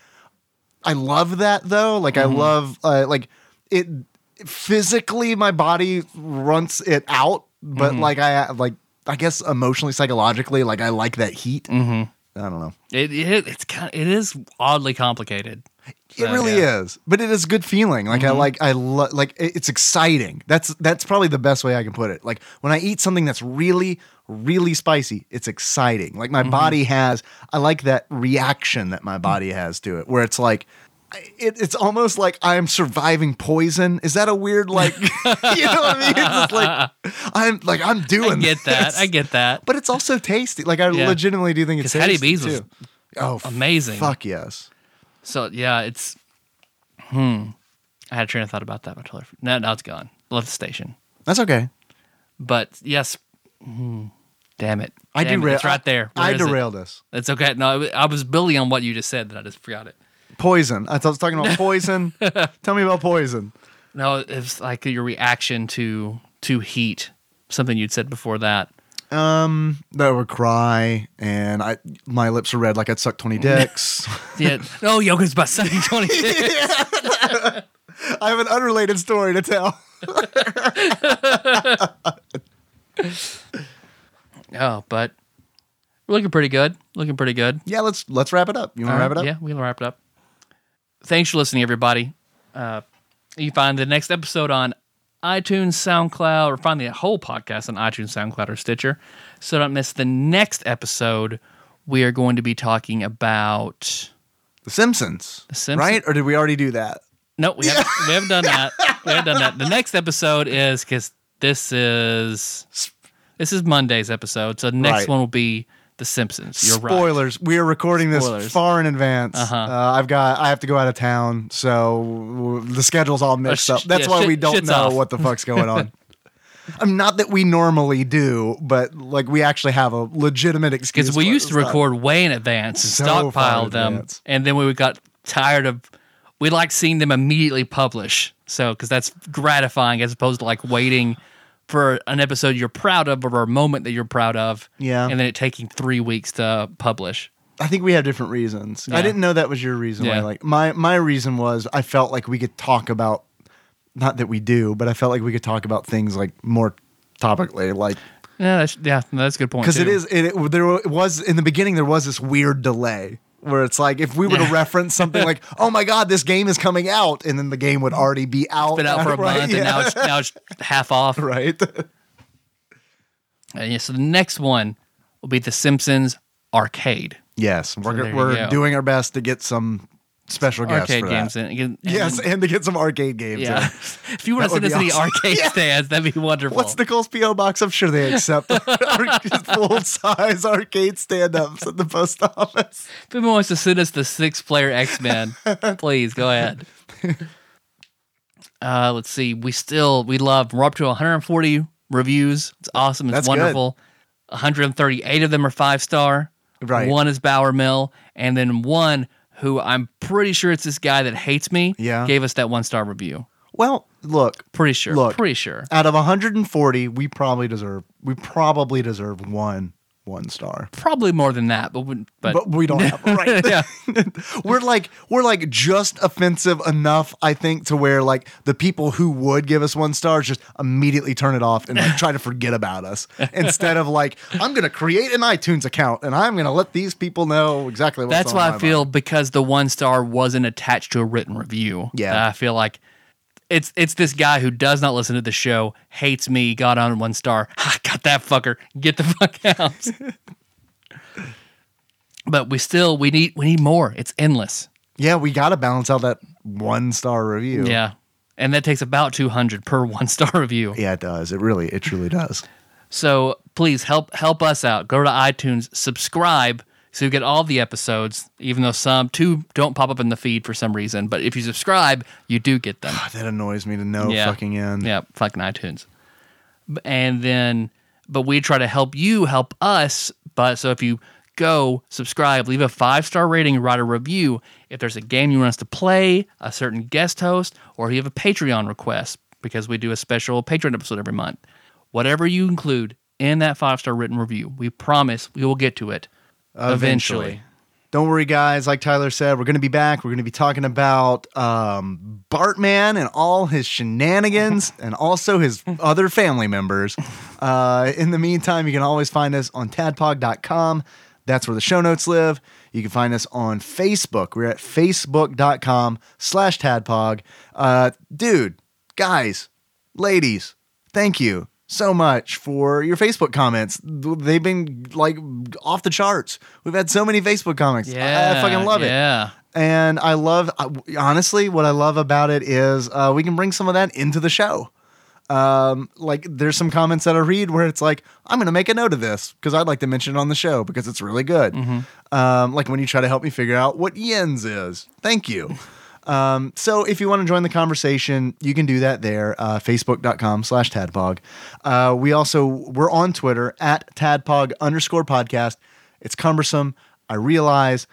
[SPEAKER 3] I love that though. Like
[SPEAKER 2] Mm-hmm.
[SPEAKER 3] I love uh, like it physically, my body runs it out, but
[SPEAKER 2] Mm-hmm.
[SPEAKER 3] like I uh, like I guess emotionally, psychologically, like I like that heat.
[SPEAKER 2] Mm-hmm.
[SPEAKER 3] I don't know.
[SPEAKER 2] It, it it's kind it is oddly complicated.
[SPEAKER 3] It
[SPEAKER 2] So,
[SPEAKER 3] really
[SPEAKER 2] yeah. Mm-hmm.
[SPEAKER 3] is, but it is a good feeling. Like I like I lo- like it- it's exciting. That's that's probably the best way I can put it. Like when I eat something that's really really spicy, it's exciting. Like
[SPEAKER 2] Mm-hmm.
[SPEAKER 3] my body has I like that reaction that my body has to it where it's like I- it, it's almost like I'm surviving poison. Is that a weird like you know what I mean? It's just like I'm like I'm doing
[SPEAKER 2] I get that.
[SPEAKER 3] this.
[SPEAKER 2] I get that.
[SPEAKER 3] But it's also tasty. Like I
[SPEAKER 2] Yeah.
[SPEAKER 3] legitimately do think it's
[SPEAKER 2] 'Cause Hattie
[SPEAKER 3] tasty
[SPEAKER 2] B's was
[SPEAKER 3] too. oh f-
[SPEAKER 2] Amazing.
[SPEAKER 3] fuck yes.
[SPEAKER 2] So yeah, it's hmm. I had a train of thought about that, but I totally for- no, now it's gone. Left the station.
[SPEAKER 3] That's okay.
[SPEAKER 2] But yes, hmm. damn it.
[SPEAKER 3] I
[SPEAKER 2] Damn it,
[SPEAKER 3] derailed.
[SPEAKER 2] It's right there. Where
[SPEAKER 3] I
[SPEAKER 2] is it?
[SPEAKER 3] derailed us.
[SPEAKER 2] It's okay. No, I w- I was building on what you just said, that I just forgot it.
[SPEAKER 3] Poison. I was talking about poison. Tell me about poison.
[SPEAKER 2] No, it's like your reaction to to heat. Something you'd said before that.
[SPEAKER 3] Um, that would cry, and I my lips are red like I'd suck twenty dicks.
[SPEAKER 2] Yeah. no, Yoko's about sucking twenty.
[SPEAKER 3] I have an unrelated story to tell.
[SPEAKER 2] oh, but we're looking pretty good. Looking pretty good.
[SPEAKER 3] Yeah, let's let's wrap it up. You want to wrap it up?
[SPEAKER 2] Yeah, we can wrap it up. Thanks for listening, everybody. Uh, you can find the next episode on iTunes, SoundCloud, or find the whole podcast on iTunes, SoundCloud, or Stitcher. So don't miss the next episode. We are going to be talking about.
[SPEAKER 3] The Simpsons. The
[SPEAKER 2] Simpsons.
[SPEAKER 3] Right? Or did we already do that?
[SPEAKER 2] No, we haven't, we haven't done that. We haven't done that. The next episode is because this is this is Monday's episode. So the next
[SPEAKER 3] Right.
[SPEAKER 2] one will be The Simpsons. You're right.
[SPEAKER 3] Spoilers. We are recording this
[SPEAKER 2] Spoilers.
[SPEAKER 3] far in advance.
[SPEAKER 2] Uh-huh.
[SPEAKER 3] Uh, I've got. I have to go out of town, so the schedule's all mixed
[SPEAKER 2] Uh, sh-
[SPEAKER 3] up. That's
[SPEAKER 2] yeah,
[SPEAKER 3] why
[SPEAKER 2] shit-
[SPEAKER 3] we don't
[SPEAKER 2] shit's
[SPEAKER 3] know
[SPEAKER 2] off.
[SPEAKER 3] what the fuck's going on. I'm not that we normally do, but like we actually have a legitimate excuse.
[SPEAKER 2] because we
[SPEAKER 3] for it
[SPEAKER 2] used to
[SPEAKER 3] this time.
[SPEAKER 2] record way in advance and
[SPEAKER 3] So far
[SPEAKER 2] stockpile
[SPEAKER 3] in
[SPEAKER 2] them,
[SPEAKER 3] advance.
[SPEAKER 2] and then we got tired of. We liked seeing them immediately publish, so because that's gratifying as opposed to like waiting for an episode you're proud of or a moment that you're proud of,
[SPEAKER 3] Yeah.
[SPEAKER 2] and then it taking three weeks to publish.
[SPEAKER 3] I think we have different reasons. I
[SPEAKER 2] Yeah.
[SPEAKER 3] didn't know that was your reason. Why,
[SPEAKER 2] Yeah.
[SPEAKER 3] like my my reason was I felt like we could talk about not that we do, but I felt like we could talk about things like more topically, like
[SPEAKER 2] Yeah, that's, yeah, no, that's a good point.
[SPEAKER 3] because it
[SPEAKER 2] too.
[SPEAKER 3] is it, it there was in the beginning there was this weird delay where it's like if we were to reference something like oh my god this game is coming out and then the game would already be out
[SPEAKER 2] been out for a
[SPEAKER 3] right?
[SPEAKER 2] month,
[SPEAKER 3] yeah.
[SPEAKER 2] and now it's now it's half off.
[SPEAKER 3] right
[SPEAKER 2] And yeah, so the next one will be The Simpsons Arcade.
[SPEAKER 3] yes we're
[SPEAKER 2] there you
[SPEAKER 3] we're
[SPEAKER 2] go.
[SPEAKER 3] doing our best to get some special guest
[SPEAKER 2] arcade
[SPEAKER 3] for
[SPEAKER 2] games
[SPEAKER 3] that.
[SPEAKER 2] in. it. And-
[SPEAKER 3] Yes, and to get some arcade games. in.
[SPEAKER 2] Yeah. if you want
[SPEAKER 3] That
[SPEAKER 2] to send
[SPEAKER 3] would
[SPEAKER 2] us
[SPEAKER 3] be
[SPEAKER 2] any
[SPEAKER 3] awesome.
[SPEAKER 2] arcade stands, that'd be wonderful.
[SPEAKER 3] What's Nicole's PO box? I'm sure they accept full size arcade stand ups at the post office.
[SPEAKER 2] if anyone wants to send us the six player X Men, please go ahead. Uh, let's see. We still we love. We're up to 140 reviews. It's awesome. It's
[SPEAKER 3] That's good.
[SPEAKER 2] wonderful. 138 of them are five star.
[SPEAKER 3] Right.
[SPEAKER 2] One is Bower Mill, and then one who I'm pretty sure it's this guy that hates me.
[SPEAKER 3] Yeah.
[SPEAKER 2] Gave us that one star review.
[SPEAKER 3] Well, look,
[SPEAKER 2] Pretty sure.
[SPEAKER 3] Look.
[SPEAKER 2] Pretty sure.
[SPEAKER 3] out of 140, we probably deserve we probably deserve one one star.
[SPEAKER 2] Probably more than that, but we- but,
[SPEAKER 3] But we don't have right.
[SPEAKER 2] yeah.
[SPEAKER 3] we're like we're like just offensive enough, I think, to where like the people who would give us one star just immediately turn it off and like, try to forget about us instead of like I'm gonna create an iTunes account and I'm gonna let these people know exactly what's
[SPEAKER 2] That's
[SPEAKER 3] on
[SPEAKER 2] why
[SPEAKER 3] my
[SPEAKER 2] I feel because the one star wasn't attached to a written review.
[SPEAKER 3] Yeah.
[SPEAKER 2] that I feel like it's it's this guy who does not listen to the show, hates me, got on one star. I got that fucker. Get the fuck out. but we still we need we need more. It's endless.
[SPEAKER 3] Yeah, we got to balance out that one star review.
[SPEAKER 2] Yeah. And that takes about 200 per one star review.
[SPEAKER 3] Yeah, it does. It really, it truly does.
[SPEAKER 2] So please help help us out. Go to iTunes, subscribe so you get all the episodes, even though some two don't pop up in the feed for some reason. But if you subscribe, you do get them.
[SPEAKER 3] That annoys me to no
[SPEAKER 2] yeah.
[SPEAKER 3] fucking end.
[SPEAKER 2] Yeah, fucking iTunes. B- And then but we try to help you help us. But so if you go subscribe, leave a five star rating, write a review. If there's a game you want us to play, a certain guest host, or if you have a Patreon request, because we do a special Patreon episode every month. Whatever you include in that five star written review, we promise we will get to it eventually.
[SPEAKER 3] Don't worry, guys. Like Tyler said, we're going to be back. We're going to be talking about um, Bartman and all his shenanigans and also his other family members. Uh, in the meantime, you can always find us on tadpog.com. That's where the show notes live. You can find us on Facebook. We're at facebook.com slash tadpog. Uh, dude, guys, ladies, thank you so much for your Facebook comments. They've been like off the charts. We've had so many Facebook comments. I, I fucking love it.
[SPEAKER 2] Yeah.
[SPEAKER 3] And I love, I- honestly, what I love about it is uh, we can bring some of that into the show. Um, like there's some comments that I read where it's like, I'm going to make a note of this because I'd like to mention it on the show because it's really good.
[SPEAKER 2] Mm-hmm.
[SPEAKER 3] Um, like when you try to help me figure out what yens is. Thank you. Um, so if you want to join the conversation, you can do that there, uh, facebook.com slash tadpog. Uh, we also, we're on Twitter at tadpog underscore podcast. It's cumbersome. I realize.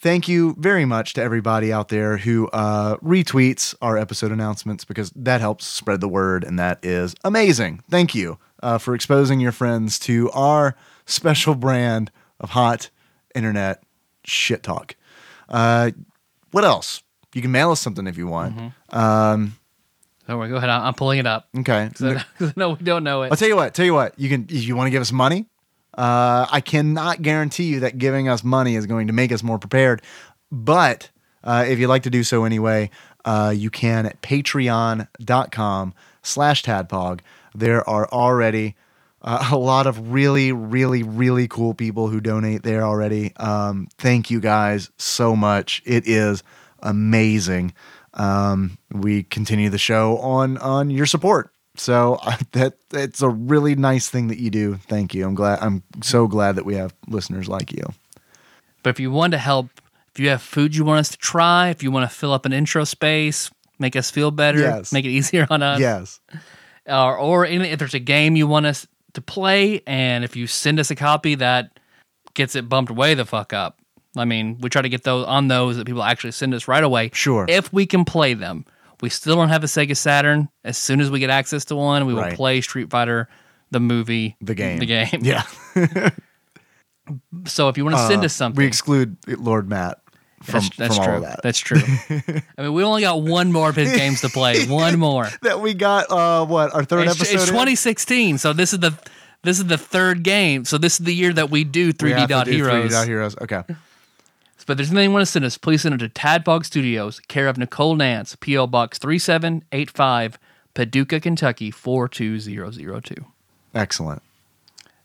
[SPEAKER 3] Thank you very much to everybody out there who uh, retweets our episode announcements because that helps spread the word, and that is amazing. Thank you uh, for exposing your friends to our special brand of hot internet shit talk. Uh, what else? You can mail us something if you want.
[SPEAKER 2] Don't worry, go ahead. I- I'm pulling it up.
[SPEAKER 3] Okay.
[SPEAKER 2] no, we don't know it.
[SPEAKER 3] I'll tell you what. Tell you what. You can. If you want to give us money, uh, I cannot guarantee you that giving us money is going to make us more prepared. But uh, if you'd like to do so anyway, uh, you can at patreon.com slash tadpog. There are already uh, a lot of really, really, really cool people who donate there already. Um, thank you guys so much. It is amazing. Um, we continue the show on on your support. So I that it's a really nice thing that you do. Thank you. I'm glad. I'm so glad that we have listeners like you.
[SPEAKER 2] But if you want to help, if you have food you want us to try, if you want to fill up an intro space, make us feel better,
[SPEAKER 3] Yes.
[SPEAKER 2] make it easier on us,
[SPEAKER 3] yes.
[SPEAKER 2] or, or any, if there's a game you want us to play, and if you send us a copy, that gets it bumped way the fuck up. I mean, we try to get those on those that people actually send us right away.
[SPEAKER 3] Sure.
[SPEAKER 2] If we can play them, we still don't have a Sega Saturn. As soon as we get access to one, we will
[SPEAKER 3] Right.
[SPEAKER 2] play Street Fighter, the movie,
[SPEAKER 3] The game.
[SPEAKER 2] the game.
[SPEAKER 3] Yeah.
[SPEAKER 2] So if you want to send us something,
[SPEAKER 3] Uh, We exclude Lord Matt from,
[SPEAKER 2] that's, that's
[SPEAKER 3] from
[SPEAKER 2] true.
[SPEAKER 3] all of that.
[SPEAKER 2] That's true. I mean, we only got one more of his games to play. One more.
[SPEAKER 3] that we got uh what our third
[SPEAKER 2] It's,
[SPEAKER 3] episode
[SPEAKER 2] it's
[SPEAKER 3] in?
[SPEAKER 2] 2016, so this is the this is the third game. So this is the year that we do 3D
[SPEAKER 3] We have to
[SPEAKER 2] Dot
[SPEAKER 3] do
[SPEAKER 2] Heroes.
[SPEAKER 3] 3D dot heroes okay
[SPEAKER 2] But if there's anything you want to send us, please send it to Tadbog Studios, care of Nicole Nance, PO Box 3785, Paducah, Kentucky 42002.
[SPEAKER 3] excellent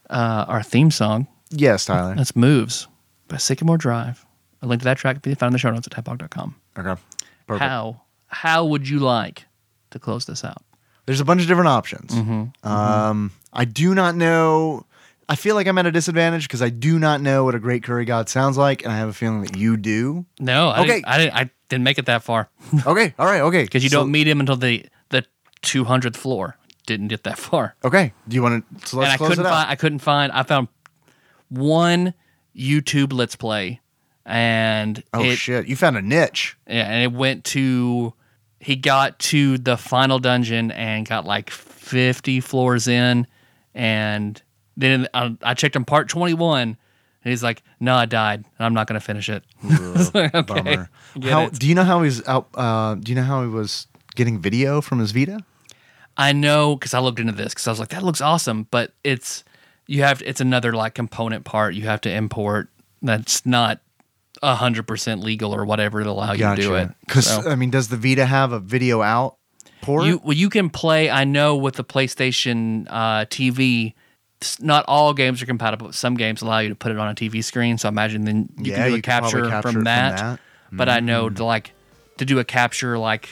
[SPEAKER 2] Uh, our theme song
[SPEAKER 3] yes Tyler
[SPEAKER 2] that's Moves by Sycamore Drive. A link to that track can be found in the show notes at tadbog.com.
[SPEAKER 3] Okay. Perfect.
[SPEAKER 2] How how would you like to close this out?
[SPEAKER 3] There's a bunch of different options.
[SPEAKER 2] Mm-hmm.
[SPEAKER 3] Um, I do not know. I feel like I'm at a disadvantage because I do not know what a great curry god sounds like, and I have a feeling that you do.
[SPEAKER 2] No, I
[SPEAKER 3] Okay.
[SPEAKER 2] didn't, I didn't I didn't make it that far
[SPEAKER 3] Okay, all right, okay.
[SPEAKER 2] because you
[SPEAKER 3] So-
[SPEAKER 2] don't meet him until the the 200th floor. Didn't get that far.
[SPEAKER 3] Okay, do you want to? So let's
[SPEAKER 2] and I
[SPEAKER 3] close
[SPEAKER 2] couldn't
[SPEAKER 3] it out.
[SPEAKER 2] find. I couldn't find. I found one YouTube Let's Play, and
[SPEAKER 3] oh
[SPEAKER 2] it
[SPEAKER 3] shit, you found a niche.
[SPEAKER 2] yeah, and it went to. He got to the final dungeon and got like fifty floors in, and then uh, I, I checked on part twenty one, and he's like, "No, I died, and I'm not gonna finish it."
[SPEAKER 3] Bummer.
[SPEAKER 2] get
[SPEAKER 3] How
[SPEAKER 2] it.
[SPEAKER 3] do you know how he's out? Uh, do you know how he was getting video from his Vita?
[SPEAKER 2] I know because I looked into this because I was like, that looks awesome, but it's you have it's another like component part you have to import that's not hundred percent legal or whatever to allow you to do it.
[SPEAKER 3] Because
[SPEAKER 2] So,
[SPEAKER 3] I mean, does the Vita have a video out port?
[SPEAKER 2] you well, you can play. I know with the PlayStation uh, TV, s- not all games are compatible. but Some games allow you to put it on a TV screen, so I imagine then you
[SPEAKER 3] Yeah,
[SPEAKER 2] can do a
[SPEAKER 3] you could
[SPEAKER 2] capture,
[SPEAKER 3] probably capture it
[SPEAKER 2] from
[SPEAKER 3] from
[SPEAKER 2] that.
[SPEAKER 3] that. Mm-hmm.
[SPEAKER 2] But I know to like to do a capture like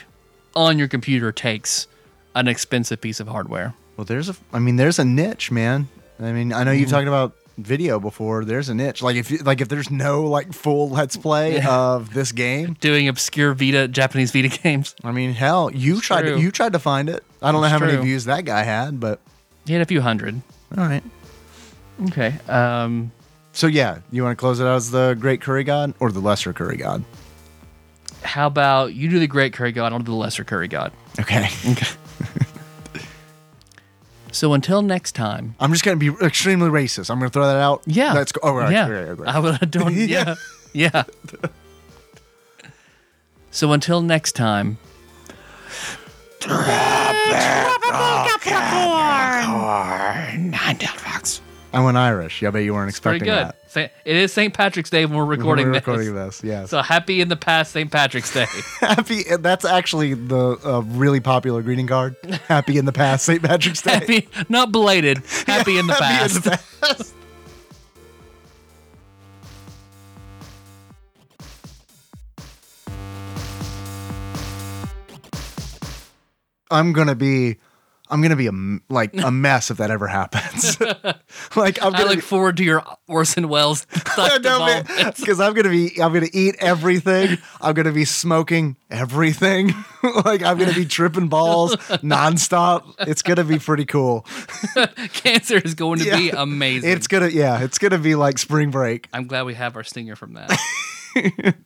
[SPEAKER 2] on your computer takes an expensive piece of hardware.
[SPEAKER 3] Well, there's a. I mean, there's a niche, man. I mean, I know you've
[SPEAKER 2] Mm-hmm.
[SPEAKER 3] talked about video before. There's a niche. Like if you- like if there's no like full let's play of this game,
[SPEAKER 2] doing obscure Vita Japanese Vita games.
[SPEAKER 3] I mean, hell, you tried
[SPEAKER 2] true.
[SPEAKER 3] to, you tried to find it. I don't know how
[SPEAKER 2] true.
[SPEAKER 3] many views that guy had, but
[SPEAKER 2] He had a few hundred.
[SPEAKER 3] all right.
[SPEAKER 2] Okay. Um,
[SPEAKER 3] So yeah, you want to close it out as the Great Curry God or the Lesser Curry God?
[SPEAKER 2] how about you do the Great Curry God? I'll do the Lesser Curry God.
[SPEAKER 3] Okay.
[SPEAKER 2] Okay. so until next time.
[SPEAKER 3] I'm just gonna be extremely racist. I'm gonna throw that out.
[SPEAKER 2] Yeah.
[SPEAKER 3] That's go. Oh, right,
[SPEAKER 2] yeah.
[SPEAKER 3] great, great, great.
[SPEAKER 2] I would. I don't. Yeah. yeah. so until next time.
[SPEAKER 3] I went Irish. Yeah, I bet you weren't
[SPEAKER 2] Very
[SPEAKER 3] expecting
[SPEAKER 2] good.
[SPEAKER 3] that.
[SPEAKER 2] Sa- It is St. Patrick's Day when we're recording,
[SPEAKER 3] We're
[SPEAKER 2] this.
[SPEAKER 3] recording this. Yes.
[SPEAKER 2] So happy in the past St. Patrick's Day.
[SPEAKER 3] Happy. That's actually the uh, really popular greeting card. Happy in the past, St. Patrick's Day.
[SPEAKER 2] happy, not belated. Happy in the
[SPEAKER 3] Happy
[SPEAKER 2] past.
[SPEAKER 3] in the past. I'm gonna be, I'm gonna be a m- like a mess if that ever happens. like I'm
[SPEAKER 2] I
[SPEAKER 3] gonna
[SPEAKER 2] look forward to your Orson Welles thought devolve.
[SPEAKER 3] because I'm gonna be, I'm gonna eat everything. I'm gonna be smoking everything. like I'm gonna be tripping balls nonstop. It's gonna be pretty cool.
[SPEAKER 2] Cancer is going to be
[SPEAKER 3] Yeah.
[SPEAKER 2] amazing.
[SPEAKER 3] It's gonna, yeah, it's gonna be like spring break.
[SPEAKER 2] I'm glad we have our stinger from that.